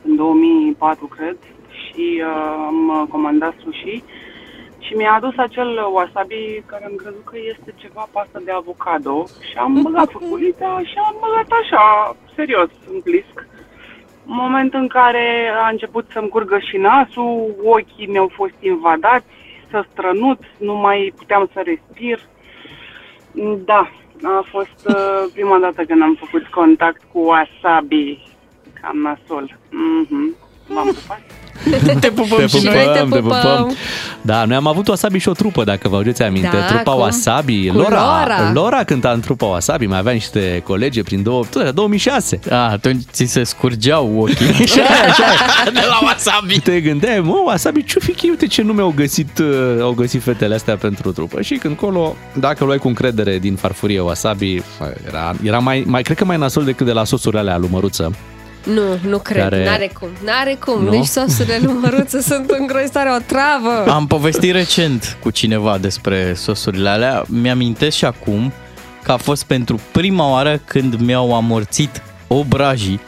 Speaker 23: în 2004, cred, și uh, am comandat sushi și mi-a adus acel wasabi care am crezut că este ceva pastă de avocado și am băgat făculița și am băgat așa, serios, în plisc. În moment în care a început să-mi curgă și nasul, ochii mi-au fost invadați, să strănut, nu mai puteam să respir. Da, a fost uh, prima dată când am făcut contact cu wasabi, cam nasol. Mhm. M-am pupat.
Speaker 6: Te
Speaker 4: Te pupăm, te pupăm. Da, noi am avut Wasabi și o trupă, dacă vă aduceți aminte.
Speaker 23: Da,
Speaker 4: trupa
Speaker 23: cum?
Speaker 4: Wasabi.
Speaker 23: Cu
Speaker 4: Lora,
Speaker 23: Lora.
Speaker 4: Lora cânta în trupa Wasabi, mai avea niște colege prin două, tot era 2006.
Speaker 6: A, atunci ți se scurgeau ochii.
Speaker 4: Așa, e, așa. e.
Speaker 6: De la wasabi.
Speaker 4: Te gândeai, mă, wasabi, ce fi uite ce nume au găsit, uh, au găsit fetele astea pentru trupă. Și când colo, dacă luai cu încredere din farfurie wasabi, era, era mai, mai, cred că mai nasol decât de la sosurile alea lui Măruță.
Speaker 5: Nu, nu cred,
Speaker 4: Care-
Speaker 5: n-are cum, n-are cum,
Speaker 6: Nu?
Speaker 5: nici sosurile lui Măruță sunt îngrozitoare, o travă.
Speaker 6: Am povestit recent cu cineva despre sosurile alea. Mi-amintesc și acum că a fost pentru prima oară când mi-au amorțit obrajii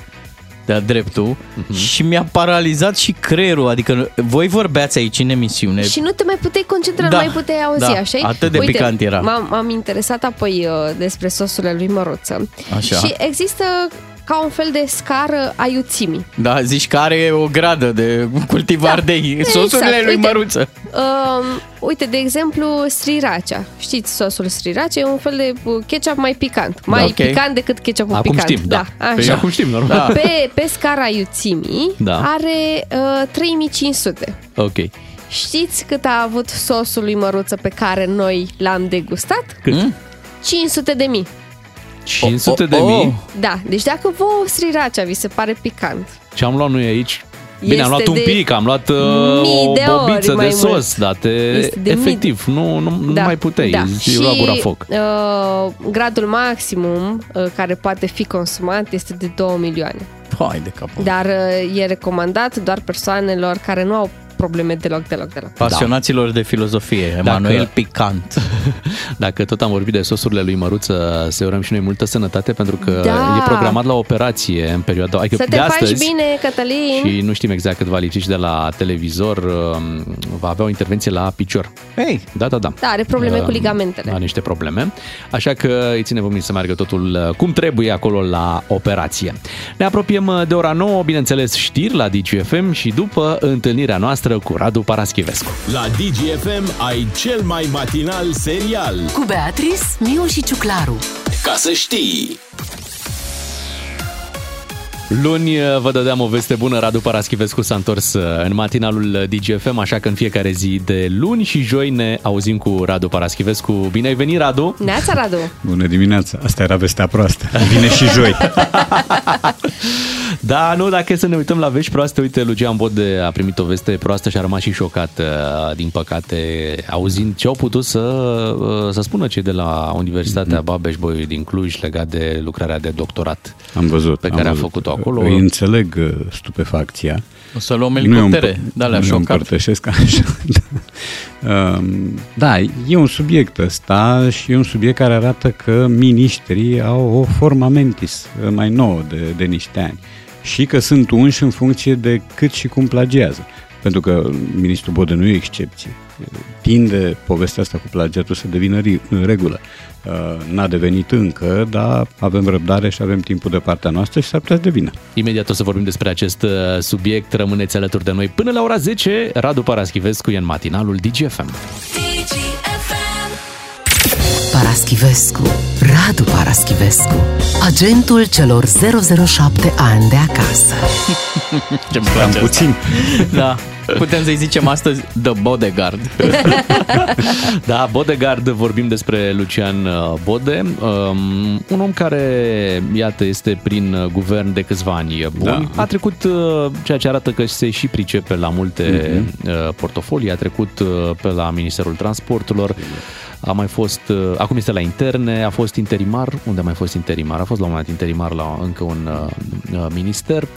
Speaker 6: de-a dreptul
Speaker 5: Mhm.
Speaker 6: și mi-a paralizat și creierul. Adică voi vorbeați aici în emisiune.
Speaker 5: Și nu te mai puteai concentra,
Speaker 6: Da,
Speaker 5: nu mai puteai auzi,
Speaker 6: da,
Speaker 5: așa
Speaker 6: atât de picant era.
Speaker 5: M-am, m-am interesat apoi uh, despre sosurile lui Măruță.
Speaker 6: Așa.
Speaker 5: Și există ca un fel de scară a iuțimii.
Speaker 6: Da, zici că are o gradă de cultivar
Speaker 5: Da,
Speaker 6: de
Speaker 5: exact.
Speaker 6: sosurile lui
Speaker 5: Uite.
Speaker 6: Măruță.
Speaker 5: Um, uite, de exemplu, sriracha. Știți, sosul sriracha e un fel de uh, ketchup mai picant. Mai
Speaker 4: Da, ok.
Speaker 5: picant decât ketchupul
Speaker 4: Acum
Speaker 5: picant.
Speaker 4: știm, da.
Speaker 5: da
Speaker 4: Păi
Speaker 5: așa.
Speaker 4: acum știm, normal. Da.
Speaker 5: Pe, pe scara iuțimii
Speaker 4: Da.
Speaker 5: are uh, 3500.
Speaker 4: Ok.
Speaker 5: Știți cât a avut sosul lui Măruță pe care noi l-am degustat?
Speaker 4: Cât?
Speaker 6: Hmm?
Speaker 5: 500 de mii.
Speaker 4: 500 de mii.
Speaker 5: Da, deci dacă vouă sriracha vi se pare picant,
Speaker 4: Ce am luat noi aici? Bine, am luat
Speaker 5: Este
Speaker 4: un
Speaker 5: de
Speaker 4: pic, am luat uh,
Speaker 5: mii
Speaker 4: o
Speaker 5: de ori
Speaker 4: bobiță de
Speaker 5: mai mult.
Speaker 4: sos, dar te,
Speaker 5: Este de mii-
Speaker 4: efectiv, nu, nu, nu mai puteai, da.
Speaker 5: Și,
Speaker 4: la gura foc.
Speaker 5: Uh, gradul maximum uh, care poate fi consumat este de 2 milioane.
Speaker 6: Hai de capul.
Speaker 5: Dar uh, e recomandat doar persoanelor care nu au probleme deloc, deloc, deloc.
Speaker 6: Pasionaților de filozofie, Emanuel Picant.
Speaker 4: Dacă tot am vorbit de sosurile lui Măruță, să urăm și noi multă sănătate pentru că
Speaker 5: Da.
Speaker 4: e programat la operație în perioada adică
Speaker 5: Să te
Speaker 4: de
Speaker 5: faci
Speaker 4: astăzi.
Speaker 5: bine, Cătălin!
Speaker 4: Și nu știm exact cât va lipsi și de la televizor, um, va avea o intervenție la picior. Hei! Da, da, da.
Speaker 5: Da, are probleme
Speaker 4: Um,
Speaker 5: cu ligamentele.
Speaker 4: Are niște probleme. Așa că îi ține vomnit să meargă totul uh, cum trebuie acolo la operație. Ne apropiem uh, de ora 9, bineînțeles știri la DGFM și după întâlnirea noastră cu Radu Paraschivescu.
Speaker 12: La DGFM ai cel mai matinal serial.
Speaker 1: Cu Beatrice, Miu și Ciuclaru.
Speaker 12: Ca să știi!
Speaker 4: Luni uh, vă dădeam o veste bună, Radu Paraschivescu s-a întors uh, în matinalul DGFM, așa că în fiecare zi de luni și joi ne auzim cu Radu Paraschivescu. Bine ai venit, Radu!
Speaker 5: Neața, Radu!
Speaker 24: Bună dimineața! Asta era vestea proastă. Vine și joi.
Speaker 4: Da, nu, dacă e să ne uităm la vești proaste, uite, Lucian Bode a primit o veste proastă și a rămas și șocat, uh, din păcate, auzind ce au putut să, uh, să spună cei de la
Speaker 24: Mm-hmm.
Speaker 4: Universitatea babeș bolyai din Cluj legat de lucrarea de doctorat.
Speaker 24: Am văzut.
Speaker 4: Pe
Speaker 24: am
Speaker 4: care a
Speaker 24: văzut.
Speaker 4: făcut-o acolo.
Speaker 24: Îi înțeleg uh, stupefacția.
Speaker 6: O să luăm
Speaker 24: Nu e un-
Speaker 6: elicoptere de alea
Speaker 24: nu e
Speaker 6: șocat.
Speaker 24: împărtășesc așa. da. Um, Da, e un subiect ăsta și e un subiect care arată că miniștrii au o forma mentis uh, mai nouă de, de niște ani și că sunt unși în funcție de cât și cum plagiază. Pentru că ministrul Bode nu e excepție. Tinde povestea asta cu plagiatul să devină ri- în regulă. Uh, N-a devenit încă, dar avem răbdare și avem timpul de partea noastră și s-ar putea să devină.
Speaker 4: Imediat o să vorbim despre acest uh, subiect. Rămâneți alături de noi până la ora 10. Radu Paraschivescu e în matinalul DGFM.
Speaker 1: Paraschivescu. Radu Paraschivescu. Agentul celor 007 ani de acasă.
Speaker 6: Ce-mi place
Speaker 24: Cam puțin.
Speaker 6: Da. Putem să-i zicem astăzi The Bodyguard.
Speaker 4: Da, Bodegard, vorbim despre Lucian uh, Bode, um, un om care, iată, este prin uh, guvern de câțiva ani buni. Da. A trecut, uh, ceea ce arată că se și pricepe la multe
Speaker 24: Mhm.
Speaker 4: uh, portofolii, a trecut uh, pe la Ministerul Transporturilor, a mai fost, uh, acum este la interne, a fost interimar, unde a mai fost interimar? A fost la un moment dat interimar la încă un uh, uh, minister.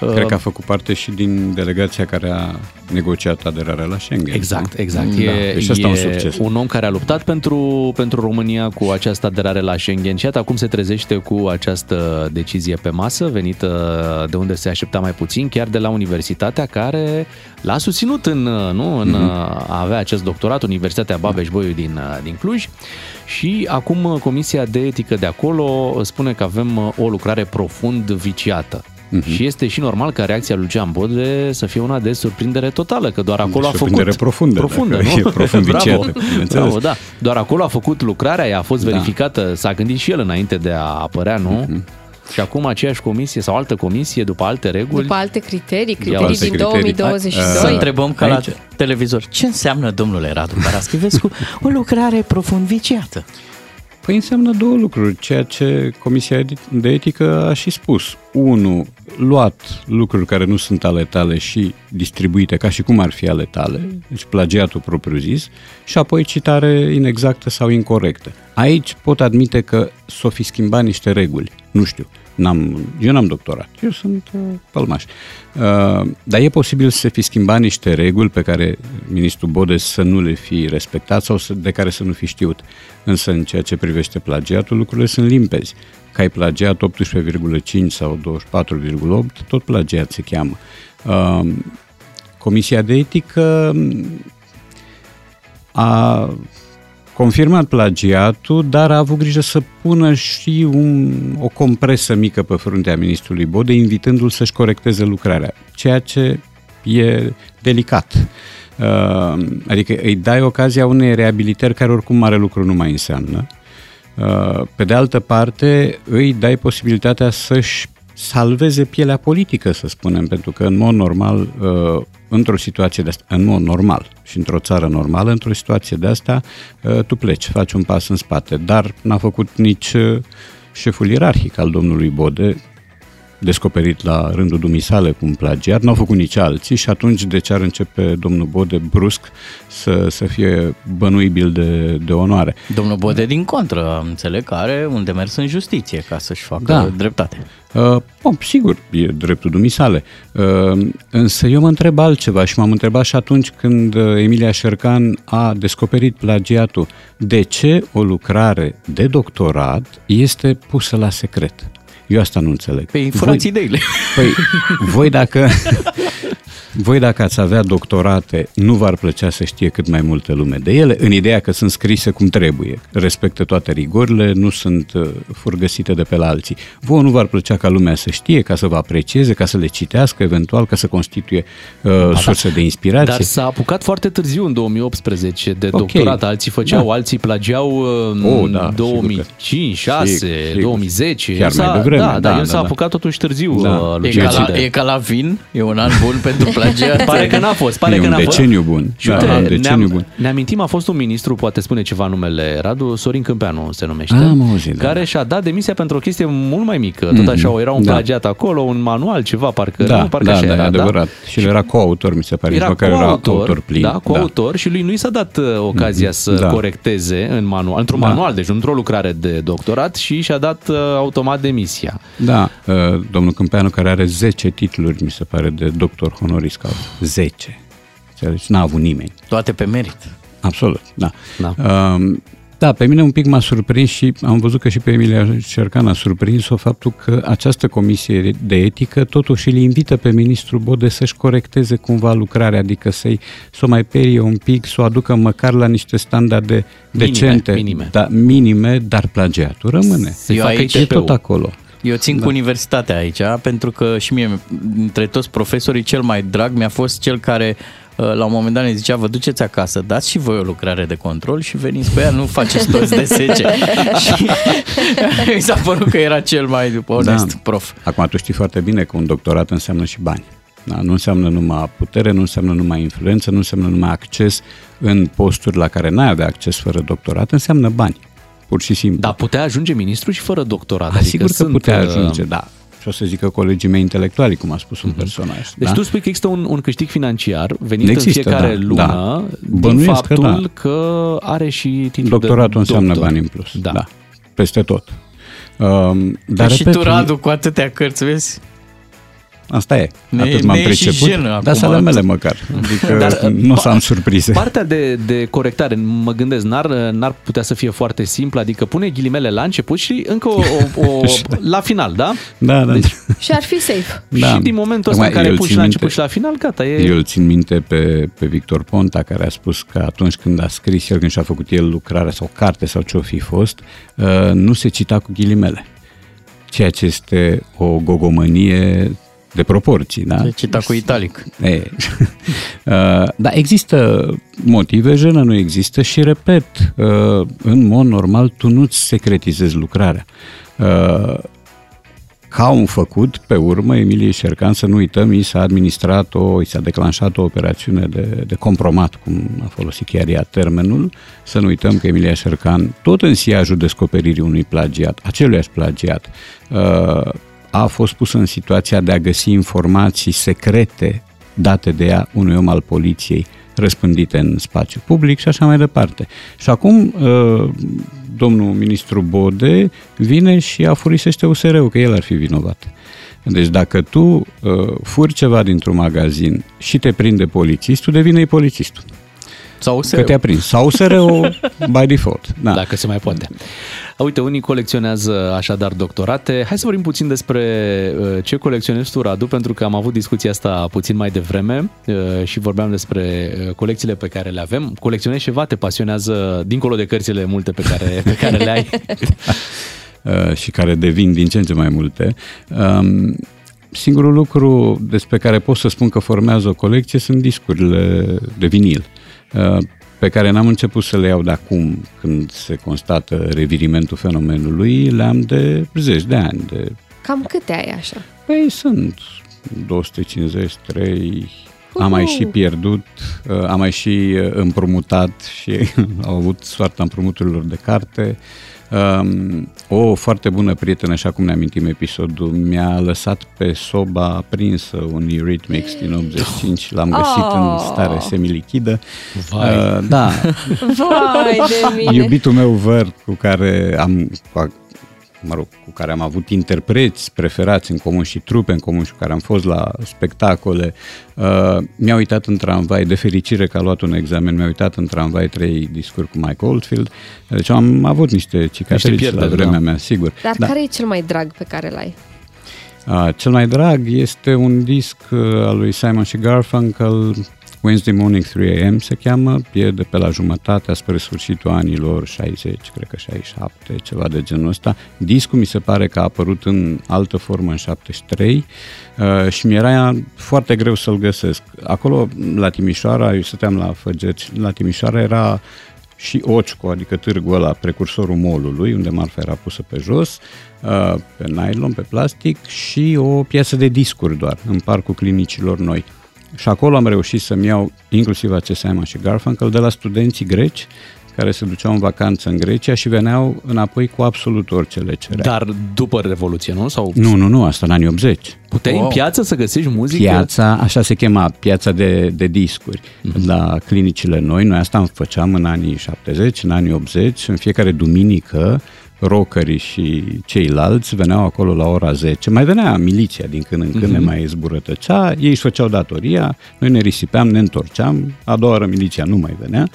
Speaker 24: Cred
Speaker 4: Uh,
Speaker 24: că a făcut parte și din delegația care a negociat aderarea la Schengen.
Speaker 4: Exact, exact.
Speaker 24: Da.
Speaker 4: E,
Speaker 24: deci asta
Speaker 4: e
Speaker 24: e un succes.
Speaker 4: un om care a luptat pentru, pentru România cu această aderare la Schengen și iată acum se trezește cu această decizie pe masă venită de unde se aștepta mai puțin, chiar de la universitatea care l-a susținut în, nu, în
Speaker 24: Mhm.
Speaker 4: mm-hmm. a avea acest doctorat, Universitatea babeș bolyai din, din Cluj. Și acum Comisia de Etică de acolo spune că avem o lucrare profund viciată.
Speaker 24: Mhm.
Speaker 4: Și este și normal ca reacția lui Lucian Bode să fie una de surprindere totală, că doar acolo a făcut.
Speaker 24: surprindere profundă,
Speaker 4: profundă
Speaker 24: dacă
Speaker 4: nu?
Speaker 24: e profund
Speaker 4: Bravo.
Speaker 24: viciată, bineînțeles. Da.
Speaker 4: Bravo, da. Doar acolo a făcut lucrarea, ea a fost verificată, s-a gândit și el înainte de a apărea, nu?
Speaker 24: Mhm.
Speaker 4: Și acum aceeași comisie sau altă comisie, după alte reguli,
Speaker 5: După alte criterii,
Speaker 4: Ia
Speaker 5: criterii
Speaker 4: uite
Speaker 5: din
Speaker 4: criterii. Uh.
Speaker 5: 2022.
Speaker 6: Să întrebăm ca la
Speaker 4: Aici.
Speaker 6: televizor. Ce înseamnă, domnule Radu Paraschivescu, o lucrare profund viciată?
Speaker 24: Păi înseamnă două lucruri, ceea ce Comisia de Etică a și spus. Unu, luat lucruri care nu sunt ale tale și distribuite ca și cum ar fi ale tale, deci plagiatul propriu zis, și apoi citare inexactă sau incorrectă. Aici pot admite că s-o fi schimbat niște reguli, nu știu, n-am, eu n-am doctorat, eu sunt uh, pălmaș. Uh, dar e posibil să se fi schimbat niște reguli pe care ministrul Bode să nu le fi respectat sau să, de care să nu fi știut. Însă în ceea ce privește plagiatul, lucrurile sunt limpezi. Că ai plagiat 18,5 sau 24,8, tot plagiat se cheamă. Uh, Comisia de etică a confirmat plagiatul, dar a avut grijă să pună și un, o compresă mică pe fruntea ministrului Bode, invitându-l să-și corecteze lucrarea, ceea ce e delicat. Uh, Adică îi dai ocazia unei reabilitări care oricum mare lucru nu mai înseamnă. Uh, Pe de altă parte, îi dai posibilitatea să-și salveze pielea politică, să spunem, pentru că în mod normal, uh, într-o situație de asta, în mod normal și într-o țară normală, într-o situație de asta, uh, tu pleci, faci un pas în spate, dar n-a făcut nici uh, șeful ierarhic al domnului Bode, descoperit la rândul dumisale cu un plagiat, n-au făcut nici alții și atunci de ce ar începe domnul Bode brusc să, să fie bănuibil de, de onoare?
Speaker 6: Domnul Bode, din contră, am înțeleg că are un demers în justiție ca să-și facă
Speaker 24: Da.
Speaker 6: dreptate.
Speaker 24: Uh, bom, sigur, e dreptul dumisale. Uh, însă eu mă întreb altceva și m-am întrebat și atunci când uh, Emilia Șercan a descoperit plagiatul. De ce o lucrare de doctorat este pusă la secret? Eu asta nu înțeleg.
Speaker 6: Păi furați ideile.
Speaker 24: Păi, voi dacă... Voi dacă ați avea doctorate, nu v-ar plăcea să știe cât mai multă lume de ele, în ideea că sunt scrise cum trebuie, respectă toate rigorile, nu sunt uh, furgăsite de pe la alții. Vouă nu v-ar plăcea ca lumea să știe, ca să vă aprecieze, ca să le citească, eventual ca să constituie uh, surse de inspirație.
Speaker 4: Da, Dar s-a apucat foarte târziu, în 2018, de okay. doctorat. Alții făceau, da.
Speaker 24: Da.
Speaker 4: alții plagiau
Speaker 24: Oh,
Speaker 4: oh,
Speaker 24: da,
Speaker 4: da,
Speaker 24: sigur
Speaker 4: 2005,
Speaker 24: că-
Speaker 4: 6,
Speaker 24: sigur, sigur.
Speaker 4: 2010.
Speaker 24: Chiar
Speaker 4: El s-a-
Speaker 24: mai devreme,
Speaker 4: Da,
Speaker 24: da,
Speaker 4: dar el
Speaker 24: da,
Speaker 4: s-a
Speaker 24: da.
Speaker 4: apucat totuși târziu,
Speaker 24: Da.
Speaker 4: da.
Speaker 6: uh, E ca, la, e ca la vin, e un an bun pentru plagiat.
Speaker 4: Pare că n-a fost, pare
Speaker 24: E
Speaker 4: că
Speaker 24: un
Speaker 4: n-a fost.
Speaker 24: deceniu bun.
Speaker 4: Și
Speaker 24: Da,
Speaker 4: uite,
Speaker 24: un deceniu
Speaker 4: ne-am,
Speaker 24: bun.
Speaker 4: Ne amintim, a fost un ministru, poate spune ceva numele, Radu Sorin Câmpeanu se numește,
Speaker 24: Am auzit, da.
Speaker 4: care și-a dat demisia pentru o chestie mult mai mică. Tot așa,
Speaker 24: Mhm,
Speaker 4: era un
Speaker 24: da.
Speaker 4: plagiat acolo, un manual, ceva, parcă,
Speaker 24: da,
Speaker 4: nu, parcă
Speaker 24: da,
Speaker 4: așa
Speaker 24: da,
Speaker 4: era,
Speaker 24: e adevărat. Și el era coautor, mi se pare. Nici măcar era autor plin.
Speaker 4: da, coautor da. și lui nu i s-a dat uh, ocazia să da.
Speaker 24: da.
Speaker 4: corecteze în manual, într-un da. manual, deci într-o lucrare de doctorat și și-a dat uh, automat demisia.
Speaker 24: Da, uh, domnul Câmpeanu care are 10 titluri, mi se pare, de doctor honoris causa. 10. Înțelegi? N-a avut nimeni.
Speaker 6: Toate pe merit.
Speaker 24: Absolut, da.
Speaker 4: Da.
Speaker 24: Um, da, pe mine un pic m-a surprins și am văzut că și pe Emilia Cercan a surprins-o faptul că această comisie de etică totuși îl invită pe ministrul Bode să-și corecteze cumva lucrarea, adică să-i să o mai perie un pic, să o aducă măcar la niște standarde
Speaker 6: Minime,
Speaker 24: decente,
Speaker 6: minime.
Speaker 24: Da, minime, dar plagiatul rămâne.
Speaker 6: Să-i facă
Speaker 24: e
Speaker 6: ITP-ul.
Speaker 24: tot acolo.
Speaker 6: Eu țin da. cu universitatea aici, pentru că și mie, dintre toți profesorii, cel mai drag mi-a fost cel care uh, la un moment dat ne zicea, vă duceți acasă, dați și voi o lucrare de control și veniți cu ea, nu faceți toți de 10. și mi s-a părut că era cel mai onest da. prof.
Speaker 24: Acum, tu știi foarte bine că un doctorat înseamnă și bani. Da, nu înseamnă numai putere, nu înseamnă numai influență, nu înseamnă numai acces în posturi la care n-ai avea acces fără doctorat, înseamnă bani, pur și simplu.
Speaker 4: Dar putea ajunge ministru și fără doctorat.
Speaker 24: Adică Sigur că
Speaker 4: sunt,
Speaker 24: putea
Speaker 4: uh,
Speaker 24: ajunge, da. Și o să zică colegii mei intelectuali, cum a spus un personaj.
Speaker 4: Deci
Speaker 24: da?
Speaker 4: tu spui că există un, un câștig financiar venit
Speaker 24: Există,
Speaker 4: în fiecare
Speaker 24: da,
Speaker 4: lună
Speaker 24: da.
Speaker 4: din
Speaker 24: Bănuiesc că
Speaker 4: faptul
Speaker 24: da.
Speaker 4: că are și titlul de
Speaker 24: Doctoratul înseamnă
Speaker 4: doctor.
Speaker 24: bani în plus. Da. da. Peste tot. Um,
Speaker 6: Dar și
Speaker 24: repet,
Speaker 6: tu, Radu, cu atâtea cărți, vezi?
Speaker 24: Asta e.
Speaker 6: Ne-
Speaker 24: Atât
Speaker 6: ne
Speaker 24: m-am
Speaker 6: e și
Speaker 24: priceput.
Speaker 6: jenă
Speaker 24: Dar
Speaker 6: acum.
Speaker 24: să ale mele măcar. Adică
Speaker 4: Dar, uh,
Speaker 24: nu o să
Speaker 4: pa-
Speaker 24: am surprize.
Speaker 4: Partea de, de corectare, mă gândesc, n-ar, n-ar putea să fie foarte simplă, adică pune ghilimele la început și încă o, o, o la final, da?
Speaker 24: Da, da. Deci,
Speaker 5: Și ar fi safe.
Speaker 24: Da.
Speaker 4: Și din momentul ăsta
Speaker 24: Acum,
Speaker 4: în care
Speaker 24: eu îl
Speaker 4: pui și
Speaker 24: țin
Speaker 4: la
Speaker 24: minte.
Speaker 4: început și la final, gata, e...
Speaker 24: Eu îl țin minte pe, pe Victor Ponta, care a spus că atunci când a scris el, când și-a făcut el lucrarea sau carte sau ce-o fi fost, uh, nu se cita cu ghilimele. Ceea ce este o gogomanie de proporții, da?
Speaker 6: Se cita cu italic.
Speaker 24: E, Uh, dar există motive, jenă nu există și, repet, uh, în mod normal tu nu-ți secretizezi lucrarea. Uh, Ca un făcut, pe urmă, Emilie Șercan, să nu uităm, i s-a administrat o, i s-a declanșat o operațiune de, de compromat, cum a folosit chiar ea termenul, să nu uităm că Emilia Șercan, tot în siajul descoperirii unui plagiat, aceluiași plagiat, uh, a fost pusă în situația de a găsi informații secrete date de ea unui om al poliției răspândite în spațiu public și așa mai departe. Și acum uh, domnul ministru Bode vine și afurisește USR-ul că el ar fi vinovat. Deci dacă tu uh, furi ceva dintr-un magazin și te prinde polițistul, devine polițistul.
Speaker 6: Sau
Speaker 24: Că
Speaker 6: USR-ul.
Speaker 24: te-a prins. Sau USR-ul by default. Da.
Speaker 4: Dacă se mai poate. Uite, unii colecționează așadar doctorate. Hai să vorbim puțin despre uh, ce colecționezi tu, Radu, pentru că am avut discuția asta puțin mai devreme uh, și vorbeam despre uh, colecțiile pe care le avem. Colecționezi ceva, te pasionează dincolo de cărțile multe pe care, pe care le ai.
Speaker 24: uh, și care devin din ce în ce mai multe. Um, Singurul lucru despre care pot să spun că formează o colecție sunt discurile de vinil, uh, pe care n-am început să le iau de acum, când se constată revirimentul fenomenului, le-am de zeci de ani, de
Speaker 5: Cam câte ai așa?
Speaker 24: Păi sunt 253 Am mai și pierdut, uh, am mai și uh, împrumutat și au avut soarta împrumuturilor de carte. Um, O foarte bună prietenă, așa cum ne amintim episodul, mi-a lăsat pe soba aprinsă un Eurythmics din 85, l-am găsit în stare semilichidă.
Speaker 6: Vai.
Speaker 24: Uh, Da,
Speaker 5: Vai de mine.
Speaker 24: Iubitul meu văr cu care am cu- mă rog, cu care am avut interpreți preferați în comun și trupe în comun și cu care am fost la spectacole, uh, mi-a uitat în tramvai, de fericire că a luat un examen, mi-a uitat în tramvai trei discuri cu Mike Oldfield, deci am avut niște cicatrici la
Speaker 4: pierderi,
Speaker 24: vremea
Speaker 4: da.
Speaker 24: mea, sigur.
Speaker 5: Dar da. care e cel mai drag pe care l-ai?
Speaker 24: A, Cel mai drag este un disc uh, al lui Simon și Garfunkel, Wednesday Morning 3 AM se cheamă, e de pe la jumătatea spre sfârșitul anilor 60, cred că 67, ceva de genul ăsta. Discul mi se pare că a apărut în altă formă în 73 uh, și mi-era foarte greu să-l găsesc. Acolo, la Timișoara, eu stăteam la Făgeți, la Timișoara era și Occo, adică târgul ăla, precursorul molului, unde marfa era pusă pe jos, uh, pe nylon, pe plastic și o piesă de discuri doar, în parcul clinicilor noi. Și acolo am reușit să-mi iau inclusiv acest Simon și Garfunkel de la studenții greci care se duceau în vacanță în Grecia și veneau înapoi cu absolut orice le cerea.
Speaker 4: Dar după Revoluție, Da. nu? Sau
Speaker 24: Nu, nu, nu, asta în anii 80.
Speaker 4: puteai wow. în piață să găsești muzică?
Speaker 24: Piața, așa se chema, piața de, de discuri.
Speaker 6: Mhm.
Speaker 24: La clinicile noi, noi asta am făceam în anii 70, în anii 80, în fiecare duminică, rockerii și ceilalți veneau acolo la ora 10. Mai venea miliția din când în când, mm-hmm. ne
Speaker 4: Mhm.
Speaker 24: mai zburătăcea, ei își făceau datoria, noi ne risipeam, ne întorceam, a doua oară miliția nu mai venea.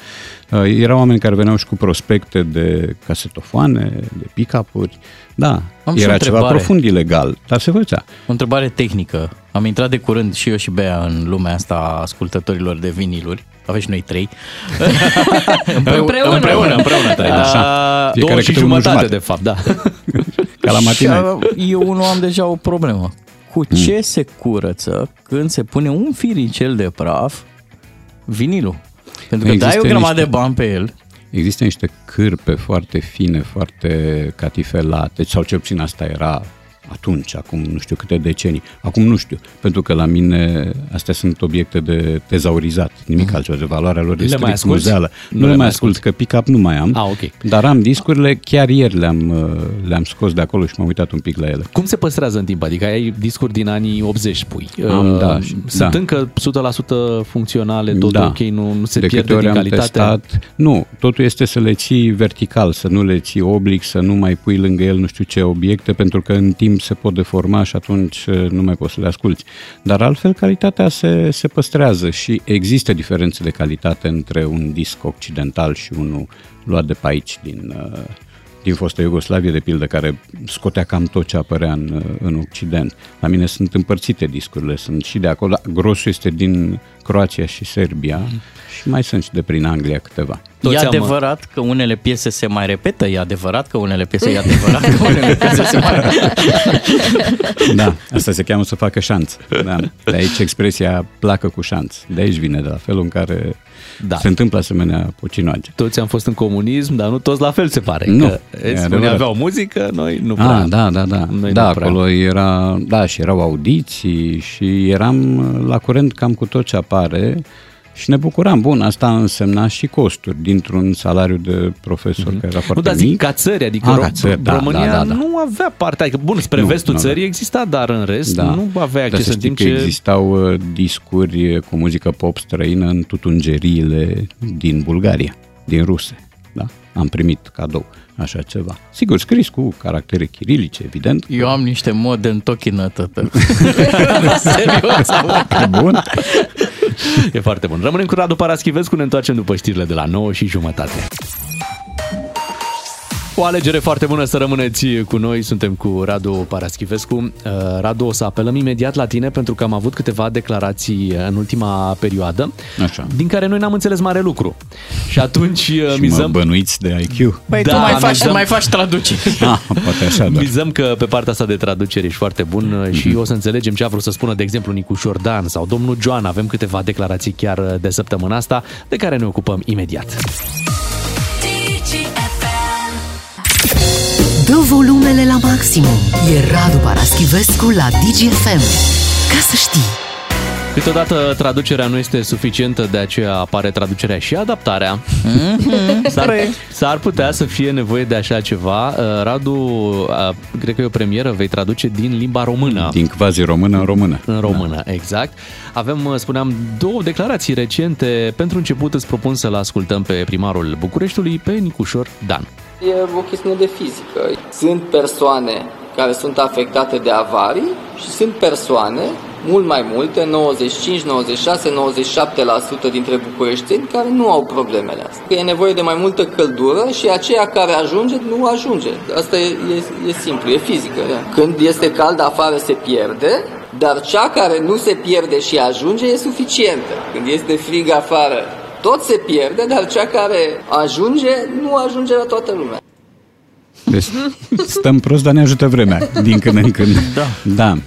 Speaker 24: Uh, erau oameni care veneau și cu prospecte de casetofoane, de pick-up-uri. Da,
Speaker 6: Am și o
Speaker 24: era ceva
Speaker 6: întrebare.
Speaker 24: profund ilegal, dar se făcea.
Speaker 6: O întrebare tehnică. Am intrat de curând și eu și Bea în lumea asta a ascultătorilor de viniluri. Avem și noi trei.
Speaker 4: Împreună.
Speaker 6: Împreună, împreună.
Speaker 4: Da, e așa.
Speaker 6: A,
Speaker 4: Fiecare
Speaker 6: două
Speaker 4: câte unul jumate. de fapt, da.
Speaker 24: Ca la matinal.
Speaker 6: Și, a, Eu nu am deja o problemă. Cu ce se curăță când se pune un firicel de praf vinilul? Pentru că dai o grămadă de bani pe el.
Speaker 24: Există niște cârpe foarte fine, foarte catifelate, sau cel puțin asta era atunci, acum nu știu câte decenii. Acum nu știu, pentru că la mine astea sunt obiecte de tezaurizat,
Speaker 6: Mhm.
Speaker 24: nimic altceva, de valoarea lor
Speaker 4: Le
Speaker 24: este
Speaker 4: mai
Speaker 24: strict
Speaker 4: asculți?
Speaker 24: muzeală.
Speaker 4: Nu
Speaker 24: Nu,
Speaker 4: le
Speaker 24: le
Speaker 4: mai
Speaker 24: mai ascult, că pick-up nu mai am,
Speaker 4: Ah, ok.
Speaker 24: dar am discurile, chiar ieri le-am, uh, le-am scos de acolo și m-am uitat un pic la ele.
Speaker 4: Cum se păstrează în timp? Adică ai discuri din anii 80, pui.
Speaker 24: Am,
Speaker 4: Uh,
Speaker 24: da,
Speaker 4: Sunt
Speaker 24: da.
Speaker 4: încă 100% funcționale, tot ok, nu, nu se
Speaker 24: de
Speaker 4: pierde
Speaker 24: câte ori
Speaker 4: din
Speaker 24: am
Speaker 4: calitate.
Speaker 24: testat, nu, totul este să le ții vertical, să nu le ții oblic, să nu mai pui lângă el nu știu ce obiecte, pentru că în timp se pot deforma și atunci eh, nu mai poți să le asculti. Dar altfel calitatea se, se păstrează și există diferențe de calitate între un disc occidental și unul luat de pe aici, din, eh, din fosta Iugoslavie, de pildă, care scotea cam tot ce apărea în, eh, în Occident. La mine sunt împărțite discurile, sunt și de acolo, dar grosul este din Croația și Serbia și mai sunt și de prin Anglia câteva.
Speaker 6: e adevărat că unele piese se mai repetă, e adevărat că unele piese, e adevărat că unele piese se mai
Speaker 24: Da, asta se cheamă să facă șanț. Da. De aici expresia placă cu șanț. De aici vine, de la felul în care
Speaker 4: Da.
Speaker 24: da. se întâmplă asemenea pucinoage.
Speaker 4: Toți am fost în comunism, dar nu toți la fel se pare.
Speaker 24: Nu,
Speaker 4: Că,
Speaker 24: e
Speaker 4: vezi, unii
Speaker 24: adevărat.
Speaker 4: aveau muzică, noi nu prea.
Speaker 24: Ah, da, da, da.
Speaker 4: Noi
Speaker 24: da,
Speaker 4: nu prea.
Speaker 24: acolo era, da, și erau audiții și eram la curent cam cu tot ce apare și ne bucuram. Bun, asta însemna și costuri dintr-un salariu de profesor mm-hmm. care era
Speaker 4: Mhm. Nu,
Speaker 24: foarte
Speaker 4: dar
Speaker 24: mic.
Speaker 4: zic ca țări, adică
Speaker 24: Ah,
Speaker 4: Ro-
Speaker 24: ca țări, da,
Speaker 4: România
Speaker 24: da, da, da.
Speaker 4: nu avea parte, adică bun, spre
Speaker 24: Nu,
Speaker 4: vestul
Speaker 24: nu avea.
Speaker 4: țării exista, dar în rest
Speaker 24: Da.
Speaker 4: nu avea
Speaker 24: Dar
Speaker 4: acces
Speaker 24: să
Speaker 4: în
Speaker 24: știi
Speaker 4: timp
Speaker 24: că
Speaker 4: ce...
Speaker 24: existau uh, discuri uh, cu muzică pop străină în tutungeriile din Bulgaria, din ruse. Da? Am primit cadou așa ceva. Sigur, scris cu caractere chirilice, evident.
Speaker 6: Eu am niște modem tochinătă. Serios, am
Speaker 24: Bun.
Speaker 4: E foarte bun. Rămânem cu Radu Paraschivescu, ne întoarcem după știrile de la 9 și jumătate. O alegere foarte bună să rămâneți cu noi, suntem cu Radu Paraschivescu. Uh, Radu, o să apelăm imediat la tine pentru că am avut câteva declarații uh, în ultima perioadă,
Speaker 24: Așa.
Speaker 4: din care noi n-am înțeles mare lucru. Și atunci uh, mizăm...
Speaker 24: bănuiți de IQ.
Speaker 6: Păi da, tu mai faci, mai faci traduceri.
Speaker 24: Ah, poate așa, Mhm. doar.
Speaker 4: Mizăm că pe partea asta de traducere ești foarte bun uh, și o să înțelegem ce a vrut să spună, de exemplu, Nicu Șordan sau domnul Joan. Avem câteva declarații chiar uh, de săptămâna asta, de care ne ocupăm imediat.
Speaker 1: Dă volumele la maximum. E Radu Paraschivescu la DGFM. Ca să știi.
Speaker 4: Câteodată traducerea nu este suficientă, de aceea apare traducerea și adaptarea.
Speaker 24: Mhm.
Speaker 9: Exact.
Speaker 4: S-ar, s-ar putea să fie nevoie de așa ceva. Uh, Radu, uh, cred că e o premieră, vei traduce din limba română.
Speaker 24: Din quasi română în română.
Speaker 4: În română, da. exact. Avem, uh, spuneam, două declarații recente. Pentru început îți propun să-l ascultăm pe primarul Bucureștiului, pe Nicușor Dan.
Speaker 13: E o chestiune de fizică. Sunt persoane care sunt afectate de avarii și sunt persoane, mult mai multe, 95, 96, 97% dintre bucureșteni care nu au problemele astea. Că e nevoie de mai multă căldură și aceea care ajunge nu ajunge. Asta e, e, e simplu, e fizică. Da. Când este cald afară se pierde, dar cea care nu se pierde și ajunge e suficientă. Când este frig afară tot se pierde, dar cea care ajunge nu ajunge la toată lumea.
Speaker 24: Deci stăm prost, dar ne ajută vremea din când în când. Da. da.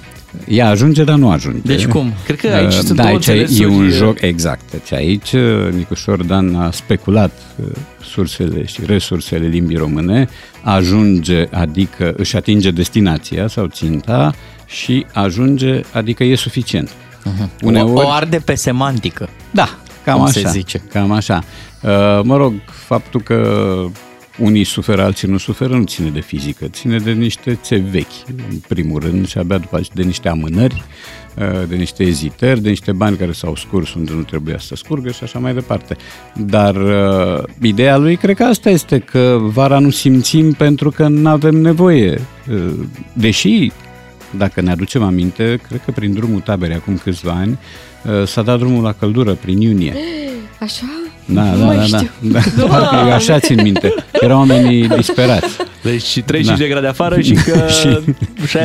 Speaker 24: Ea ajunge, dar nu ajunge.
Speaker 6: Deci cum? Cred că aici
Speaker 24: Uh,
Speaker 6: sunt
Speaker 24: da,
Speaker 6: două
Speaker 24: aici e
Speaker 6: înțelesuri.
Speaker 24: un joc, exact. Deci aici uh, Nicușor Dan a speculat uh, sursele și resursele limbii române, ajunge, adică își atinge destinația sau ținta și ajunge, adică e suficient.
Speaker 6: O- Mhm. o arde pe semantică.
Speaker 24: Da, cam
Speaker 6: Cum
Speaker 24: așa.
Speaker 6: se zice.
Speaker 24: Cam așa. Uh, Mă rog, faptul că unii suferă, alții nu suferă, nu ține de fizică, ține de niște țevi vechi, în primul rând, și abia după aceea de niște amânări, uh, de niște ezitări, de niște bani care s-au scurs unde nu trebuia să scurgă și așa mai departe. Dar uh, ideea lui, cred că asta este, că vara nu simțim pentru că nu avem nevoie. Uh, Deși dacă ne aducem aminte, cred că prin drumul taberei acum câțiva ani uh, s-a dat drumul la căldură prin iunie.
Speaker 5: Așa?
Speaker 24: Da,
Speaker 5: Nu
Speaker 24: da,
Speaker 5: mai
Speaker 24: da, da,
Speaker 5: știu.
Speaker 24: da. Parcă eu
Speaker 5: Doamne!
Speaker 24: așa țin minte. Erau oamenii disperați. Da.
Speaker 4: Deci și 35 de grade afară și încă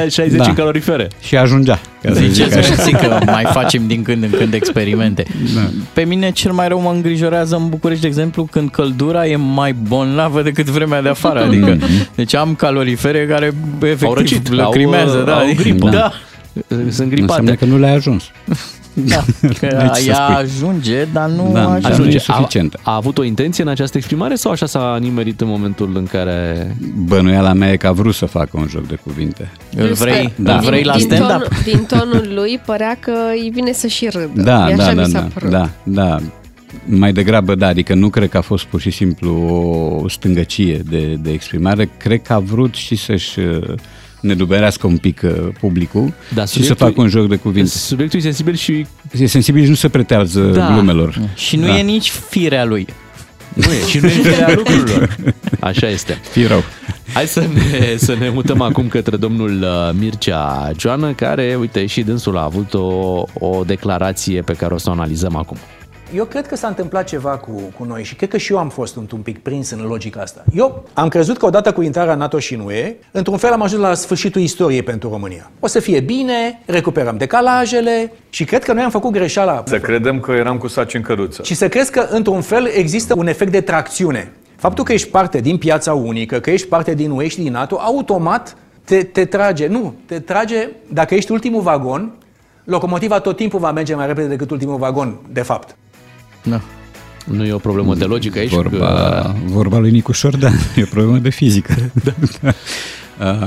Speaker 4: 60 în calorifere.
Speaker 24: Și ajungea. ca să
Speaker 6: Ziceți
Speaker 24: zic așa.
Speaker 6: mersi că mai facem din când în când experimente. Da. Pe mine cel mai rău mă îngrijorează în București, de exemplu, când căldura e mai bolnavă decât vremea de afară. Adică, deci am calorifere care efectiv
Speaker 4: răcit,
Speaker 6: lăcrimează.
Speaker 4: au,
Speaker 6: da,
Speaker 4: au
Speaker 6: adică-
Speaker 4: gripă.
Speaker 6: Da.
Speaker 4: Sunt
Speaker 24: Înseamnă
Speaker 4: gripate.
Speaker 24: că nu le-ai ajuns.
Speaker 6: Da. Că
Speaker 4: Deci să
Speaker 6: ea
Speaker 4: spui.
Speaker 6: ajunge, dar nu
Speaker 4: Da,
Speaker 6: ajunge.
Speaker 4: ajunge.
Speaker 6: A-
Speaker 4: A, a avut o intenție în această exprimare sau așa s-a nimerit în momentul în care...
Speaker 24: Bănuiala mea e că a vrut să facă un joc de cuvinte. Da.
Speaker 6: Îl vrei-
Speaker 5: Din- din Tonul, din tonul lui părea că îi vine să și râdă.
Speaker 24: Da,
Speaker 5: E așa
Speaker 24: da,
Speaker 5: mi
Speaker 24: da,
Speaker 5: s-a
Speaker 24: da,
Speaker 5: părut.
Speaker 24: da, da. Mai degrabă, da, adică nu cred că a fost pur și simplu o stângăcie de, de exprimare, cred că a vrut și să-și uh, neduberească un pic uh, publicul
Speaker 4: Da,
Speaker 24: și să facă un joc de cuvinte.
Speaker 4: Subiectul e sensibil și...
Speaker 24: E sensibil și nu se pretează
Speaker 4: Da.
Speaker 24: glumelor.
Speaker 6: Și nu
Speaker 24: da.
Speaker 6: e nici firea lui.
Speaker 4: Nu e, și nu e firea lucrurilor. Așa este.
Speaker 24: Firau.
Speaker 4: Hai să ne, să ne mutăm acum către domnul uh, Mircea Joană, care, uite, și dânsul a avut o, o declarație pe care o să o analizăm acum.
Speaker 10: Eu cred că s-a întâmplat ceva cu, cu noi și cred că și eu am fost un, un pic prins în logica asta. Eu am crezut că odată cu intrarea în NATO și în UE, într-un fel am ajuns la sfârșitul istoriei pentru România. O să fie bine, recuperăm decalajele și cred că noi am făcut greșeala.
Speaker 25: Să credem că eram cu saci în căruță.
Speaker 10: Și să crezi că, într-un fel, există un efect de tracțiune. Faptul că ești parte din piața unică, că ești parte din UE și din NATO, automat te, te trage. Nu, te trage, dacă ești ultimul vagon, locomotiva tot timpul va merge mai repede decât ultimul vagon, de fapt.
Speaker 4: Da. Nu e o problemă de logică aici.
Speaker 24: Vorba,
Speaker 4: Că...
Speaker 24: Da, vorba lui Nicușor, da, e o problemă de fizică. Da.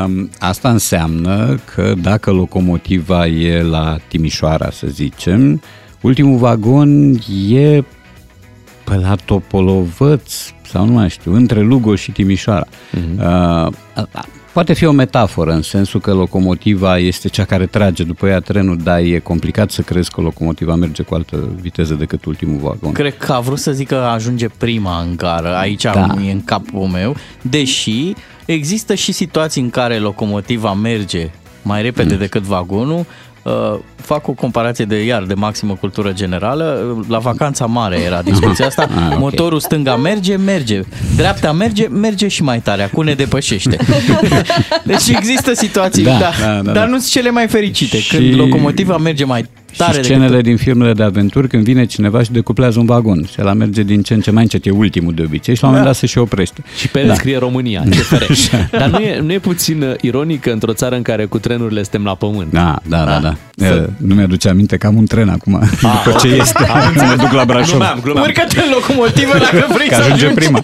Speaker 24: Um, Asta înseamnă că dacă locomotiva e la Timișoara, să zicem, ultimul vagon e pe la Topolovăț sau nu mai știu, între Lugo și Timișoara.
Speaker 6: Mhm.
Speaker 24: Uh, a- a- Poate fi o metaforă în sensul că locomotiva este cea care trage după ea trenul, dar e complicat să crezi că locomotiva merge cu altă viteză decât ultimul vagon.
Speaker 6: Cred că a vrut să zic că ajunge prima în gară, aici da.
Speaker 24: Da.
Speaker 6: e în capul meu, deși există și situații în care locomotiva merge mai repede decât vagonul. Uh, fac o comparație de iar de maximă cultură generală. Uh, La vacanța mare era discuția asta.
Speaker 24: Ah, ok.
Speaker 6: Motorul stânga merge, merge. Dreapta merge, merge și mai tare. Acum ne depășește. Deci există situații, da, da, da, da, dar nu sunt cele mai fericite. Și... Când
Speaker 24: Și-
Speaker 6: locomotiva merge mai tare
Speaker 24: și
Speaker 6: decât
Speaker 24: scenele din filmele de aventuri când vine cineva și decuplează un vagon și la merge din ce în ce mai încet, e ultimul de obicei și la un moment
Speaker 4: Da.
Speaker 24: dat se și oprește.
Speaker 4: Și pe el da. scrie România, CFR. Dar nu e, nu e puțin uh, ironic că într-o țară în care cu trenurile suntem la pământ.
Speaker 24: Da, da, da, da.
Speaker 4: Să- Ah.
Speaker 24: E, Nu mi-aduce aminte că am un tren acum, după ce este.
Speaker 4: Am
Speaker 24: Mă duc la Brașov.
Speaker 4: Glumeam, glumeam.
Speaker 6: Urcă-te în locomotivă dacă vrei
Speaker 24: Că
Speaker 6: să
Speaker 24: ajunge
Speaker 6: ajungi.
Speaker 24: prima.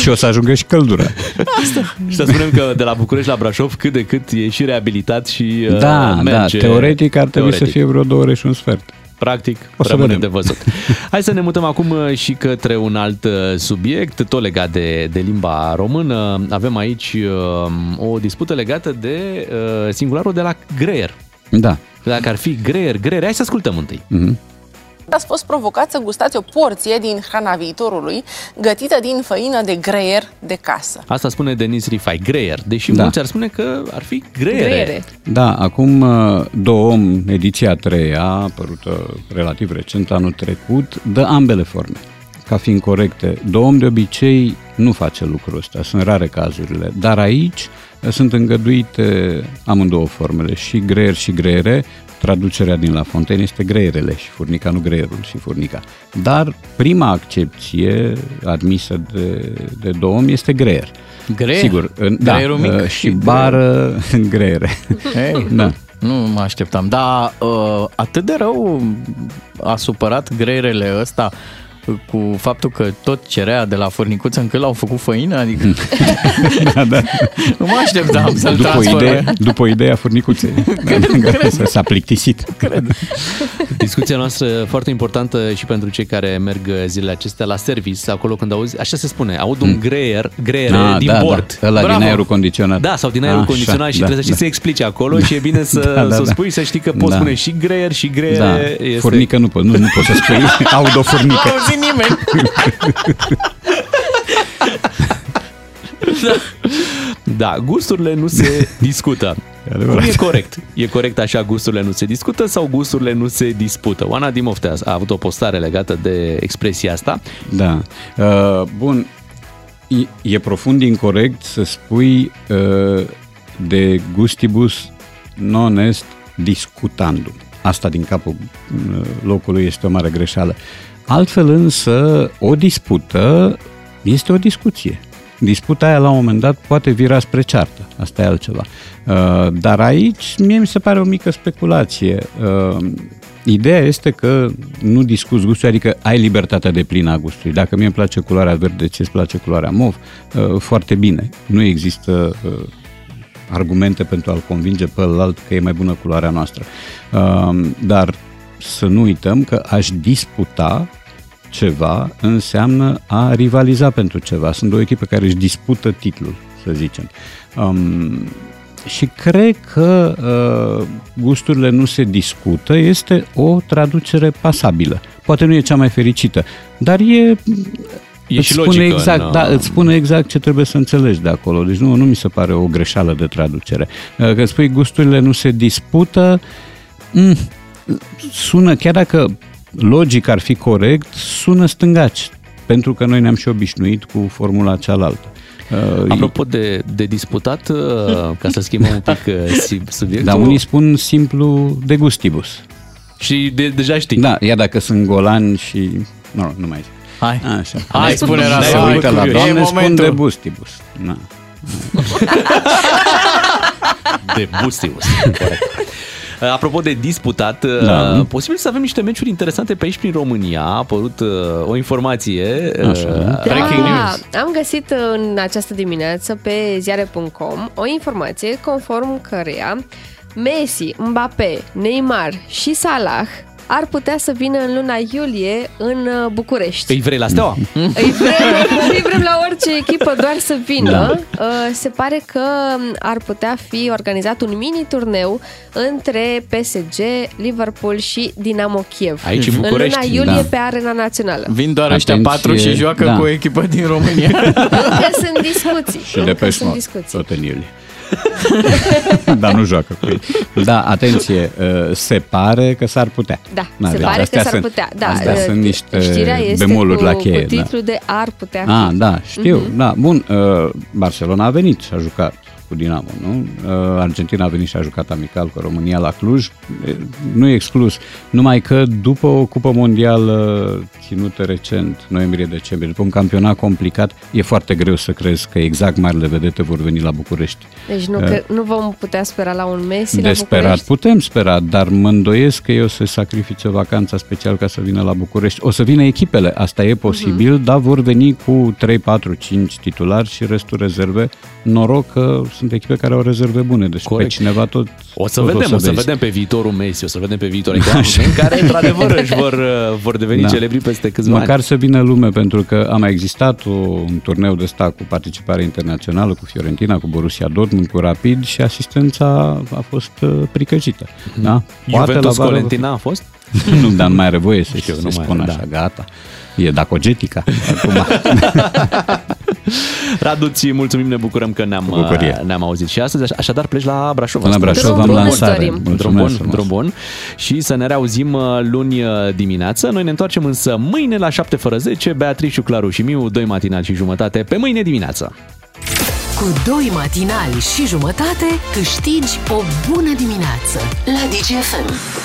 Speaker 24: și o să ajungă și căldura.
Speaker 4: Și să spunem că de la București la Brașov cât de cât e și reabilitat și uh,
Speaker 24: Da, da,
Speaker 4: merge.
Speaker 24: teoretic ar trebui să fie e vreo două ore și un sfert.
Speaker 4: Practic,
Speaker 24: O să
Speaker 4: rămâne
Speaker 24: vedem.
Speaker 4: de văzut. Hai să ne mutăm acum uh, și către un alt uh, subiect, tot legat de, de limba română. Avem aici uh, o dispută legată de uh, singularul de la greier.
Speaker 24: Da.
Speaker 4: Dacă ar fi greier, greier, hai să ascultăm întâi.
Speaker 24: Mm-hmm.
Speaker 3: Ați fost provocat să gustați o porție din hrana viitorului, gătită din făină de greier de casă.
Speaker 4: Asta spune Denis Rifai, greier, deși da.
Speaker 24: Da.
Speaker 4: mulți ar spune că ar fi greiere.
Speaker 3: Greiere.
Speaker 24: Da, acum uh, două om, ediția a treia, apărută relativ recent anul trecut, dă ambele forme ca fiind corecte. Două om de obicei nu face lucrul ăsta, sunt rare cazurile, dar aici uh, sunt îngăduite amândouă formele, și greier și greiere, traducerea din la Fontaine este greierele și furnica, nu greierul și furnica. Dar prima accepție admisă de, de două om este greier.
Speaker 6: Greier?
Speaker 24: Sigur, în- da,
Speaker 6: Greierul mic?
Speaker 24: uh, și bară în greiere.
Speaker 6: Ei,
Speaker 24: da.
Speaker 6: Nu mă așteptam, dar uh, atât de rău a supărat greierele ăsta cu faptul că tot cerea de la furnicuță încât l-au făcut făină, adică
Speaker 24: da, da.
Speaker 6: nu mă așteptam să-l
Speaker 24: după,
Speaker 6: transforme.
Speaker 24: idee, după ideea furnicuței. Da, S-a plictisit.
Speaker 4: Discuția noastră foarte importantă și pentru cei care merg zilele acestea la service, acolo când auzi, așa se spune, aud un greier, greier
Speaker 24: Hmm. Ah,
Speaker 4: din
Speaker 24: da,
Speaker 4: bord.
Speaker 24: da, ăla din aerul condiționat.
Speaker 4: Da, sau din aerul
Speaker 24: Așa,
Speaker 4: condiționat și
Speaker 24: da,
Speaker 4: trebuie să știi
Speaker 24: da.
Speaker 4: să explici acolo și e bine să,
Speaker 24: Da, da,
Speaker 4: să
Speaker 24: da.
Speaker 4: spui, să știi că poți
Speaker 24: Da.
Speaker 4: spune și greier și greier.
Speaker 24: Da,
Speaker 4: este-
Speaker 24: furnică nu, po- nu, nu poți să spui, aud o
Speaker 6: Nu
Speaker 24: furnică.
Speaker 6: a auzit nimeni.
Speaker 4: Da, gusturile nu se discută.
Speaker 24: E
Speaker 4: Cum
Speaker 24: adevărat.
Speaker 4: e corect? E corect așa, gusturile nu se discută sau gusturile nu se dispută? Oana Dimoftea a avut o postare legată de expresia asta.
Speaker 24: Da. Uh, bun, E- e profund incorrect să spui uh, de gustibus non est discutandum. Asta din capul uh, locului este o mare greșeală. Altfel însă, o dispută este o discuție. Disputa aia la un moment dat poate vira spre ceartă, asta e altceva. Uh, Dar aici mie mi se pare o mică speculație. Uh, Ideea este că nu discuți gustul, adică ai libertatea de plină a gustului. Dacă mie îmi place culoarea verde, ți îți place culoarea mov, uh, foarte bine. Nu există uh, argumente pentru a-l convinge pe ălalt că e mai bună culoarea noastră. Uh, Dar să nu uităm că aș disputa ceva înseamnă a rivaliza pentru ceva. Sunt două echipe care își dispută titlul, să zicem. Um, și cred că uh, gusturile nu se discută este o traducere pasabilă. Poate nu e cea mai fericită, dar e...
Speaker 4: E
Speaker 24: îți
Speaker 4: și
Speaker 24: spune
Speaker 4: logică
Speaker 24: exact,
Speaker 4: în,
Speaker 24: da,
Speaker 4: uh,
Speaker 24: îți spune exact ce trebuie să înțelegi de acolo. Deci nu, nu mi se pare o greșeală de traducere. Uh, Că spui gusturile nu se dispută, mm, sună, chiar dacă logic ar fi corect, sună stângaci, pentru că noi ne-am și obișnuit cu formula cealaltă. Uh,
Speaker 4: Apropo de, de disputat, uh, ca să schimbăm un pic uh, si- subiectul,
Speaker 24: dar unii spun simplu de gustibus.
Speaker 4: Și de, deja știi.
Speaker 24: Da, iar dacă sunt golani și... Nu, nu mai zic.
Speaker 6: Hai.
Speaker 24: Așa.
Speaker 6: Hai, spune, Radu,
Speaker 24: Se
Speaker 6: hai,
Speaker 24: uită la
Speaker 6: curios. E
Speaker 24: doamne, spun
Speaker 6: momentul.
Speaker 24: de bustibus. Na.
Speaker 4: de Bustius. Corect. Uh, Apropo de disputat, da.
Speaker 24: Da.
Speaker 4: posibil să avem niște meciuri interesante pe aici prin România. A apărut uh, o informație. uh,
Speaker 24: Așa.
Speaker 4: Breaking news.
Speaker 5: Am găsit în această dimineață pe ziare.com o informație conform căreia Messi, Mbappé, Neymar și Salah ar putea să vină în luna iulie în uh, București.
Speaker 4: Îi vrei la steaua?
Speaker 5: Îi vrem, îi vrem la orice echipă doar să vină. Da. Se pare că ar putea fi organizat un mini-turneu între PSG, Liverpool și Dinamo Kiev.
Speaker 6: Aici, în București.
Speaker 5: În luna iulie
Speaker 6: Da.
Speaker 5: pe Arena Națională.
Speaker 6: Vin doar ăștia
Speaker 24: Atenție,
Speaker 6: patru și joacă
Speaker 24: da.
Speaker 6: cu o echipă din România.
Speaker 5: Încă sunt discuții.
Speaker 24: Și
Speaker 5: Încă
Speaker 24: de pe
Speaker 5: sunt discuții.
Speaker 24: tot în iulie. Dar nu joacă cu ei. Da, atenție, uh, se pare că s-ar putea.
Speaker 5: Da,
Speaker 24: Na,
Speaker 5: se
Speaker 24: deci
Speaker 5: pare că
Speaker 24: astea
Speaker 5: s-ar
Speaker 24: sunt-
Speaker 5: putea. Da,
Speaker 24: astea
Speaker 5: uh,
Speaker 24: sunt niște
Speaker 5: Știrea este
Speaker 24: bemoluri
Speaker 5: cu,
Speaker 24: la cheie.
Speaker 5: cu
Speaker 24: da.
Speaker 5: titlul de ar putea fi.
Speaker 24: Ah, da, știu,
Speaker 5: Mhm.
Speaker 24: mm-hmm. da, bun, uh, Barcelona a venit și a jucat cu Dinamo, nu? Uh, Argentina a venit și a jucat amical cu România la Cluj, E, nu e exclus, numai că după o cupă mondială ținută recent, noiembrie-decembrie, după un campionat complicat, e foarte greu să crezi că exact marile vedete vor veni la București.
Speaker 5: Deci nu,
Speaker 24: Uh,
Speaker 5: că, nu vom putea spera la un Messi la
Speaker 24: de sperat,
Speaker 5: București.
Speaker 24: putem spera, dar mă îndoiesc că eu să sacrifice vacanța special ca să vină la București. O să vină echipele, asta e
Speaker 5: Mhm.
Speaker 24: posibil, dar vor veni cu 3, 4, 5 titulari și restul rezerve. Noroc că sunt echipe care au rezerve bune, deci Corect. pe cineva tot
Speaker 4: O să vedem, o să,
Speaker 24: vezi.
Speaker 4: vedem pe viitorul Messi, o să vedem pe viitorul oameni care, într-adevăr, își vor, uh, vor deveni
Speaker 24: Da.
Speaker 4: celebri peste câțiva
Speaker 24: Măcar
Speaker 4: ani.
Speaker 24: să vină lume, pentru că a mai existat o, un turneu de sta cu participare internațională, cu Fiorentina, cu Borussia Dortmund, cu Rapid și asistența a fost uh, pricăjită. Da?
Speaker 4: Mhm. Juventus
Speaker 24: vară-
Speaker 4: Colentina a fost?
Speaker 24: nu, dar nu mai are voie să știu,
Speaker 4: nu
Speaker 24: nu
Speaker 4: mai
Speaker 24: spun
Speaker 4: are, da.
Speaker 24: așa, gata. E dacogetica. Acum.
Speaker 4: Radu, ți mulțumim, ne bucurăm că ne-am, uh,
Speaker 24: bucurie.
Speaker 4: ne-am auzit și astăzi. Aș- Așadar, pleci la Brașov.
Speaker 24: La
Speaker 4: astăzi.
Speaker 24: Brașov Drum am bun, lansare. îți dorim.
Speaker 4: Drum
Speaker 24: Mulțumesc
Speaker 4: bun,
Speaker 24: frumos.
Speaker 4: drum bun. Și să ne reauzim uh, luni uh, dimineață. Noi ne întoarcem însă mâine la 7 fără 10. Beatrice, Claru și Miu, 2 matinal și jumătate, pe mâine dimineață.
Speaker 1: Cu doi matinali și jumătate câștigi o bună dimineață la DGFM.